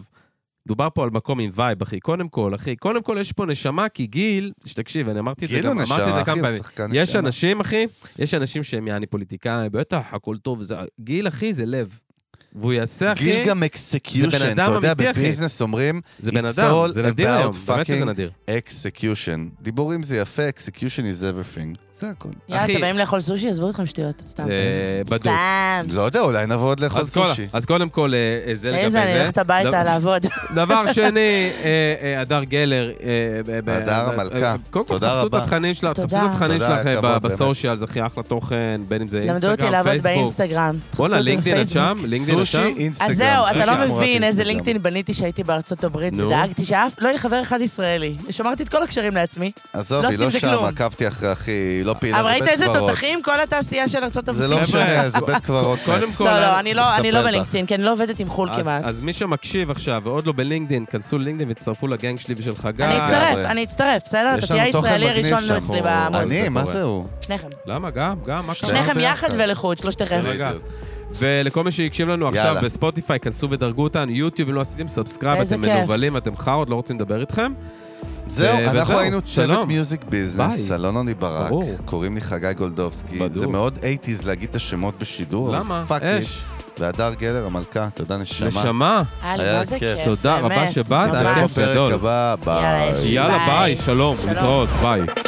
Speaker 1: דובר פה על מקום עם וייב, אחי. קודם כל, אחי, קודם כל יש פה נשמה, כי גיל, תקשיב, אני אמרתי את זה
Speaker 2: גיל הוא
Speaker 1: גם, אמרתי את
Speaker 2: כאילו נשמה,
Speaker 1: זה
Speaker 2: אחי,
Speaker 1: כמה
Speaker 2: הוא
Speaker 1: פעמים.
Speaker 2: שחקן נשמה.
Speaker 1: יש אנשים, אחי, יש אנשים שהם יעני פוליטיקאים, בטח, הכל טוב, וזה... גיל, אחי, זה לב. והוא יעשה, אחי,
Speaker 2: גיל גם
Speaker 1: זה בן
Speaker 2: אקסקיושן,
Speaker 1: אדם
Speaker 2: אתה יודע,
Speaker 1: אמיתי, אחי.
Speaker 2: בביזנס אומרים,
Speaker 1: זה בן
Speaker 2: it's
Speaker 1: אדם,
Speaker 2: all
Speaker 1: זה נדיר
Speaker 2: about
Speaker 1: היום, באמת שזה
Speaker 2: fucking-
Speaker 1: נדיר.
Speaker 2: אקסקיושן. דיבורים זה יפה, אקסקיושן is everything. זה הכל.
Speaker 3: יאללה,
Speaker 1: אחי.
Speaker 3: אתם באים לאכול סושי? עזבו אתכם שטויות, סתם.
Speaker 1: אה, בדוק.
Speaker 3: סתם.
Speaker 2: לא יודע, אולי נבוא עוד לאכול
Speaker 1: אז כל-
Speaker 2: סושי.
Speaker 1: אז קודם כל, אה, אה, זה לגבי זה. לא-
Speaker 3: איזה, אני הולכת הביתה
Speaker 1: דבר-
Speaker 3: לעבוד.
Speaker 1: דבר שני, אה, אה, הדר גלר. אה, ב- ב-
Speaker 2: הדר
Speaker 1: ב-
Speaker 2: המלכה.
Speaker 1: קודם כל,
Speaker 2: תודה
Speaker 1: תחפשו את
Speaker 2: רבה.
Speaker 1: התכנים שלה,
Speaker 3: תודה.
Speaker 1: תחפשו את התכנים
Speaker 2: תודה,
Speaker 1: שלך
Speaker 2: הכבוד,
Speaker 1: אה, ב-
Speaker 2: באמת.
Speaker 1: בסושיאלס, אחי, אחלה תוכן, בין אם זה
Speaker 3: למדו אותי
Speaker 1: אינסטגרם,
Speaker 3: לעבוד
Speaker 1: פייסבוק.
Speaker 3: באינסטגרם.
Speaker 1: בואנה,
Speaker 3: תחפשו אותי
Speaker 1: לינקדאין את
Speaker 3: בפייסבוק.
Speaker 1: שם? לינקדאין את שם?
Speaker 2: סושי, אינסטגרם.
Speaker 3: אז זהו, אתה
Speaker 2: סושי,
Speaker 3: לא
Speaker 2: אמרת
Speaker 3: מבין איזה
Speaker 2: אינסטגרם.
Speaker 3: לינקדאין בניתי שהייתי בארצות הברית,
Speaker 1: נו.
Speaker 3: ודאגתי שאף, לא היה לי חבר אחד ישראלי. שמרתי את כל הקשרים לעצמי.
Speaker 2: עזוב,
Speaker 3: לא
Speaker 2: היא לא
Speaker 3: עשיתי
Speaker 2: שם,
Speaker 3: כלום.
Speaker 2: עקבתי אחרי אחי, היא לא פעילה,
Speaker 3: אבל ראית
Speaker 2: זה
Speaker 3: איזה
Speaker 2: בית קברות.
Speaker 3: תותחים? כל התעשייה של ארצות הברית.
Speaker 2: זה לא משנה, זה בית קברות.
Speaker 1: קודם כל... אה,
Speaker 3: לא, לא, אני לא-
Speaker 2: צריך
Speaker 3: אני לא
Speaker 2: לטפל בך.
Speaker 3: בלינקדאין, כי אני לא עובדת עם חו"ל
Speaker 1: אז-
Speaker 3: כמעט.
Speaker 1: אז מי שמקשיב עכשיו ועוד לא בלינקדאין, כנסו ללינקדאין והצטרפו לגנג שלי ושל חגי.
Speaker 3: אני אצטרף,
Speaker 2: אה, לגמרי.
Speaker 3: אני אצטרף, בסדר? אתה
Speaker 2: יש
Speaker 3: תהיה
Speaker 2: לנו תוכן
Speaker 3: הישראלי
Speaker 2: מגניב
Speaker 3: הראשון
Speaker 2: שם,
Speaker 3: אצלי
Speaker 2: הוא-
Speaker 3: בעמוד.
Speaker 2: אני,
Speaker 1: זה
Speaker 2: מה
Speaker 1: קורה.
Speaker 2: זה הוא?
Speaker 3: שניכם.
Speaker 1: למה? גם, גם, מה קרה?
Speaker 2: שניכם.
Speaker 3: שניכם
Speaker 2: ביחד.
Speaker 3: יחד ולחוד, שלושתכם.
Speaker 1: רגע.
Speaker 2: בדיוק.
Speaker 1: ולכל מי שהקשיב לנו עכשיו
Speaker 2: יאללה.
Speaker 1: בספוטיפיי, כנסו ודרגו אותנו, יוטיוב, אם לא עשיתם סאבסקרייב,
Speaker 3: איזה
Speaker 1: אתם
Speaker 3: כיף.
Speaker 1: מנוולים, אתם חארות, לא רוצים לדבר איתכם.
Speaker 2: זהו,
Speaker 1: ו-
Speaker 2: אנחנו
Speaker 1: וזהו,
Speaker 2: היינו צוות
Speaker 1: שלום.
Speaker 2: מיוזיק
Speaker 1: ביי.
Speaker 2: ביזנס, אלונוני ברק,
Speaker 1: ברור.
Speaker 2: קוראים לי חגי גולדובסקי,
Speaker 1: בדוק.
Speaker 2: זה מאוד 80's להגיד את השמות בשידור, אבל
Speaker 1: למה?
Speaker 2: פאק לי.
Speaker 1: אש.
Speaker 2: והדר גלר, המלכה, תודה נשמה.
Speaker 1: נשמה,
Speaker 3: היה לי
Speaker 2: היה
Speaker 3: מה זה
Speaker 2: כיף.
Speaker 3: כיף.
Speaker 1: תודה רבה
Speaker 3: באמת,
Speaker 1: שבאת, היה
Speaker 3: ממש.
Speaker 1: כיף.
Speaker 2: בפרק
Speaker 1: גדול.
Speaker 2: הבא, ביי.
Speaker 3: יאללה, יש.
Speaker 1: יאללה
Speaker 3: ביי.
Speaker 1: ביי, שלום,
Speaker 3: שלום.
Speaker 1: להתראות, ביי.